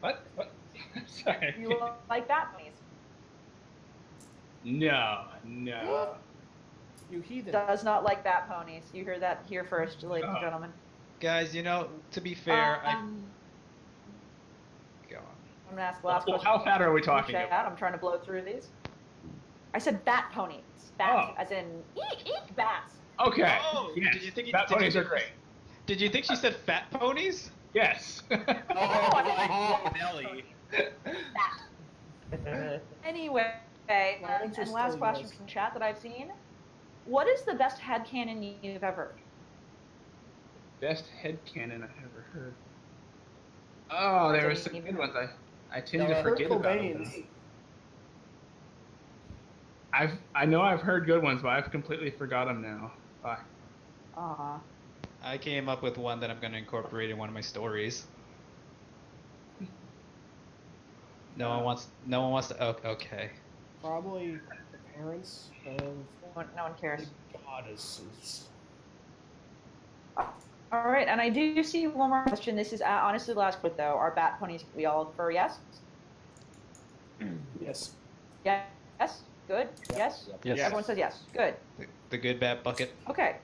G: What? What? [LAUGHS] Sorry.
B: Do you like bat ponies? [LAUGHS]
G: No, no.
E: You heathen.
B: Does not like bat ponies. You hear that here first, ladies and
G: Uh,
B: gentlemen.
D: Guys, you know, to be fair,
B: Um,
D: I go on.
B: I'm gonna ask the last
G: Well,
B: question.
G: how fat are we talking
B: Check
G: about?
B: out. I'm trying to blow through these. I said bat ponies. Bat,
G: Oh.
B: as in eek eek bats.
G: Okay.
D: Oh,
G: yes.
D: did you think
G: Fat
D: did you
G: ponies are
D: think-
G: great.
D: Did you think she said fat ponies?
G: Yes.
A: Oh, I like Nelly.
B: Anyway, um,
E: Why don't you
B: and
E: tell
B: last
E: me
B: question
E: this?
B: from chat that I've seen. What is the best headcanon you've ever? heard?
G: Best head cannon I've ever heard. Oh, there were some
B: Doesn't
G: good
B: even-
G: ones. I, I tend
E: Now,
G: to
E: Kurt
G: forget about them.
E: Cobain's-
G: I've I know I've heard good ones, but I've completely forgot them now. Fuck.
B: Aw.
D: I came up with one that I'm going to incorporate in one of my stories. No
B: Uh.
D: one wants. No one wants to. Oh, okay.
E: Probably the parents of
B: No one- no one cares.
E: the goddesses.
B: All right, and I do see one more question. This is uh, honestly the last bit though. Are bat ponies we all for yes?
E: Yes.
B: Yes. Yes. Good. Yes.
I: Yes.
B: Everyone says yes. Good.
D: The, the good bad bucket.
B: Okay.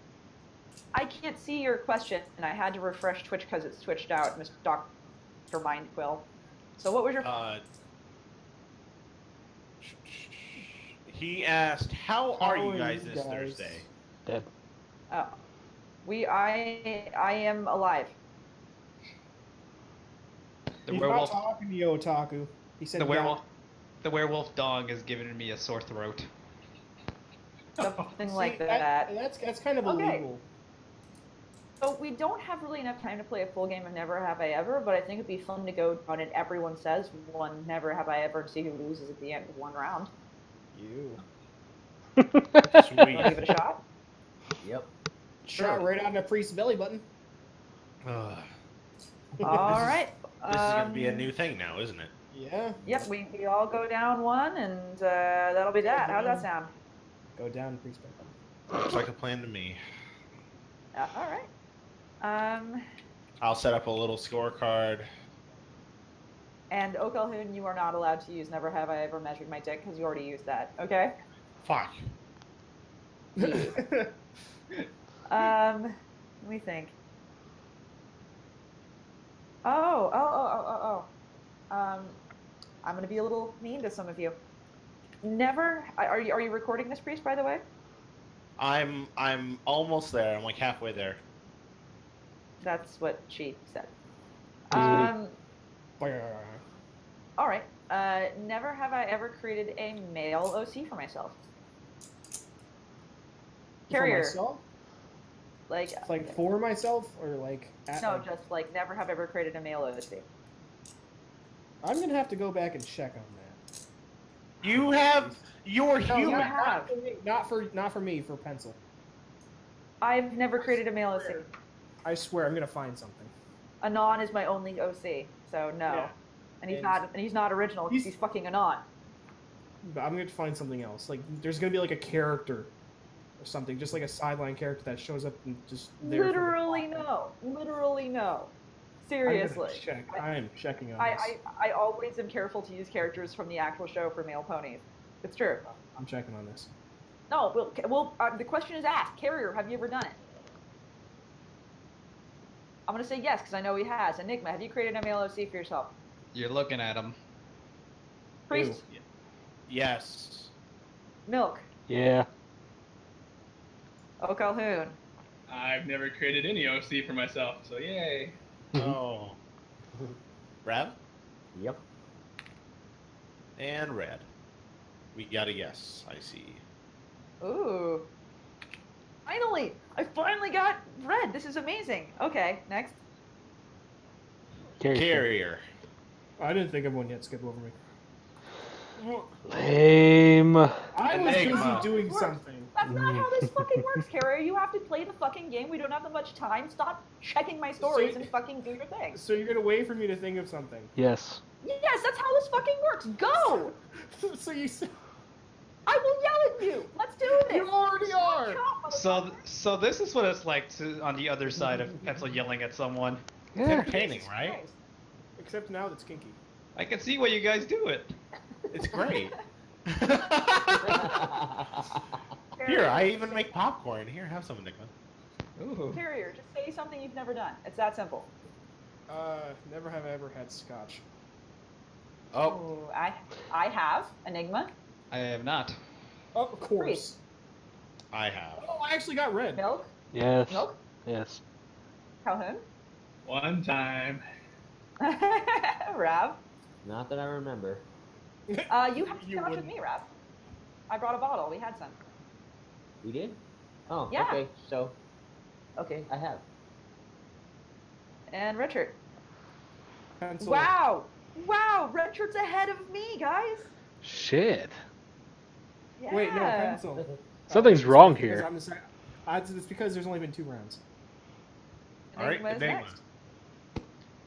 B: I can't see your question, and I had to refresh Twitch because it switched out, Mr. Dr. Mindquill. So what was your...
A: Uh, he asked, "How are
E: How
A: you guys this
E: guys? [LAUGHS]
A: Thursday?"
I: Dead.
B: oh. We, I, I am alive.
D: The
E: He's
D: werewolf.
E: not talking to you, otaku. He said
D: The
E: that.
D: werewolf. The werewolf dog has given me a sore throat.
B: Something
E: [LAUGHS] See,
B: like
E: that-
B: that.
E: That's that's kind of
B: Okay.
E: illegal.
B: So we don't have really enough time to play a full game of Never Have I Ever, but I think it'd be fun to go on it. Everyone says one Never Have I Ever and see who loses at the end of one round.
E: You.
B: Wanna give
A: Sweet.
B: it
A: [LAUGHS]
B: a shot.
F: Yep.
E: Shot right on the priest's belly button.
A: Ugh.
B: All right.
A: This is gonna be a
B: um,
A: new thing now, isn't it?
E: Yeah.
B: Yep, we, we all go down one, and uh, that'll be that. How's that sound?
E: Go down, priest's belly button.
A: Looks like a plan to me.
B: Uh, all right. Um,
A: I'll set up a little scorecard.
B: and O'Calhoun, you are not allowed to use Never Have I Ever Measured My Dick because you already used that, okay?
A: Fuck.
B: Um, let me think. Oh, oh, oh, oh, oh, oh. Um, I'm gonna be a little mean to some of you. Never. I- Are you are you recording this, priest? By the way,
A: I'm I'm almost there. I'm like halfway there.
B: that's what she said.
I: Mhm.
B: Um. All right. Uh, never have I ever created a male OC for myself. Carrier,
E: For myself?
B: like
E: Like for myself or like at,
B: no,
E: like-
B: just like never have ever created a male OC.
E: I'm gonna have to go back and check on that.
A: You have your
E: No,
B: You
E: not,
A: human.
B: have.
E: not for me, not for not for me for pencil.
B: I've never created a male OC.
E: I swear I'm gonna find something.
B: Anon is my only OC, so no.
E: Yeah.
B: And he's
E: And-
B: not. And he's not original. 'cause He's,
E: He's-
B: fucking Anon.
E: But I'm gonna find something else. Like there's gonna be like a character or something, just like a sideline character that shows up and just there for the
B: Literally
E: plot.
B: no. Literally no.
E: I'm gonna
B: Seriously.
E: check. I am checking on
B: I,
E: this.
B: I, I always am careful to use characters from the actual show for male ponies. It's true.
E: I'm checking on this.
B: No, well, ca- well uh, the question is asked. Carrier, have you ever done it? I'm gonna say yes because I know he has. Enigma, have you created a male OC for yourself?
D: You're looking at him.
B: Priest,
A: Yes.
B: Milk,
I: [LAUGHS]
B: Oh,
I: Yeah.
B: O'Calhoun.
G: I've never created any OC for myself, so yay.
A: Oh. Rev
F: Yep. [LAUGHS]
A: and red. We got a yes. I see.
B: Ooh. Finally, I finally got red. This is amazing. Okay, next.
A: Carrier.
E: I didn't think of one yet. Skip over me.
I: Lame.
E: I was
A: Enigma.
E: busy doing
B: Works.
E: something.
B: That's not how this fucking
E: [LAUGHS]
B: works, Carrier. You have to play the fucking game. We don't have that much time. Stop checking my stories and fucking do your thing.
E: So you're gonna wait for me to think of something. [LAUGHS]
I: Yes.
B: Yes, that's how this fucking works. Go!
E: so you said
B: I will yell at you. Let's do this.
E: you already are.
D: So, th- so this is what it's like to on the other side of pencil yelling at someone.
I: Yeah.
A: Entertaining, right?
E: Except now that's kinky.
D: I can see why you guys
B: [LAUGHS]
D: do it.
A: It's great. Here,
B: Carrier,
A: I even make popcorn. Here, have some Enigma.
D: Ooh.
B: Carrier, just say something you've never done. It's that simple.
E: Uh, never have I ever had scotch.
A: Oh,
B: Ooh, I, I have Enigma,
D: I have not.
E: Of course.
B: Priest.
A: I have.
E: Oh, I actually got red.
B: Milk,
I: Yes.
B: Milk,
I: Yes.
B: Calhoun, [LAUGHS]
G: One time.
B: Rav.
F: Not that I remember.
B: Uh, you had
E: You
B: scotch with
E: wouldn't.
B: me, Rav. I brought a bottle. We had some.
F: We did? Oh,
B: Yeah.
F: okay. So, okay, I [COUGHS] have.
B: And Richard.
E: Pencil.
B: Wow! Wow! Richard's ahead of me, guys.
I: Shit.
B: Yeah.
E: Wait, no, pencil.
I: [LAUGHS] Something's wrong
E: Because
I: here.
E: I'm the sec- I- it's because there's only been two rounds.
A: All right,
B: Enigma's
A: Enigma.
B: next.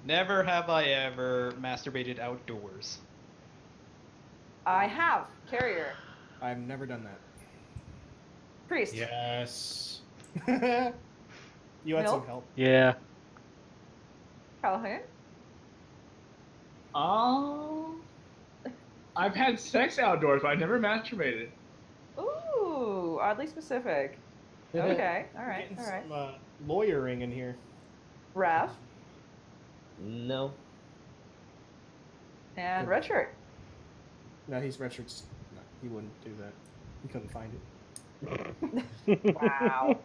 D: Never have I ever masturbated outdoors.
B: I have carrier
E: I've never done
B: priest.
A: Yes.
E: that. [LAUGHS] you had some
B: Milk?
E: help.
I: Yeah.
B: Calhoun.
G: Oh. I've had sex outdoors, but I've never masturbated.
B: Ooh,
A: [LAUGHS]
B: oddly specific. Okay, all right,
E: Getting
B: all right.
E: some uh, lawyering in here.
B: Rav
F: No.
A: [LAUGHS]
B: and Richard.
E: No, he's Richard's. No, he wouldn't do that. He couldn't find it. [LAUGHS]
I: [LAUGHS]
B: Wow.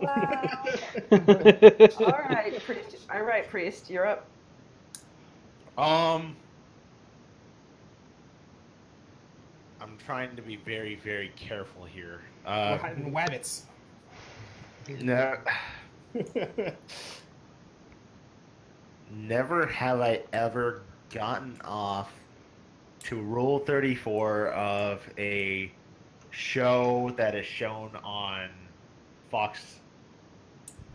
B: wow. All right, priest. All right, priest. You're up.
A: Um, I'm trying to be very, very careful here. Uh,
E: We're hiding wabbits.
A: no, never have I ever gotten off to Rule 34 of a show that is shown on Fox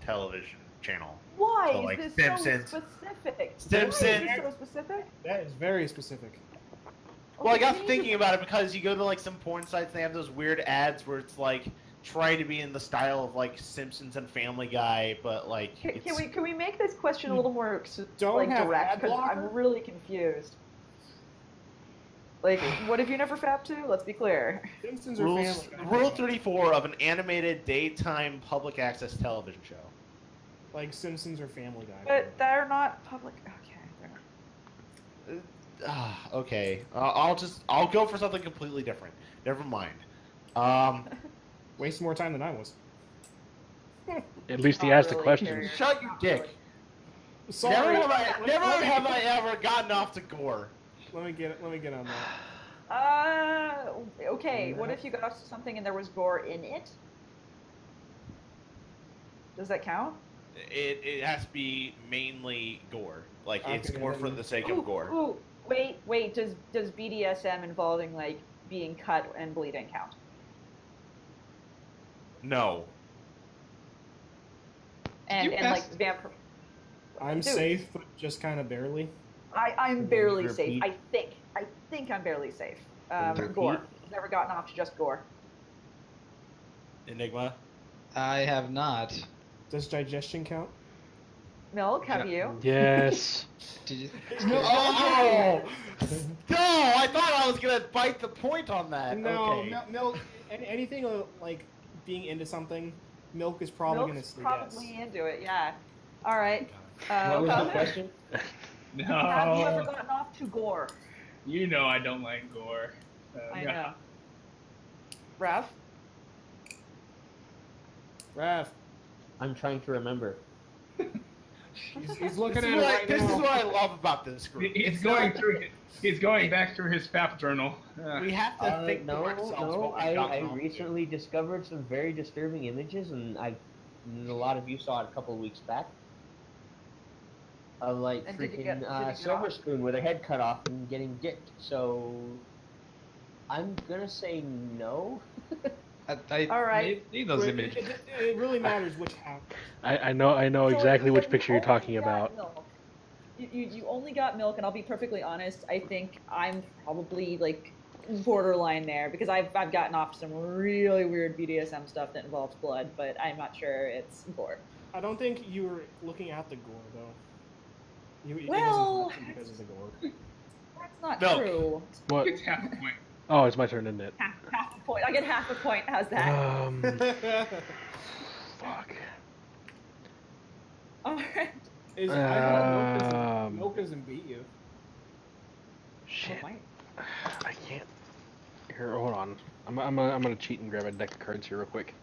A: television channel.
B: Why
A: So,
B: is
A: like,
B: this
A: Simpsons.
B: so specific?
A: Simpsons.
B: Why is this so specific?
E: that is very specific.
A: Well, I
B: Okay,
A: got
B: we
A: to
B: need
A: thinking
B: to-
A: about it because you go to like some porn sites and they have those weird ads where it's like try to be in the style of like Simpsons and Family Guy, but like
B: Can, can
A: it's-
B: we can we make this question a little more s-
E: Don't
B: like
E: have
B: direct?
E: ad
B: Because I'm
E: blocker?
B: really confused. Like, what have you never fapped to? Let's be clear.
E: Simpsons are
A: rules,
E: family.
A: rule thirty four of an animated daytime public access television show.
E: Like Simpsons or Family Guy.
B: But they're not public. Okay. they're not-
A: Ah, okay, uh, I'll just I'll go for something completely different. Never mind. Um,
E: Waste more time than I was.
I: At least he
B: Not
I: asked the
B: really
I: question.
B: curious.
A: shut your dick.
E: Sorry.
A: Never have
E: let,
A: I never
E: let,
A: have I ever gotten off to gore.
E: let me get let me get on that.
B: Uh, okay. What if you got something and there was gore in it? Does that count?
A: It it has to be mainly gore. Like it's
E: Okay,
A: gore
E: then-
A: for the sake
B: Ooh,
A: of gore.
B: ooh, wait, wait. Does does BDSM involving like being cut and bleeding count?
A: No.
B: And
D: You
B: and like
D: passed.
B: vampire.
E: I'm
B: Dude.
E: safe, but just kind of barely.
B: I, I'm
E: Can
B: barely
E: you
B: safe.
E: repeat?
B: I think. I think I'm barely safe.
A: you
B: Um,
A: repeat?
B: gore. Never gotten off to just gore.
A: Enigma.
D: I have not.
E: Does digestion count?
B: Milk, have you?
I: Yes.
D: Did you?
A: Oh! No, I thought I was gonna bite the point on that.
E: No,
A: Uh, okay.
E: mil- milk. an- Anything uh, like being into something, milk is probably
B: Milk's
E: gonna say
B: probably
E: yes.
B: into it. Yeah. All right.
F: What was the
B: Uh,
F: question?
B: have you ever
G: No,
B: gotten off to gore?
G: you know I don't like gore. So,
B: I
G: yeah.
B: know. Ralph.
E: Raph,
F: I'm trying to remember.
E: he's, he's looking
A: This,
E: at
A: is
E: it
A: what, I-
E: right
A: this is
E: now.
A: what I love about this
G: He-
A: group.
G: He's
A: It's
G: going
A: not-
G: through. He's going back through his FAP journal. Uh,
A: We have to
F: Uh,
A: think
F: no,
A: for ourselves
F: no.
A: what we've
F: I, I
A: gotten on to.
F: recently discovered some very disturbing images, and I, and a lot of you saw it a couple of weeks back. Of like
B: And did you
F: freaking
B: get- did you
F: uh,
B: get
F: silver
B: off?
F: spoon with her head cut off and getting dipped. So, I'm gonna say no.
D: I, I
B: All right.
D: need- Need those
E: It- it-
D: images.
E: It, it really matters which half.
I: I, I know I know
B: So-
I: exactly
B: so
I: which
B: you
I: picture you're
B: only
I: talking
B: got
I: about.
B: milk. You, you, you only got milk, and I'll be perfectly honest. I think I'm probably like borderline there because I've I've gotten off to some really weird BDSM stuff that involves blood, but I'm not sure it's gore.
E: I don't think you were looking at the gore though. You, it
B: Well-
E: wasn't because of the gore. [LAUGHS]
B: That's not
A: Milk.
B: true.
I: What?
G: it's half a point.
I: Oh, it's my turn, isn't it?
B: Half, half a point. I get half a point. How's that? [LAUGHS]
I: Um,
E: [LAUGHS]
I: fuck.
B: All right.
E: Is, I thought milk, doesn't,
I: Um,
E: milk doesn't beat you.
I: shit.
B: Oh
I: I can't. Here, hold on. I'm I'm gonna, I'm gonna cheat and grab a deck of cards here real quick.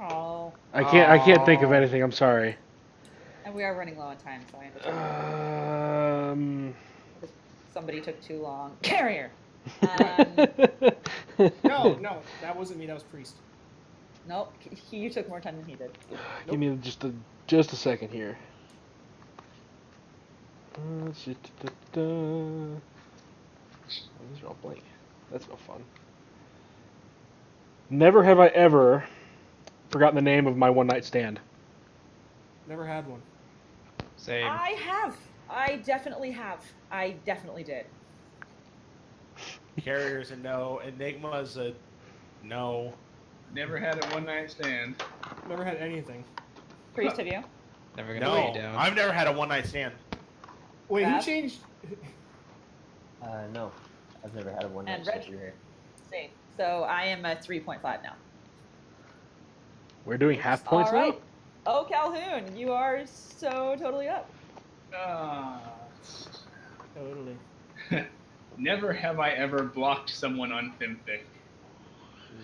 B: Oh,
I: I can't I can't think of
A: Aw.
I: anything. I'm sorry.
B: and we are running low on time, so I understand.
I: Um.
B: somebody took too long. [LAUGHS] Carrier. Um,
I: [LAUGHS]
E: No, no, that wasn't me. That was Priest.
B: nope. He, you took more time than he did.
I: Give me just a just a second here. Uh, shit, da, da, da. Oh, these are all blank. That's no fun. Never have I ever forgotten the name of my one night stand.
E: Never had one.
D: Same.
B: I have. I definitely have. I definitely did.
A: Carrier's a no. Enigma's a no.
G: Never had a one night stand.
E: Never had anything.
B: Priest, have you?
D: Never gonna lay
A: No,
D: you down.
A: I've never had a one night stand.
E: Wait,
B: Raph?
E: who changed?
F: Uh, no, I've never had a one night
B: And red-
F: stand. here.
B: Same. So I am a 3.5 now.
I: We're doing half points
B: All right.
I: now.
B: Oh, Calhoun, you are so totally up.
G: Uh,
E: Totally.
G: never have I ever blocked someone on FemFic.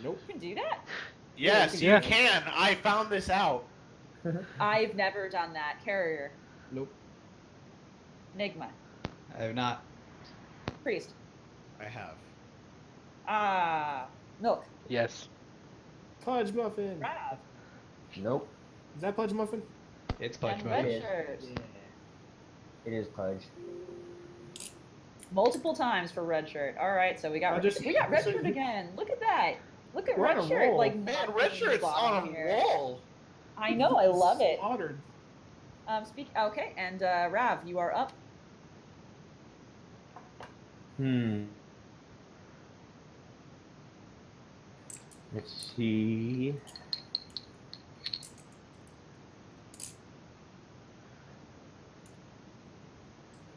E: Nope.
B: You can do that.
A: Yes,
I: Yeah.
A: you can. I found this out.
B: I've never done that. Carrier.
E: Nope.
B: Enigma.
D: I have not.
B: Priest.
A: I have.
B: Ah. Milk.
I: Yes.
E: Pudge muffin.
B: Rav.
F: Nope.
E: Is that pudge muffin?
D: It's Pudge
B: and
D: Mode.
B: red
F: Muffin.
B: shirt.
F: It is pudge.
B: Multiple times for red shirt. All right, so we
E: I
B: got
E: just-
B: we got red
E: so
B: shirt
E: you-
B: again. Look at that. Look at
E: We're on
B: red
E: a
B: shirt.
E: roll.
B: Like
A: Man,
B: not
A: red
B: being
A: shirt's
B: bottom
A: on a
B: here.
A: roll.
B: I know. I love it.
E: Slaughtered.
B: Um, speak. Okay, and uh, Rav, you are up.
F: Hmm.
J: Let's see.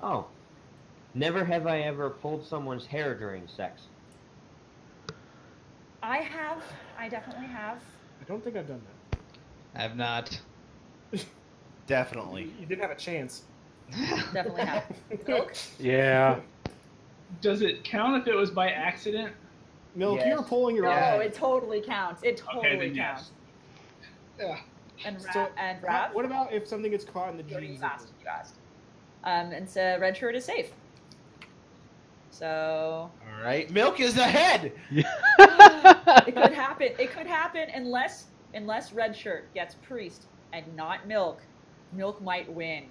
J: Oh. Never have I ever pulled someone's hair during sex.
B: I have. I definitely have.
E: I don't think I've done that.
D: I have not.
A: Definitely.
E: You didn't have a chance.
B: Definitely
E: [LAUGHS]
B: have. Oh, Milk?
I: Yeah.
G: Does it count if it was by accident?
E: Milk,
F: Yes.
E: you're pulling your
B: No,
E: eye.
B: it totally counts. It totally
G: Okay, then
B: counts.
G: yes.
E: Yeah.
B: And Ra-
E: So,
B: and
E: How-
B: Rav,
E: What about if something gets caught in the
B: you
E: jeans?
B: asked. You asked. Um, and so red shirt is safe. So
A: All right. Milk is ahead.
B: it
E: [LAUGHS]
B: could happen. It could happen unless unless red shirt gets priest and not milk. Milk might win.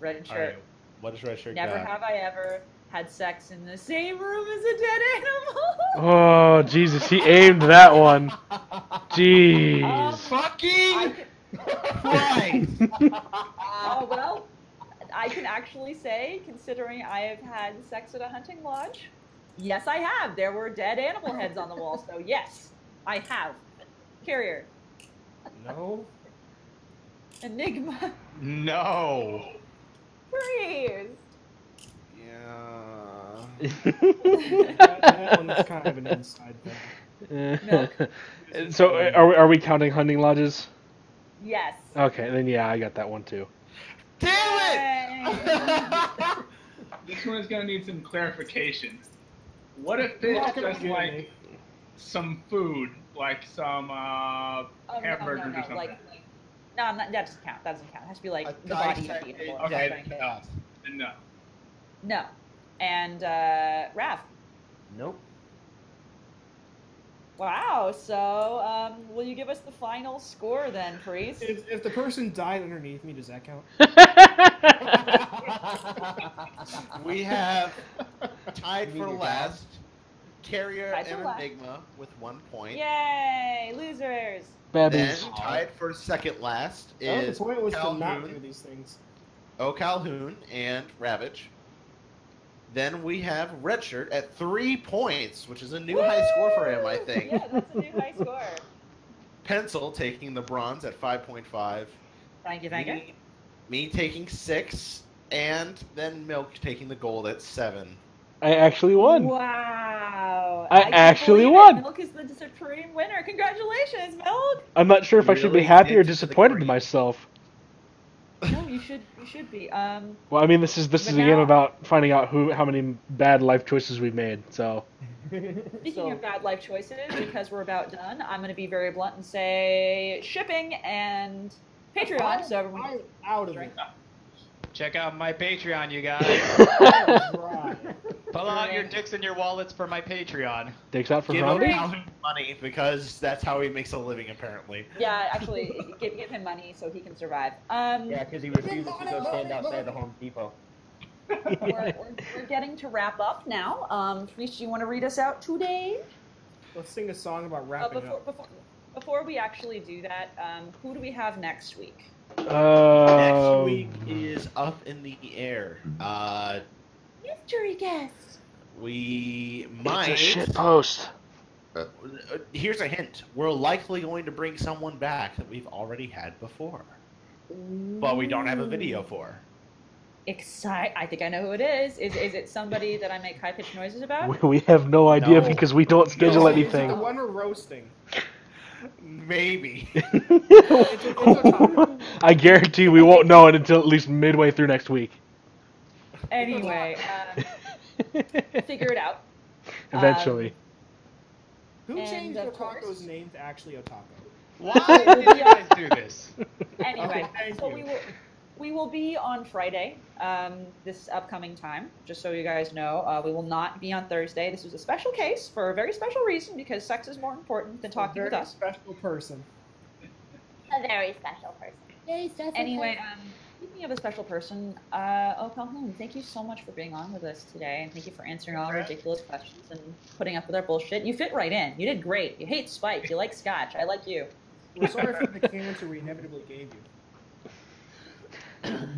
B: Red
A: All
B: shirt.
A: right. What does Red Shirt
B: Never
A: got?
B: have I ever had sex in the same room as a dead animal.
J: Oh, Jesus. He aimed that one. Jeez.
A: Fucking
B: Um, I-
G: [LAUGHS]
A: Christ.
B: Uh, well, I can actually say, considering I have had sex at a hunting lodge, yes, I have. There were dead animal heads on the wall, so yes, I have. Carrier,
E: No.
B: Enigma,
D: No.
B: Breeze.
A: yeah.
E: That, [LAUGHS] that one's kind of an inside
B: [LAUGHS]
E: thing.
I: [LAUGHS]
J: so
I: uh,
J: are we, are we counting hunting lodges?
B: Yes.
J: Okay, then yeah, I got that one too.
A: Damn it!
B: Yay.
G: This one is gonna need some clarification. What if it's just like some food, like some uh,
B: Oh, no, no,
G: hamburgers
B: no,
G: or something?
B: like, no, I'm not, that doesn't count. That doesn't count. It has to be like the
A: I
B: body of
A: said
B: the
A: it
B: animal.
G: Okay.
A: dead enough.
G: no.
B: No. And uh, Raph.
J: Nope.
B: Wow. So, um, will you give us the final score then, Priest?
E: If, if the person died underneath me, does that count?
A: We have tied
E: We
A: for
E: need to
A: last. Carrier
B: Tied for
A: and
B: last.
A: Enigma with one point.
B: Yay! Losers.
A: Then
J: Babies.
A: tied for second last
E: Oh, the
A: is
E: point was to not do
A: Calhoun,
E: these things.
A: O Calhoun, and Ravage. Then we have Redshirt at three points, which is a new high score for him, I
B: Woo!
A: think.
B: Yeah, that's a new high score.
A: Pencil taking the bronze at 5.5.
B: Thank you, thank you.
A: Me, me taking six, and then Milk taking the gold at seven.
J: I actually won.
B: Wow.
J: I
B: can't
J: actually
B: believe it.
J: won.
B: Milk is the supreme winner. Congratulations, Milk.
J: I'm not sure if I should be
A: Really
J: happy or
A: into the
J: disappointed in
A: green.
J: myself.
B: No, you should. You should be. Um.
J: Well, I mean, this is this
B: But
J: is a game
B: now-
J: about finding out who how many bad life choices we've made. So
B: Speaking
E: So-
B: of bad life choices, because we're about done, I'm going to be very blunt and say shipping and Patreon. so everyone.
E: I'm out
B: [LAUGHS]
E: of it.
B: Drink
D: [LAUGHS] Check out my Patreon, you guys.
E: Dry.
D: Pull out your dicks and your wallets for my Patreon.
J: takes out for
A: Give
J: Robbie.
A: him money because that's how he makes a living, apparently.
B: Yeah,
A: [LAUGHS]
B: actually, give, give him money so he can survive. Um,
J: Yeah, because he refuses to go stand outside the Home Depot.
B: [LAUGHS] we're, we're, we're getting to wrap up now. Um, Priest, you want to read us out today?
E: Let's sing a song about
B: Uh,
E: wrapping
B: before,
E: up.
B: before, before we actually do that, um, who do we have next week?
J: Uh,
A: Next week is up in the air. Uh,
B: Mystery guest.
A: we
J: it's
A: might.
J: a shit post.
A: Uh, Here's a hint: we're likely going to bring someone back that we've already had before, but we don't have a video
E: Mm.
A: for.
B: Excite! I think I know who it is. Is is it somebody that I make high pitched noises about?
J: [LAUGHS] We, we have no idea
A: No.
J: because we don't schedule
E: No, it's The
J: anything.
E: one we're roasting. [LAUGHS]
A: Maybe.
E: It's a, it's a topic.
J: [LAUGHS] I guarantee we won't know it until at least midway through next week.
B: Anyway, um, figure it out.
J: Eventually.
E: Who
B: And
E: changed
B: of
E: Otako's
B: course-
E: name to actually Otako?
D: Why did you guys do this?
B: Anyway, um,
E: Okay, thank
B: so
E: you.
B: we will we will be on Friday um, this upcoming time. Just so you guys know, uh, we will not be on Thursday. This was a special case for a very special reason because sex is more important than talking
E: a
B: with
E: very
B: us.
E: special person.
K: A very special person. Very special
B: Anyway, um, speaking of a special person, uh, Oh Calhoun, thank you so much for being on with us today, and thank you for answering all our ridiculous questions and putting up with our bullshit. You fit right in. You did great. You hate Spike. You like Scotch. I like you.
E: We're sorry for
B: [LAUGHS]
E: the cancer we inevitably gave you.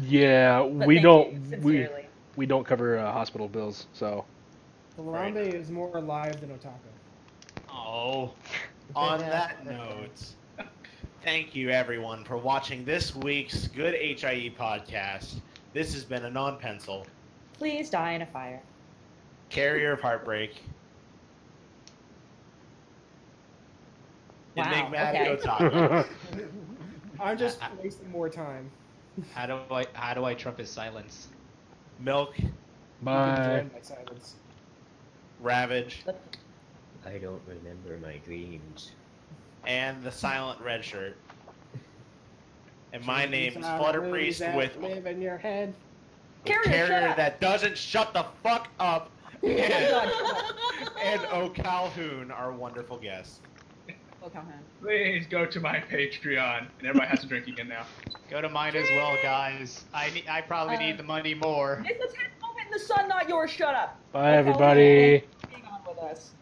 J: yeah,
B: But
J: we
B: thank you,
J: don't we
B: sincerely.
J: we don't cover uh, hospital bills, so
E: Harambe is more alive than Otako.
A: Oh. On that note, thank you everyone for watching this week's Good HIE podcast. This has been a non pencil
B: Please die in a fire.
A: carrier of heartbreak. And
E: Wow,
A: Big Matt
E: okay.
A: go
E: [LAUGHS]
A: talk.
E: I'm just wasting more time.
D: How do I how do I trump his silence?
A: Milk.
E: Bye. My silence.
A: Ravage.
J: I don't remember my dreams.
A: And the silent red shirt. And my name is
E: Out of
A: Flutter
E: movies
A: Priest
E: that
A: with
E: live in your head.
A: carrier, that doesn't shut the fuck up. And, and uh, O'Calhoun, our wonderful guest.
G: Please go to my Patreon. And everybody has to drink again now.
D: Go to mine as well, guys. I need, I probably
B: Uh,
D: need the money more.
B: This is his moment in the sun, not yours. Shut up.
I: Bye, everybody.
B: Hang on with us.